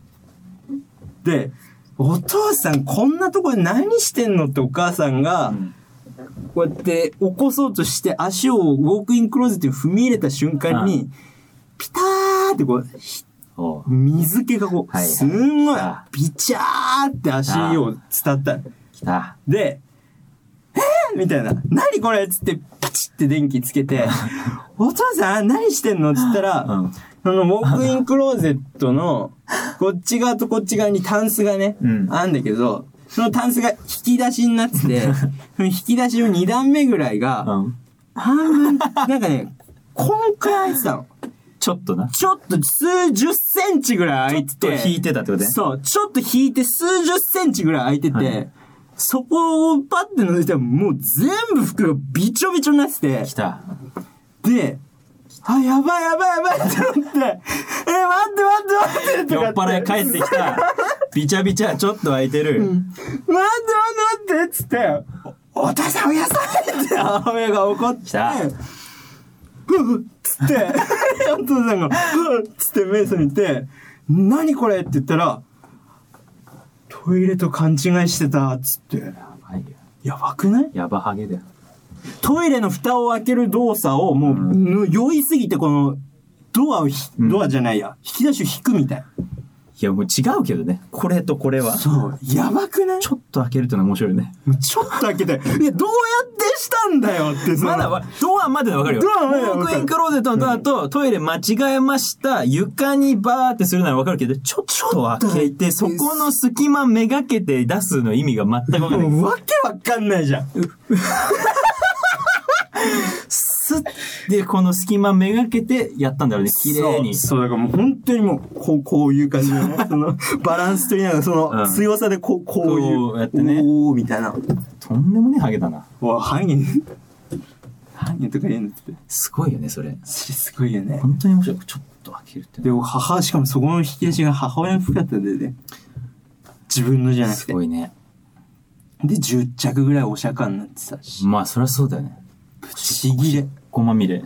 Speaker 2: で、お父さんこんなとこで何してんのってお母さんが、
Speaker 1: うん
Speaker 2: こうやって起こそうとして足をウォークインクローゼットに踏み入れた瞬間
Speaker 1: う
Speaker 2: に、ピターってこう、ひ
Speaker 1: おう
Speaker 2: 水気がこう、
Speaker 1: はいはい
Speaker 2: すんごい
Speaker 1: あ、
Speaker 2: ビチャーって足を伝ったの。
Speaker 1: 来た。
Speaker 2: で、えー、みたいな、何これっつって、パチって電気つけ て、お父さん何してんのっつったら、
Speaker 1: うん。
Speaker 2: そのウォークインクローゼットの、こっち側とこっち側にタンスがね、
Speaker 1: うん
Speaker 2: あんだけど、そのタンスが引き出しになっ てて、その引き出しの2段目ぐらいが、
Speaker 1: うん。
Speaker 2: 半分、なんかね、こんくらい開いてたの。
Speaker 1: ちょっとな。
Speaker 2: ちょっと数十センチぐらい開いて
Speaker 1: ちょ
Speaker 2: て
Speaker 1: っ。と引いてたってことね
Speaker 2: そう、ちょっと引いて数十センチぐらい開いてて、
Speaker 1: はい
Speaker 2: そこをパッて覗いたらもう全部服がびちょびちょになってて
Speaker 1: 来。 た。
Speaker 2: で、あ、やばいやばいやばいって思って、え、待って待って待ってと
Speaker 1: 酔
Speaker 2: か
Speaker 1: っ払い帰ってきた。びちゃびちゃ、ちょっと空いてる。
Speaker 2: 待って待って待ってっつって、おお父さんおやさいって母親が怒って、
Speaker 1: 来た
Speaker 2: ふっつって、お父さんが、ふっつって目覚めて、何これって言ったら、トイレと勘違いしてたっつって、
Speaker 1: やばいよ。
Speaker 2: やばくない
Speaker 1: やばハゲだよ。
Speaker 2: トイレの蓋を開ける動作をもう、の酔いすぎてこの、ドアをひ、
Speaker 1: うん
Speaker 2: ドアじゃないや、引き出しを引くみたい。
Speaker 1: いや、もう違うけどね。これとこれは。
Speaker 2: そう、やばくない
Speaker 1: ちょっと開けるってのは面白いよね。
Speaker 2: もうちょっと開けて、いや、どうやってしたんだよって、その
Speaker 1: まだわ、ドアまではわかるよ。
Speaker 2: ドアまでは
Speaker 1: ウォ
Speaker 2: わ
Speaker 1: ー
Speaker 2: か
Speaker 1: ク
Speaker 2: る
Speaker 1: インクローゼットのドアとトイレ間違えました。床にバーってするならわかるけど、ちょっと開けて、そこの隙間めがけて出すの意味が全くわかん
Speaker 2: も
Speaker 1: ない。
Speaker 2: うわけわかんないじゃん。
Speaker 1: スッで、この隙間めがけてやったんだろうね。綺麗に。
Speaker 2: そう、そうだからもう本当にもう、こう、こういう感じのね、その、バランス取りながら、そ
Speaker 1: うん
Speaker 2: の、強さでこう、こういう。
Speaker 1: こうやってね
Speaker 2: おー、みたいな。
Speaker 1: とんでもねえハゲだな。
Speaker 2: わ、ハゲ、ハゲとか言うんだって。
Speaker 1: すごいよね、それ。
Speaker 2: それすごいよね。
Speaker 1: 本当に面白い。ちょっと開けるって
Speaker 2: で、
Speaker 1: のは
Speaker 2: 母、しかもそこの引き出しが母親の服だったんだよね。自分のじゃなく
Speaker 1: す
Speaker 2: て。
Speaker 1: ごいね。
Speaker 2: で、10着ぐらいお釈迦になってたし。
Speaker 1: まあ、そりゃそうだよね。
Speaker 2: 不思議で。
Speaker 1: ごまみ れ。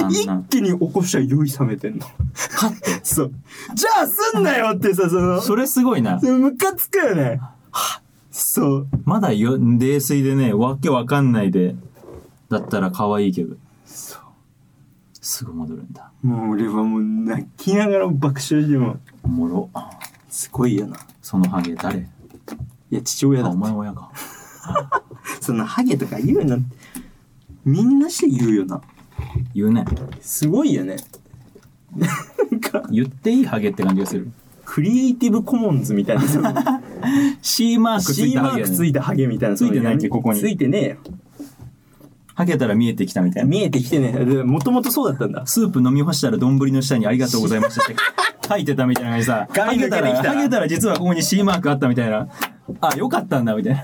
Speaker 1: あん
Speaker 2: 一
Speaker 1: な。
Speaker 2: 気に起こしたら酔い冷めてんの。
Speaker 1: はって。
Speaker 2: そう。じゃあすんなよってさ、その、
Speaker 1: それすごいな
Speaker 2: そ。れムカつくよね。はそう。
Speaker 1: まだよ、泥酔でね、わけわかんないで、だったら可愛いけど、
Speaker 2: そ
Speaker 1: すぐ戻るんだ。
Speaker 2: う。もう俺はもう泣きながら爆笑しても、
Speaker 1: おもろ。
Speaker 2: すごいよな。
Speaker 1: そのハゲ誰
Speaker 2: いや、父親
Speaker 1: あ、
Speaker 2: だ
Speaker 1: お。前親か。
Speaker 2: そんなハゲとか言うなって。みんなして言うよな。
Speaker 1: 言うね。
Speaker 2: すごいよね。なんか、
Speaker 1: 言っていいハゲって感じがする。
Speaker 2: クリエイティブコモンズみたいな。 その
Speaker 1: C マークつい
Speaker 2: C
Speaker 1: た
Speaker 2: マ
Speaker 1: ハゲだ
Speaker 2: ーク
Speaker 1: ね、
Speaker 2: ついたハゲみたいな。その
Speaker 1: ついてないっけここに
Speaker 2: ついてねえよ。
Speaker 1: はけたら見えてきたみたいな。
Speaker 2: 見えてきてね。もともとそうだったんだ。
Speaker 1: スープ飲み干したら丼の下にありがとうございましたって書いてたみたいなのにさ、は
Speaker 2: 髪
Speaker 1: げ
Speaker 2: の毛
Speaker 1: たら、
Speaker 2: できた
Speaker 1: はげたら実はここに C マークあったみたいな。あ、よかったんだみたいな。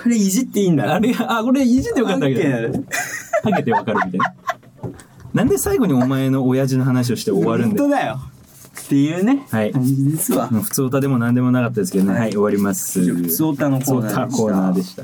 Speaker 2: これいじっていいんだ。
Speaker 1: あれ、あ、これいじってよかったけど。
Speaker 2: オッケー
Speaker 1: はげてわかるみたいな。なんで最後にお前の親父の話をして終わるん
Speaker 2: 本
Speaker 1: だ
Speaker 2: 当
Speaker 1: よ。
Speaker 2: だよ。っていうね。
Speaker 1: はい
Speaker 2: 感じですわ。
Speaker 1: 普通歌でも何でもなかったですけどね。はい、終わります。
Speaker 2: 以上普通オタのコーナーでした
Speaker 1: 普通オタコーナーでした。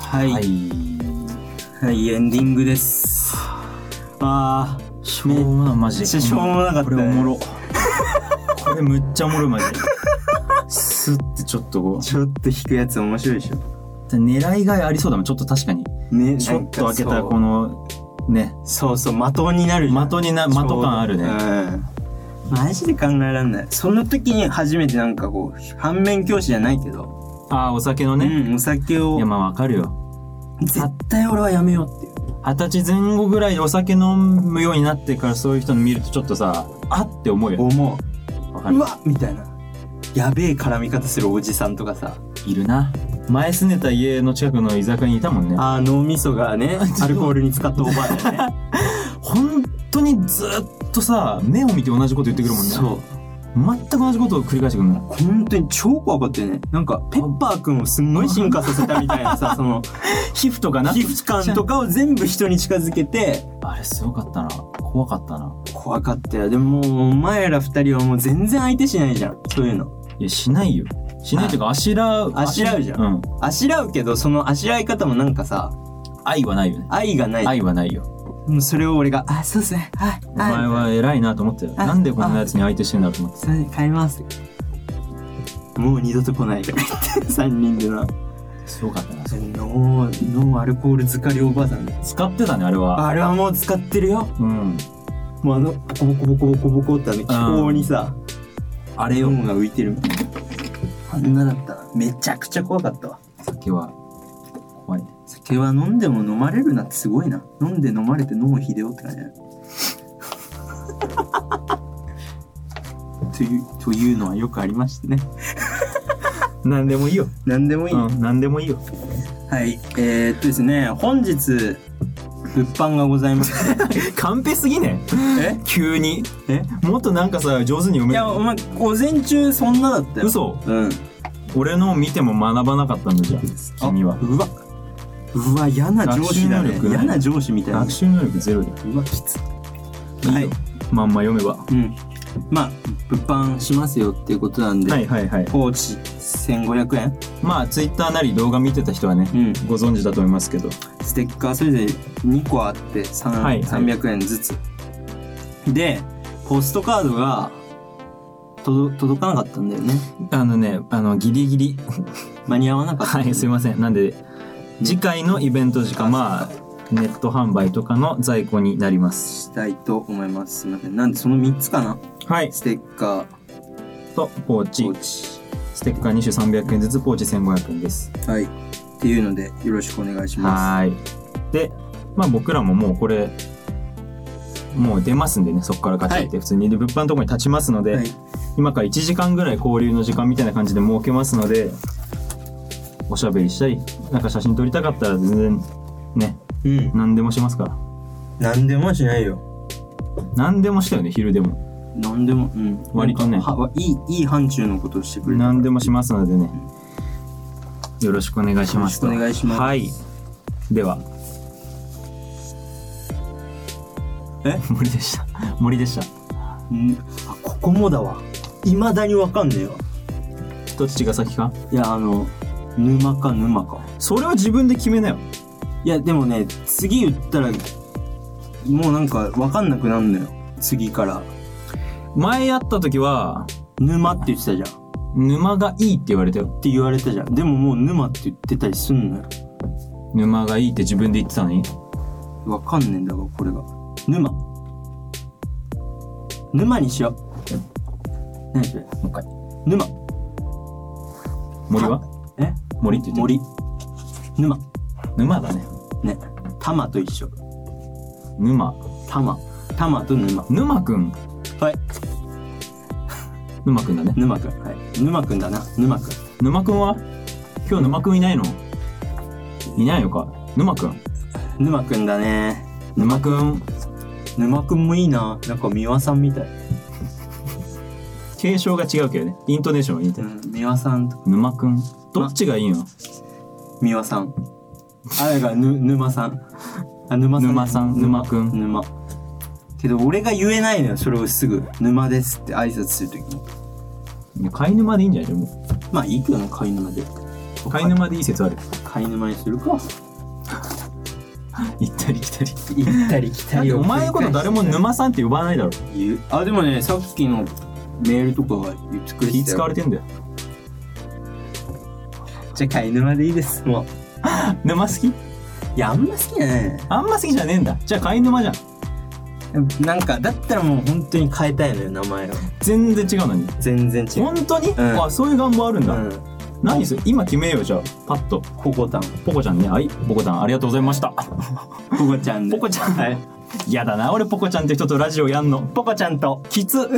Speaker 2: はい。
Speaker 1: は
Speaker 2: はい、
Speaker 1: い。
Speaker 2: エンディングです。あー、
Speaker 1: しょうもないマジで。
Speaker 2: めっちゃしょうもなかったね
Speaker 1: これおもろ。これむっちゃおもろいマジで。スッてちょっとこう。
Speaker 2: ちょっと引くやつ面白いでしょ。
Speaker 1: 狙いがありそうだもん。ちょっと確かに。
Speaker 2: ね、
Speaker 1: ちょっと開けたらこ
Speaker 2: の。
Speaker 1: の、ね、
Speaker 2: そうそう、的になるじゃん
Speaker 1: 的にな、的感あるね。
Speaker 2: うん。マジで考えらんない。その時に初めてなんかこう、反面教師じゃないけど、
Speaker 1: あー、お酒のね。
Speaker 2: うん、お酒
Speaker 1: い
Speaker 2: を
Speaker 1: や、、まあわかるよ。
Speaker 2: 絶対俺はやめようっていう。
Speaker 1: 二十歳前後ぐらいでお酒飲むようになってからそういう人の見るとちょっとさあって思うよね
Speaker 2: 思
Speaker 1: わか
Speaker 2: う。う
Speaker 1: る
Speaker 2: わみたいな。やべえ絡み方するおじさんとかさ、
Speaker 1: いるな前住んでた家の近くの居酒屋にいたもんね
Speaker 2: あー脳みそ がね、アルコールに使ったおばあだよね。
Speaker 1: 本当にずっとさ目を見て同じこと言ってくるもんね
Speaker 2: そう。
Speaker 1: 全く同じことを繰り返してくるの
Speaker 2: 本当に超怖かったよね。なんか、ペッパーくんをすんごい進化させたみたいな さ、その、
Speaker 1: 皮膚とかな
Speaker 2: 皮膚感とかを全部人に近づけて、
Speaker 1: あれすごかったな怖かったな
Speaker 2: 怖かったよ。でももう、お前ら二人はもう全然相手しないじゃん。そういうの。
Speaker 1: いやしないよしないっていうかあしらう
Speaker 2: あしらうじゃん
Speaker 1: うん
Speaker 2: あしらうけど、そのあしらい方もなんかさ、
Speaker 1: 愛はないよね
Speaker 2: 愛がない。
Speaker 1: 愛はないよ
Speaker 2: もうそれを俺が、あ、そうっすね。はい。
Speaker 1: お前は偉いなと思って
Speaker 2: あ
Speaker 1: なんでこんなやつに相手してんだと思って
Speaker 2: それ買います。もう二度と来ないから言って、 三人でな。
Speaker 1: すごかったな
Speaker 2: ノー、ノーアルコール疲れおばあさんね。
Speaker 1: 使ってたねあれは
Speaker 2: あれはもう使ってるよ。
Speaker 1: うん
Speaker 2: もうあの、ボコボコボコボコボコってあの気泡にさ、
Speaker 1: あ
Speaker 2: あ
Speaker 1: れ
Speaker 2: れ
Speaker 1: よ
Speaker 2: 音が浮いてるみたいな。あんなだったな。めちゃくちゃ怖かったわ。
Speaker 1: 酒は怖いね
Speaker 2: 酒は飲んでも飲まれるなってすごいな。飲んで飲まれて飲む秀夫って感じだね。 という、というのはよくありましてね。
Speaker 1: 何でもいいよ、
Speaker 2: なんでもいい、
Speaker 1: うん、何でもいい よ
Speaker 2: はい。えー、っとですね、本日、物販がございます
Speaker 1: カンペすぎね
Speaker 2: え
Speaker 1: 急に
Speaker 2: え
Speaker 1: もっとなんかさ上手に読
Speaker 2: い
Speaker 1: め
Speaker 2: や、お前、午前中そんなだったよ。
Speaker 1: 嘘
Speaker 2: うん。
Speaker 1: 俺の見ても学ばなかったんだじゃん
Speaker 2: あ
Speaker 1: 君は
Speaker 2: うわうわ嫌な上司だ
Speaker 1: 学習能
Speaker 2: ね
Speaker 1: 力ない
Speaker 2: 嫌な上司みたいな
Speaker 1: 学習能力ゼロだよ
Speaker 2: うわきつ
Speaker 1: は
Speaker 2: はいい
Speaker 1: よまんま読めば
Speaker 2: うんまあ物販しますよっていうことなんで、
Speaker 1: はいはいはい
Speaker 2: ポーチ1500円、
Speaker 1: まあツイッターなり動画見てた人はね
Speaker 2: うん、
Speaker 1: ご存知だと思いますけど
Speaker 2: ステッカーそれぞれ2個あって、さん
Speaker 1: はいはい
Speaker 2: 300円ずつでポストカードが届届かなかったんだよね
Speaker 1: あのねあのギリギリ
Speaker 2: 間に合わなかった
Speaker 1: はいすいませんなんで次回のイベント時間まあネット販売とかの在庫になります
Speaker 2: したいと思いますすいませんなんでその3つかな
Speaker 1: はい
Speaker 2: ステッカー
Speaker 1: とポー
Speaker 2: ポ
Speaker 1: チ
Speaker 2: ーチ
Speaker 1: ステッカー2種300円ずつポーチ1500円です
Speaker 2: はいっていうのでよろしくお願いします
Speaker 1: はーい。で、まあ僕らももうこれ、もう出ますんでね、そこからガチャって普通に。で、物販のところに立ちますので、
Speaker 2: はい
Speaker 1: 今から1時間ぐらい交流の時間みたいな感じで設けますので、おしゃべりしたり、なんか写真撮りたかったら全然ね、
Speaker 2: うん、
Speaker 1: 何でもしますから。
Speaker 2: 何でもしないよ。
Speaker 1: 何でもしたよね、昼でも。
Speaker 2: 何でも、うん。
Speaker 1: 割とね
Speaker 2: なんかはいい、いい範疇のことをしてくれた。
Speaker 1: 何でもしますのでね、よろしくお願いしますと。
Speaker 2: よろしくお願いします
Speaker 1: はい。では。
Speaker 2: え
Speaker 1: 森でした。森でした。
Speaker 2: うんあ、ここもだわ。未だにわかんねえわ。
Speaker 1: どっちが先か
Speaker 2: いや、あの、沼か沼か。
Speaker 1: それは自分で決めなよ
Speaker 2: いや、でもね、次言ったら、もうなんかわかんなくなるのよ。次から。
Speaker 1: 前やった時は
Speaker 2: 沼って言ってたじゃん。っ
Speaker 1: 沼がいいって言われたよ
Speaker 2: て言われたじゃん。でももう沼って言ってたりすんのよ。
Speaker 1: 沼がいいって自分で言ってたのに
Speaker 2: わかんねえんだわ、これが。沼。沼にしよう。何それ
Speaker 1: もう一回
Speaker 2: 沼。
Speaker 1: 森は
Speaker 2: え
Speaker 1: 森って言って
Speaker 2: 森。沼。
Speaker 1: る沼だね
Speaker 2: ね。玉と一緒。
Speaker 1: 沼
Speaker 2: 玉。玉と沼。
Speaker 1: 沼くん
Speaker 2: はい。
Speaker 1: 沼くんだね
Speaker 2: 沼くん。はい。沼くんだな。沼くん。
Speaker 1: 沼くんは今日沼くんいないのいないのか沼くん
Speaker 2: 沼くんだね。
Speaker 1: 沼くん
Speaker 2: 沼くんもいいな。なんか美輪さんみたい。
Speaker 1: 継承が違うけどねイントネーションは似て
Speaker 2: う
Speaker 1: る
Speaker 2: ん。美輪さんと
Speaker 1: 沼くんどっちがいいの
Speaker 2: 美輪さん。あ、だからぬ沼さん。あ、沼さん。
Speaker 1: 沼さん沼くん
Speaker 2: 沼。けど俺が言えないのよ。それをすぐ。沼ですって挨拶するときに。
Speaker 1: いや飼い沼でいいんじゃないでも
Speaker 2: まあいいけどな、貝沼で。
Speaker 1: 飼い沼でいい説ある
Speaker 2: 貝沼にするか。
Speaker 1: 行ったり来たり
Speaker 2: 行ったり来
Speaker 1: だ
Speaker 2: た
Speaker 1: って
Speaker 2: りを
Speaker 1: お
Speaker 2: 繰
Speaker 1: 前
Speaker 2: り返して
Speaker 1: のこと誰も沼さんって呼ばないだろ
Speaker 2: 言うあでもねさっきのメールとかは言ってくれて
Speaker 1: 気
Speaker 2: た
Speaker 1: 使わ
Speaker 2: よ
Speaker 1: れてんだよ
Speaker 2: じゃあ貝沼でいいですもう
Speaker 1: 沼好き
Speaker 2: いやあんま好きじゃないね
Speaker 1: あんま好きじゃねえんだじゃあ飼い沼じゃん
Speaker 2: なんかだったらもう本当に変えたいのよ名前を
Speaker 1: 全然違うのに
Speaker 2: 全然違う
Speaker 1: 本当に、
Speaker 2: ん
Speaker 1: あそういう願望あるん
Speaker 2: う
Speaker 1: だ、
Speaker 2: ん
Speaker 1: 何する今決めようじゃあパッと
Speaker 2: ポコタン
Speaker 1: ポコちゃんねはいポコちゃんありがとうございました
Speaker 2: ポコちゃんで
Speaker 1: ポコちゃん
Speaker 2: はい
Speaker 1: やだな俺ポコちゃんって人とラジオやんの
Speaker 2: ポコちゃんと
Speaker 1: きつ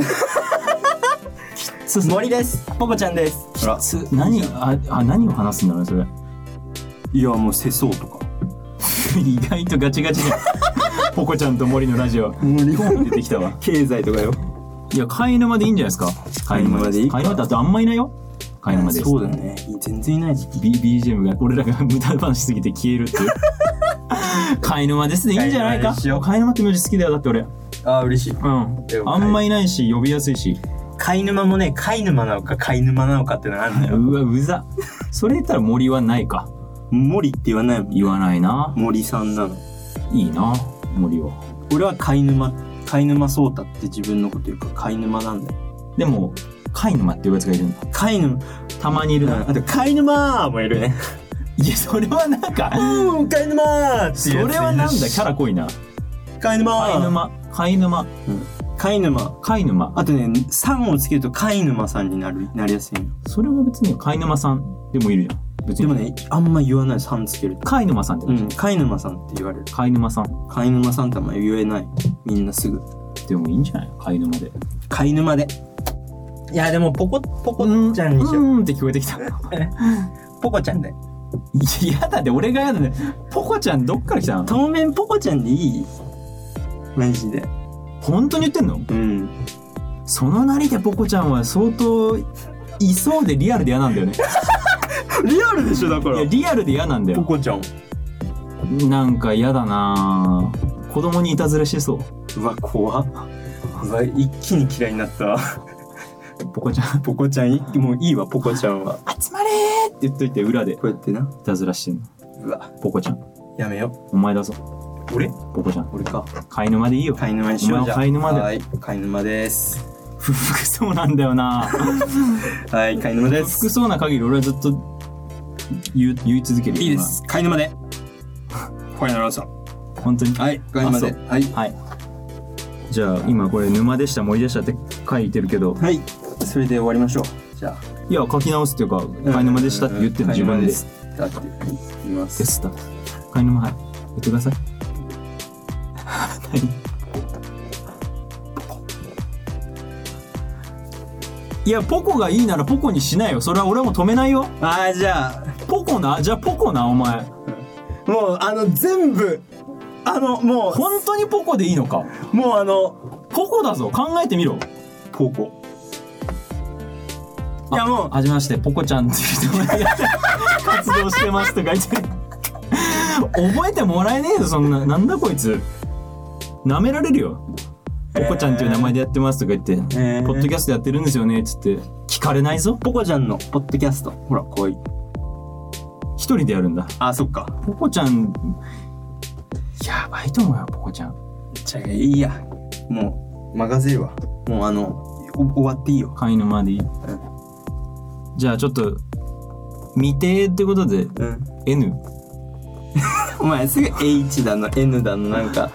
Speaker 2: す森ですポコちゃんです
Speaker 1: きつ何ああ何を話すんだろうねそれ
Speaker 2: いやもう世相とか
Speaker 1: 意外とガチガチ じゃんポコちゃんと森のラジオ
Speaker 2: 森
Speaker 1: 出てきたわ
Speaker 2: 経済とか よ
Speaker 1: いや飼い沼でいいんじゃないですか
Speaker 2: 飼い沼でいい
Speaker 1: 飼い沼だってあんまいないよ飼い沼です
Speaker 2: そうだね全然いないし
Speaker 1: B BGM が俺らが無駄話しすぎて消えるっていう 飼い沼ですねいいんじゃないか
Speaker 2: 飼い沼にしよう
Speaker 1: 飼い沼って名字好きだよだって俺
Speaker 2: ああ嬉しい
Speaker 1: うん
Speaker 2: でも
Speaker 1: あんまいないし呼びやすいし
Speaker 2: 貝沼もね貝沼なのか貝沼なのかっていうのがあるんだよ
Speaker 1: うわうざそれ言ったら森はないか
Speaker 2: 森って言わないもん
Speaker 1: 言わないな
Speaker 2: 森さんなの
Speaker 1: いいな森は
Speaker 2: 俺は貝沼貝沼颯太って自分のこと言うから貝沼なんだよ
Speaker 1: でも貝沼っていうやつがいるんだ
Speaker 2: 貝沼
Speaker 1: たまにいるな、
Speaker 2: あと貝沼もいるね
Speaker 1: いやそれはなんか
Speaker 2: うん貝沼って
Speaker 1: それはなんだキャラ濃いな
Speaker 2: 貝沼
Speaker 1: 貝沼貝沼
Speaker 2: 貝沼
Speaker 1: 貝沼
Speaker 2: あとねさんをつけると貝沼さんになるなりやすいのよ
Speaker 1: それは別に貝沼さんでもいるじゃん別
Speaker 2: でも
Speaker 1: に
Speaker 2: ねあんま言わないさんつけると
Speaker 1: 貝沼さんって
Speaker 2: う
Speaker 1: 感じ、
Speaker 2: ん貝沼さんって言われる
Speaker 1: 貝沼さん
Speaker 2: 貝沼さんってあんま言えないみんなすぐ
Speaker 1: でもいいんじゃない貝沼で
Speaker 2: 貝沼でいやでもポコポ
Speaker 1: うん
Speaker 2: コちゃんにしよう
Speaker 1: うーんって聞こえてきた
Speaker 2: ポコちゃんで
Speaker 1: いややだで俺がやだねポコちゃんどっから来たの
Speaker 2: 当面ポコちゃんでいいマジで
Speaker 1: 本当に言ってんの
Speaker 2: うん
Speaker 1: そのなりでポコちゃんは相当いそうでリアルで嫌なんだよね
Speaker 2: リアルでしょだか
Speaker 1: いやリアルで嫌なんだ
Speaker 2: ポ
Speaker 1: よ
Speaker 2: コちゃん
Speaker 1: なんか嫌だなぁ子供にいたずらしそう
Speaker 2: わ怖っうわ一気に嫌いになったわ
Speaker 1: うポコちゃん
Speaker 2: ポコちゃん一気もういいわポコちゃんは
Speaker 1: 集まれーって言っといて裏でい
Speaker 2: こうやってな
Speaker 1: たずらしてんの
Speaker 2: うわ
Speaker 1: ポコちゃん
Speaker 2: やめよ
Speaker 1: お前だぞ
Speaker 2: う俺
Speaker 1: ポコちゃん
Speaker 2: 俺か
Speaker 1: 飼い沼でいいよ
Speaker 2: 飼い沼にしようじゃあ
Speaker 1: お前は飼い沼で
Speaker 2: はい飼い沼です
Speaker 1: 不服そうなんだよなぁ
Speaker 2: はい飼い沼で
Speaker 1: 不服
Speaker 2: す
Speaker 1: そうな限り俺はずっと言う言い続けるよ
Speaker 2: いいです飼い沼でファイナルアンサー
Speaker 1: 今本当に
Speaker 2: はい飼い沼で
Speaker 1: あそ
Speaker 2: はい
Speaker 1: はいじゃあ今これ沼でした森でしたって書いてるけど
Speaker 2: はいそれで終わりましょうじゃ
Speaker 1: いや書き直すっていうか
Speaker 2: あ
Speaker 1: 飼い沼でしたって言ってるの
Speaker 2: 飼
Speaker 1: 自
Speaker 2: い沼
Speaker 1: 分で
Speaker 2: ですだってはい言いま
Speaker 1: ですした飼い沼はい言ってください何いやポコがいいならポコにしないよそれは俺はもう止めないよ
Speaker 2: あーじゃあ
Speaker 1: ポコなじゃあポコなお前
Speaker 2: もうあの全部あのも
Speaker 1: 本当にポコでいいのか
Speaker 2: うもうあの
Speaker 1: ポコだぞ考えてみろ
Speaker 2: ポコいやもう
Speaker 1: はじめましてポコちゃんっていう人が活動してますとか言って覚えてもらえねえぞそんななんだこいつなめられるよポコちゃんっていう名前でやってますとか言って、
Speaker 2: ー
Speaker 1: ポッドキャストやってるんですよねっつって聞かれないぞ
Speaker 2: ポコちゃんのポッドキャストほらこうい
Speaker 1: 一人でやるんだ
Speaker 2: あそっか
Speaker 1: ポコちゃんやばいと思うよポコちゃん
Speaker 2: じゃあいいやもう任せるわもうあのお終わっていいよ
Speaker 1: 飼い沼でいいじゃあちょっと未定ってことで
Speaker 2: うん
Speaker 1: N
Speaker 2: お前すぐ H だの N だのなんか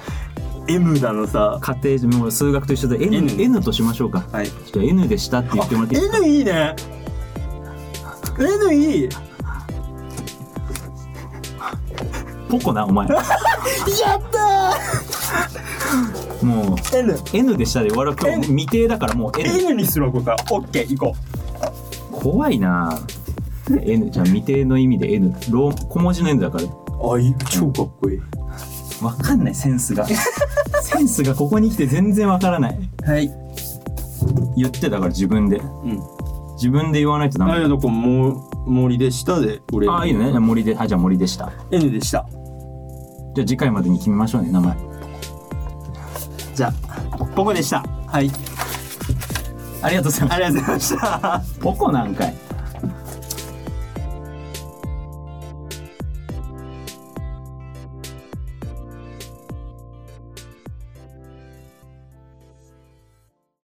Speaker 2: M だのさ。
Speaker 1: 家庭もう数学と一緒で N,
Speaker 2: N
Speaker 1: N, としましょうか
Speaker 2: はい。
Speaker 1: ちょっと N でしたって言ってもらっていいですか
Speaker 2: N いいね N いい
Speaker 1: ポコなお前
Speaker 2: やった
Speaker 1: もう
Speaker 2: ー !N!
Speaker 1: N でしたで終わる今日
Speaker 2: N
Speaker 1: 未定だからもう N
Speaker 2: N にするわ、これから。OK、行こ
Speaker 1: 怖いな N じゃあ未定の意味で N ロー小文字の N だから
Speaker 2: う。あ、いい。超かっこいい。
Speaker 1: わかんないセンス がセンスがここに来て全然わからない
Speaker 2: はい。
Speaker 1: 言ってだから自分で
Speaker 2: うん。
Speaker 1: 自分で言わないとダメ
Speaker 2: あ、いや、だから、も、森でしたで、俺。
Speaker 1: ああいいね森であじゃあ森でした
Speaker 2: N でした。
Speaker 1: じゃあ次回までに決めましょうね名前
Speaker 2: じゃあ、ポコでした。はい。
Speaker 1: ありがとうございます
Speaker 2: ありがとうございました。
Speaker 1: ポコなんかい